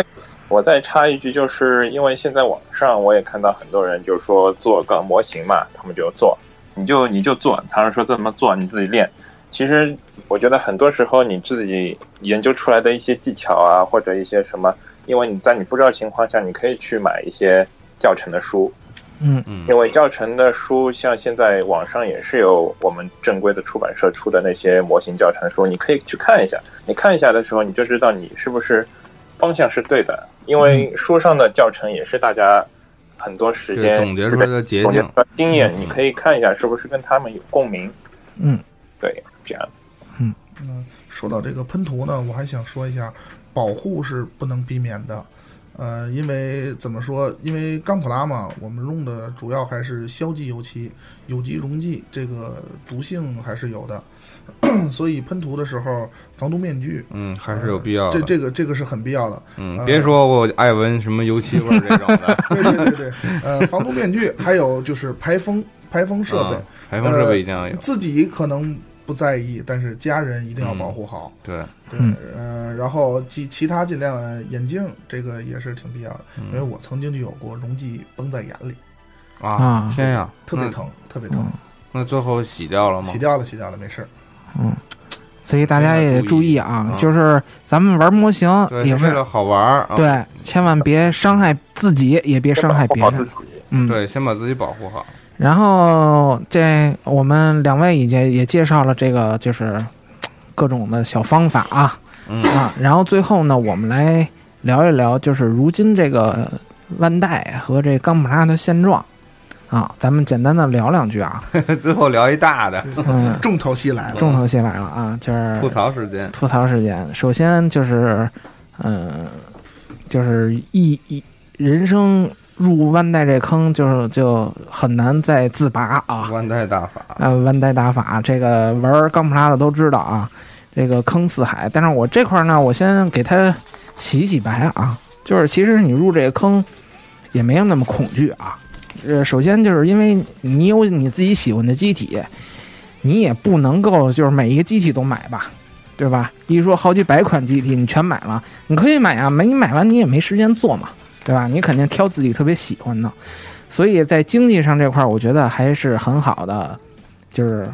Speaker 7: 我再插一句，就是因为现在网上我也看到很多人就说做个模型嘛，他们就做，你就你就做，他们说怎么做你自己练。其实我觉得很多时候你自己研究出来的一些技巧啊，或者一些什么，因为你在你不知道情况下，你可以去买一些教程的书，
Speaker 5: 嗯
Speaker 4: 嗯
Speaker 7: 因为教程的书，像现在网上也是有我们正规的出版社出的那些模型教程书，你可以去看一下。你看一下的时候，你就知道你是不是方向是对的，因为书上的教程也是大家很多
Speaker 4: 嗯
Speaker 7: 时
Speaker 4: 对，
Speaker 7: 间
Speaker 4: 总结出来的捷
Speaker 7: 总结
Speaker 4: 径
Speaker 7: 出，来经验，
Speaker 4: 嗯
Speaker 7: 你可以看一下是不是跟他们有共鸣。
Speaker 5: 嗯
Speaker 7: 对，这样子。
Speaker 6: 嗯，说到这个喷涂呢，我还想说一下，保护是不能避免的。呃，因为怎么说？因为钢普拉嘛，我们用的主要还是硝基油漆，有机溶剂，这个毒性还是有的。 所以喷涂的时候，防毒面具
Speaker 4: 嗯，还是有必要
Speaker 6: 这
Speaker 4: 的。
Speaker 6: 这个这个是很必要的。
Speaker 4: 嗯，
Speaker 6: 呃
Speaker 4: 别说我爱闻什么油漆味儿这种的，
Speaker 6: 对对对对，呃，防毒面具，还有就是排风排风 设备呃
Speaker 4: 啊，哎排风设备一定要有。
Speaker 6: 自己可能不在意，但是家人一定要保护好。
Speaker 4: 对，
Speaker 6: 对，
Speaker 5: 嗯
Speaker 6: 呃，然后其其他尽量的眼镜，这个也是挺必要的，因为我曾经就有过溶剂崩在眼里，
Speaker 4: 啊
Speaker 5: 啊，
Speaker 4: 天呀，
Speaker 6: 特别
Speaker 4: 那。
Speaker 6: 疼，特别疼，
Speaker 4: 那最后洗掉了吗
Speaker 6: 洗？掉了，洗掉了，没事儿。
Speaker 5: 所以大家也注意啊，
Speaker 4: 嗯
Speaker 5: 就是咱们玩模型
Speaker 4: 对，
Speaker 5: 也
Speaker 4: 是为
Speaker 5: 是
Speaker 4: 了好玩儿啊。
Speaker 5: 对，千万别伤害自己，也别伤害
Speaker 7: 保护
Speaker 5: 别
Speaker 7: 好自
Speaker 5: 人。
Speaker 7: 己。
Speaker 5: 嗯，。
Speaker 4: 对，先把自己保护好。
Speaker 5: 然后这我们两位已经也介绍了这个就是各种的小方法啊
Speaker 4: 嗯
Speaker 5: 啊，然后最后呢，我们来聊一聊就是如今这个万代和这冈普拉的现状啊，咱们简单的聊两 句啊，
Speaker 4: 最后聊一大的
Speaker 5: 嗯，
Speaker 6: 重头戏来了，
Speaker 5: 重头戏来了啊，就是
Speaker 4: 吐槽时 间。
Speaker 5: 吐槽时间。首先就是，嗯、就是一一人生入弯带这坑，就是就很难再自拔啊。
Speaker 4: 万代大法，
Speaker 5: 啊，弯带打法，这个玩钢普拉的都知道啊，这个坑似海。但是我这块儿呢，我先给它洗洗白啊，就是其实你入这个坑也没有那么恐惧啊。呃，首先就是因为你有你自己喜欢的机体，你也不能够就是每一个机体都买吧，对吧？一说好几百款机体你全买了，你可以买啊，没你买完你也没时间做嘛，对吧？你肯定挑自己特别喜欢的，所以在经济上这块儿，我觉得还是很好的，就是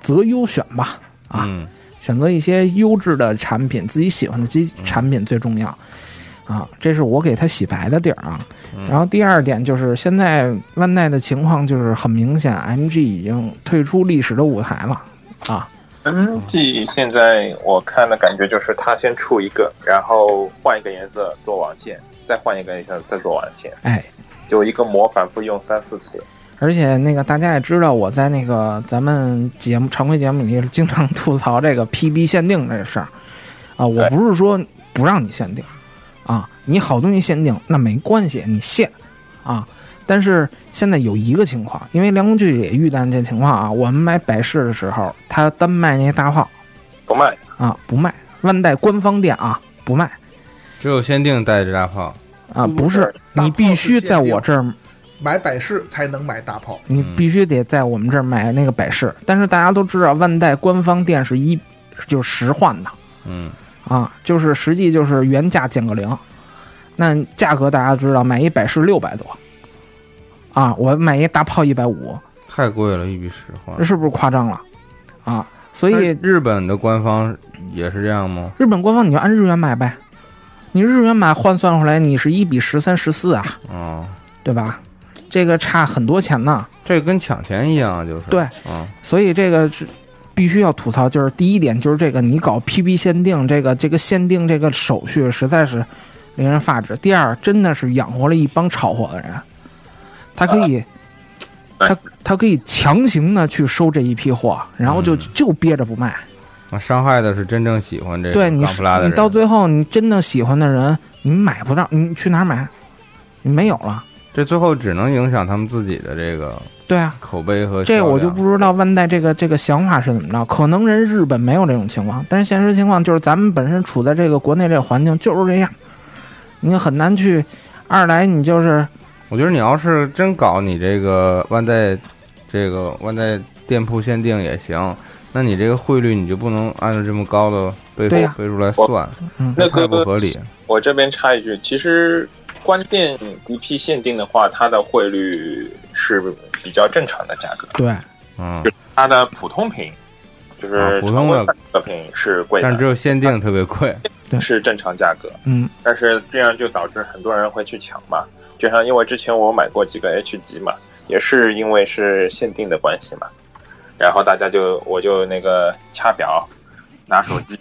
Speaker 5: 择优选吧，啊，
Speaker 4: 嗯
Speaker 5: 选择一些优质的产品，自己喜欢的机产品最重要。啊，这是我给他洗白的地儿啊。然后第二点就是，现在万代的情况就是很明显，MG 已经退出历史的舞台了啊。
Speaker 7: M G 嗯现在我看的感觉就是，它先出一个，然后换一个颜色做网线，再换一个颜色再做网线，
Speaker 5: 哎，
Speaker 7: 就一个模反复用三四次。
Speaker 5: 而且那个大家也知道，我在那个咱们节目常规节目里经常吐槽这个 PB 限定这事儿啊，我
Speaker 7: 对
Speaker 5: 不是说不让你限定啊，你好东西限定那没关系，你限啊。但是现在有一个情况，因为梁工具也遇到这情况啊，我们买百事的时候，他单卖那大号
Speaker 7: 不卖，
Speaker 5: 啊不卖，万代官方店啊不卖
Speaker 4: 只有限定带着大炮，
Speaker 5: 啊，
Speaker 6: 不
Speaker 5: 不是
Speaker 6: 是大
Speaker 5: 你
Speaker 6: 炮
Speaker 5: 必
Speaker 6: 是
Speaker 5: 须
Speaker 6: 限
Speaker 5: 在
Speaker 6: 定
Speaker 5: 我这儿
Speaker 6: 买百事才能买大炮，
Speaker 5: 你必须得在我们这儿买那个百事。但是大家都知道，万代官方店是一就是实换的
Speaker 4: 嗯，
Speaker 5: 啊，就是实际就是原价减个零。那价格大家知道，买一百事六百多啊，我买一大炮一百五，
Speaker 4: 太贵了，一比十换。
Speaker 5: 这是不是夸张了啊？所
Speaker 4: 那
Speaker 5: 以
Speaker 4: 日本的官方也是这样吗？
Speaker 5: 日本官方你就按日元买呗，你日元买换算回来，你是一比十三十四啊，
Speaker 4: 哦，
Speaker 5: 对吧？这个差很多钱呢。
Speaker 4: 这跟抢钱一样，就是
Speaker 5: 对，
Speaker 4: 嗯，
Speaker 5: 所以这个是必须要吐槽，就是第一点就是这个你搞 PB 限定，这个这个限定这个手续实在是令人发指。第二，真的是养活了一帮炒火的人，他可以，
Speaker 4: 啊
Speaker 7: 呃
Speaker 5: 他他可以强行的去收这一批货，然后
Speaker 4: 嗯
Speaker 5: 就、就憋着不卖。
Speaker 4: 那伤害的是真正喜欢这个
Speaker 5: 对你
Speaker 4: 港
Speaker 5: 是
Speaker 4: 普拉的
Speaker 5: 你
Speaker 4: 人。
Speaker 5: 到最后你真的喜欢的人，你买不到，你去哪儿买？你没有了。
Speaker 4: 这最后只能影响他们自己的这个
Speaker 5: 对啊，
Speaker 4: 口碑和
Speaker 5: 这
Speaker 4: 销量
Speaker 5: 我就不知道万代这个这个想法是怎么着，可能人日本没有这种情况，但是现实情况就是咱们本身处在这个国内这个环境就是这样，你很难去。二来你就是
Speaker 4: 我觉得你要是真搞你这个万代，这个万代店铺限定也行，那你这个汇率你就不能按照这么高的倍数、
Speaker 5: 对呀嗯
Speaker 4: 倍数来算，
Speaker 7: 那
Speaker 4: 太
Speaker 7: 个
Speaker 4: 不合理。
Speaker 7: 我这边插一句，其实关店 DP 限定的话，它的汇率是比较正常的价格，
Speaker 5: 对
Speaker 4: 嗯，
Speaker 7: 它的普通品就是、
Speaker 4: 啊普通的
Speaker 7: 品是贵
Speaker 4: 但只
Speaker 7: 的，
Speaker 4: 有限定特别 贵。
Speaker 7: 是正常价格，
Speaker 5: 嗯，
Speaker 7: 但是这样就导致很多人会去抢嘛。就像因为之前我买过几个 H 级嘛，也是因为是限定的关系嘛，然后大家就我就那个掐表。拿手机，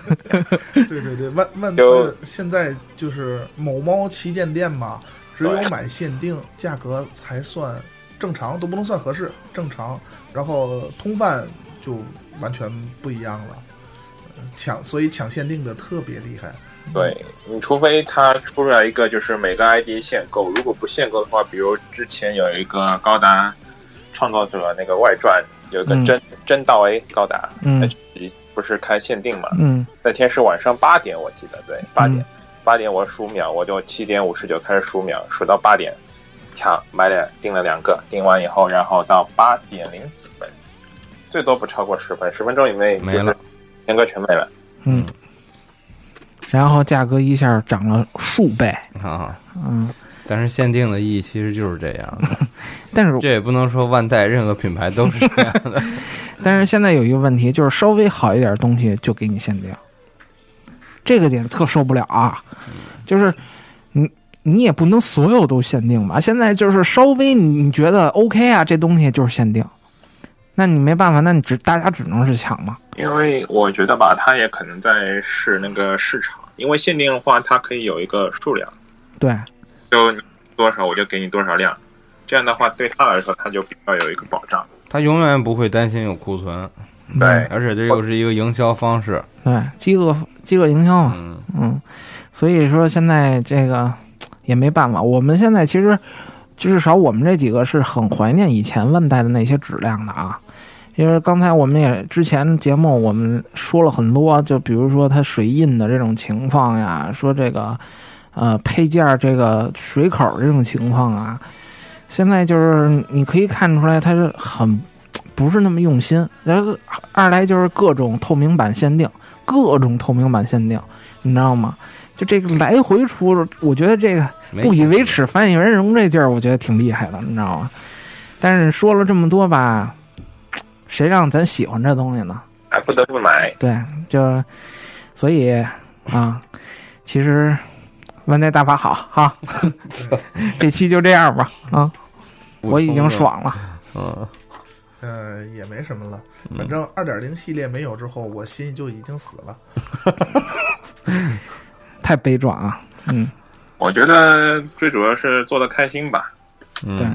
Speaker 6: 对对对，万万
Speaker 7: 就
Speaker 6: 现在就是某猫旗舰店嘛，只有买限定价格才算正常，都不能算合适，正常。然后通贩就完全不一样了，呃抢所以抢限定的特别厉害。
Speaker 7: 对你除非他出来一个就是每个 ID 限购，如果不限购的话，比如之前有一个高达创造者那个外传，有一个
Speaker 5: 嗯
Speaker 7: 真、真道 A 高达
Speaker 5: 嗯
Speaker 7: H 级不是开限定嘛？
Speaker 5: 嗯
Speaker 7: 那天是晚上八点，我记得对，八点八、点我数秒，我就七点五十九开始数秒，数到八点抢买了订了两个，订完以后，然后到八点零几分，最多不超过十分，十分钟以内
Speaker 4: 没了，
Speaker 7: 严格全没了。
Speaker 5: 嗯，然后价格一下涨了数倍，
Speaker 4: 啊，
Speaker 5: 嗯，
Speaker 4: 但是限定的意义其实就是这样 的，
Speaker 5: 但是
Speaker 4: 这也不能说万代任何品牌都是这样 的。
Speaker 5: 但是现在有一个问题，就是稍微好一点的东西就给你限定，这个点特受不了啊！就是你你也不能所有都限定吧？现在就是稍微你你觉得 OK 啊，这东西就是限定，那你没办法，那你只大家只能是抢嘛。
Speaker 7: 因为我觉得吧，它也可能在试那个市场，因为限定的话，它可以有一个数量，
Speaker 5: 对，
Speaker 7: 就你多少我就给你多少量，这样的话对他来说，他就比较有一个保障。
Speaker 4: 他永远不会担心有库存，
Speaker 7: 对，
Speaker 4: 而且这又是一个营销方式。
Speaker 5: 对，饥饿饥饿营销嘛，
Speaker 4: 嗯，
Speaker 5: 嗯，所以说现在这个也没办法，我们现在其实至少我们这几个是很怀念以前万代的那些质量的啊。因为刚才我们也之前节目我们说了很多，就比如说它水印的这种情况呀，说这个呃配件儿这个水口儿这种情况啊，现在就是你可以看出来它是很不是那么用心。然后二来就是各种透明版限定，各种透明版限定，你知道吗？就这个来回出，我觉得这个
Speaker 4: 没
Speaker 5: 不以为耻，反以为荣这劲儿，我觉得挺厉害的，你知道吗？但是说了这么多吧，谁让咱喜欢这东西呢？
Speaker 7: 还不得不买。
Speaker 5: 对，就所以啊，其实万代大法好 哈，这期就这样吧啊，我已经爽了。
Speaker 4: 嗯，
Speaker 6: 呃，也没什么了，
Speaker 7: 嗯
Speaker 6: 反正二点零系列没有之后，我心就已经死了。
Speaker 5: 太悲壮啊！嗯，
Speaker 7: 我觉得最主要是做的开心吧，
Speaker 4: 嗯
Speaker 5: 对，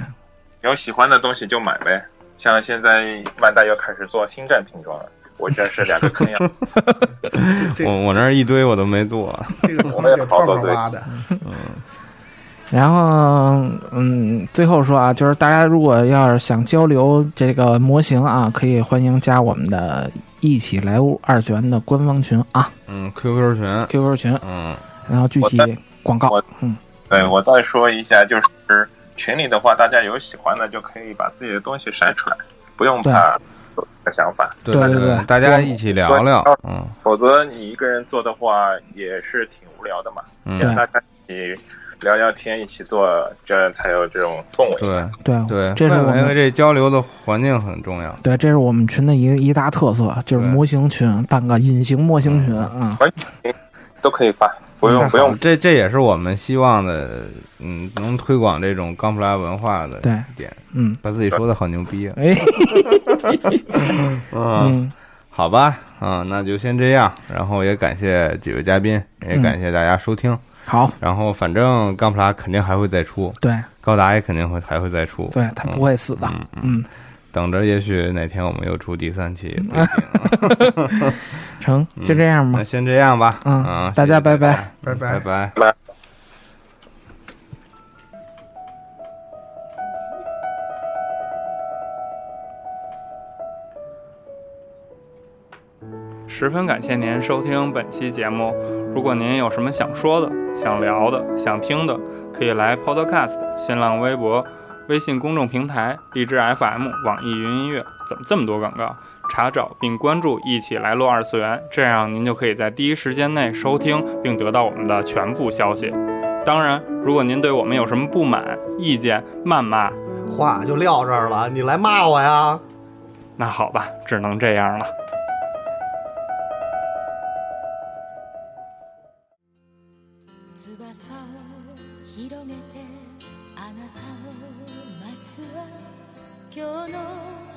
Speaker 7: 有喜欢的东西就买呗。像现在万代又开始做星战拼装了，我真是两个坑呀！
Speaker 6: 这
Speaker 4: 我我那儿一堆我都没做，
Speaker 6: 这 个坑
Speaker 7: 我也
Speaker 6: 给
Speaker 7: 好
Speaker 6: 泡
Speaker 7: 多
Speaker 6: 泡
Speaker 7: 对嗯
Speaker 6: 挖的，
Speaker 5: 然后嗯，最后说啊，就是大家如果要是想交流这个模型啊，可以欢迎加我们的“一起来屋二次元”的官方群啊
Speaker 4: 嗯，QQ 群，
Speaker 5: ，QQ 群。
Speaker 4: 嗯
Speaker 5: 然后具体
Speaker 7: 我
Speaker 5: 广告
Speaker 7: 我，
Speaker 5: 嗯，
Speaker 7: 对我再说一下，就是群里的话，大家有喜欢的就可以把自己的东西晒出来，不用怕有的想法，
Speaker 4: 对
Speaker 5: 对对
Speaker 4: 对
Speaker 5: 对，
Speaker 4: 大家一起聊聊，嗯
Speaker 7: 否则你一个人做的话也是挺无聊的嘛。
Speaker 4: 嗯
Speaker 5: 对，
Speaker 7: 大家一起聊聊天，一起做，这样才有这种氛围。
Speaker 4: 对
Speaker 5: 对
Speaker 4: 对，
Speaker 5: 这是我
Speaker 4: 氛围和
Speaker 5: 们
Speaker 4: 这交流的环境很重要，
Speaker 5: 对，这是我们群的一个一大特色，就是
Speaker 4: 对
Speaker 5: 模型群，办个隐形模型群啊。
Speaker 7: 都可以发，不用不用
Speaker 4: 这这也是我们希望的，嗯，能推广这种钢普拉文化的
Speaker 5: 对
Speaker 4: 点，
Speaker 5: 嗯，
Speaker 4: 把自己说的好牛逼啊，
Speaker 5: 哎，
Speaker 4: 嗯，
Speaker 5: 嗯，
Speaker 4: 好吧，嗯，那就先这样，然后也感谢几位嘉宾，也
Speaker 5: 嗯
Speaker 4: 感谢大家收听，
Speaker 5: 好，
Speaker 4: 然后反正钢普拉肯定还会再出，
Speaker 5: 对
Speaker 4: 高达也肯定会还会再出，
Speaker 5: 对，他不会死的，嗯，
Speaker 4: 等着也许哪天我们又出第三 期，也不一定
Speaker 5: 成，就这样吧
Speaker 4: 那。先这样吧，
Speaker 5: 嗯
Speaker 4: 嗯，
Speaker 5: 大家
Speaker 4: 谢谢
Speaker 5: 拜
Speaker 4: 家
Speaker 6: 拜拜
Speaker 4: 拜拜。
Speaker 2: 十分感谢您收听本期节目。如果您有什么想说的、想聊的、想听的，可以来 Podcast、新浪微博、微信公众平台、荔枝 FM、网易云音乐，怎么这么多广告？查找并关注“一起来录二次元”，这样您就可以在第一时间内收听并得到我们的全部消息。当然，如果您对我们有什么不满、意见、谩骂，
Speaker 3: 话就撂这儿了，你来骂我呀？
Speaker 2: 那好吧，只能这样了。
Speaker 8: 翼を広げてあなたを待つわ今日の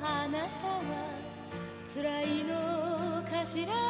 Speaker 8: あなたは辛いのかしら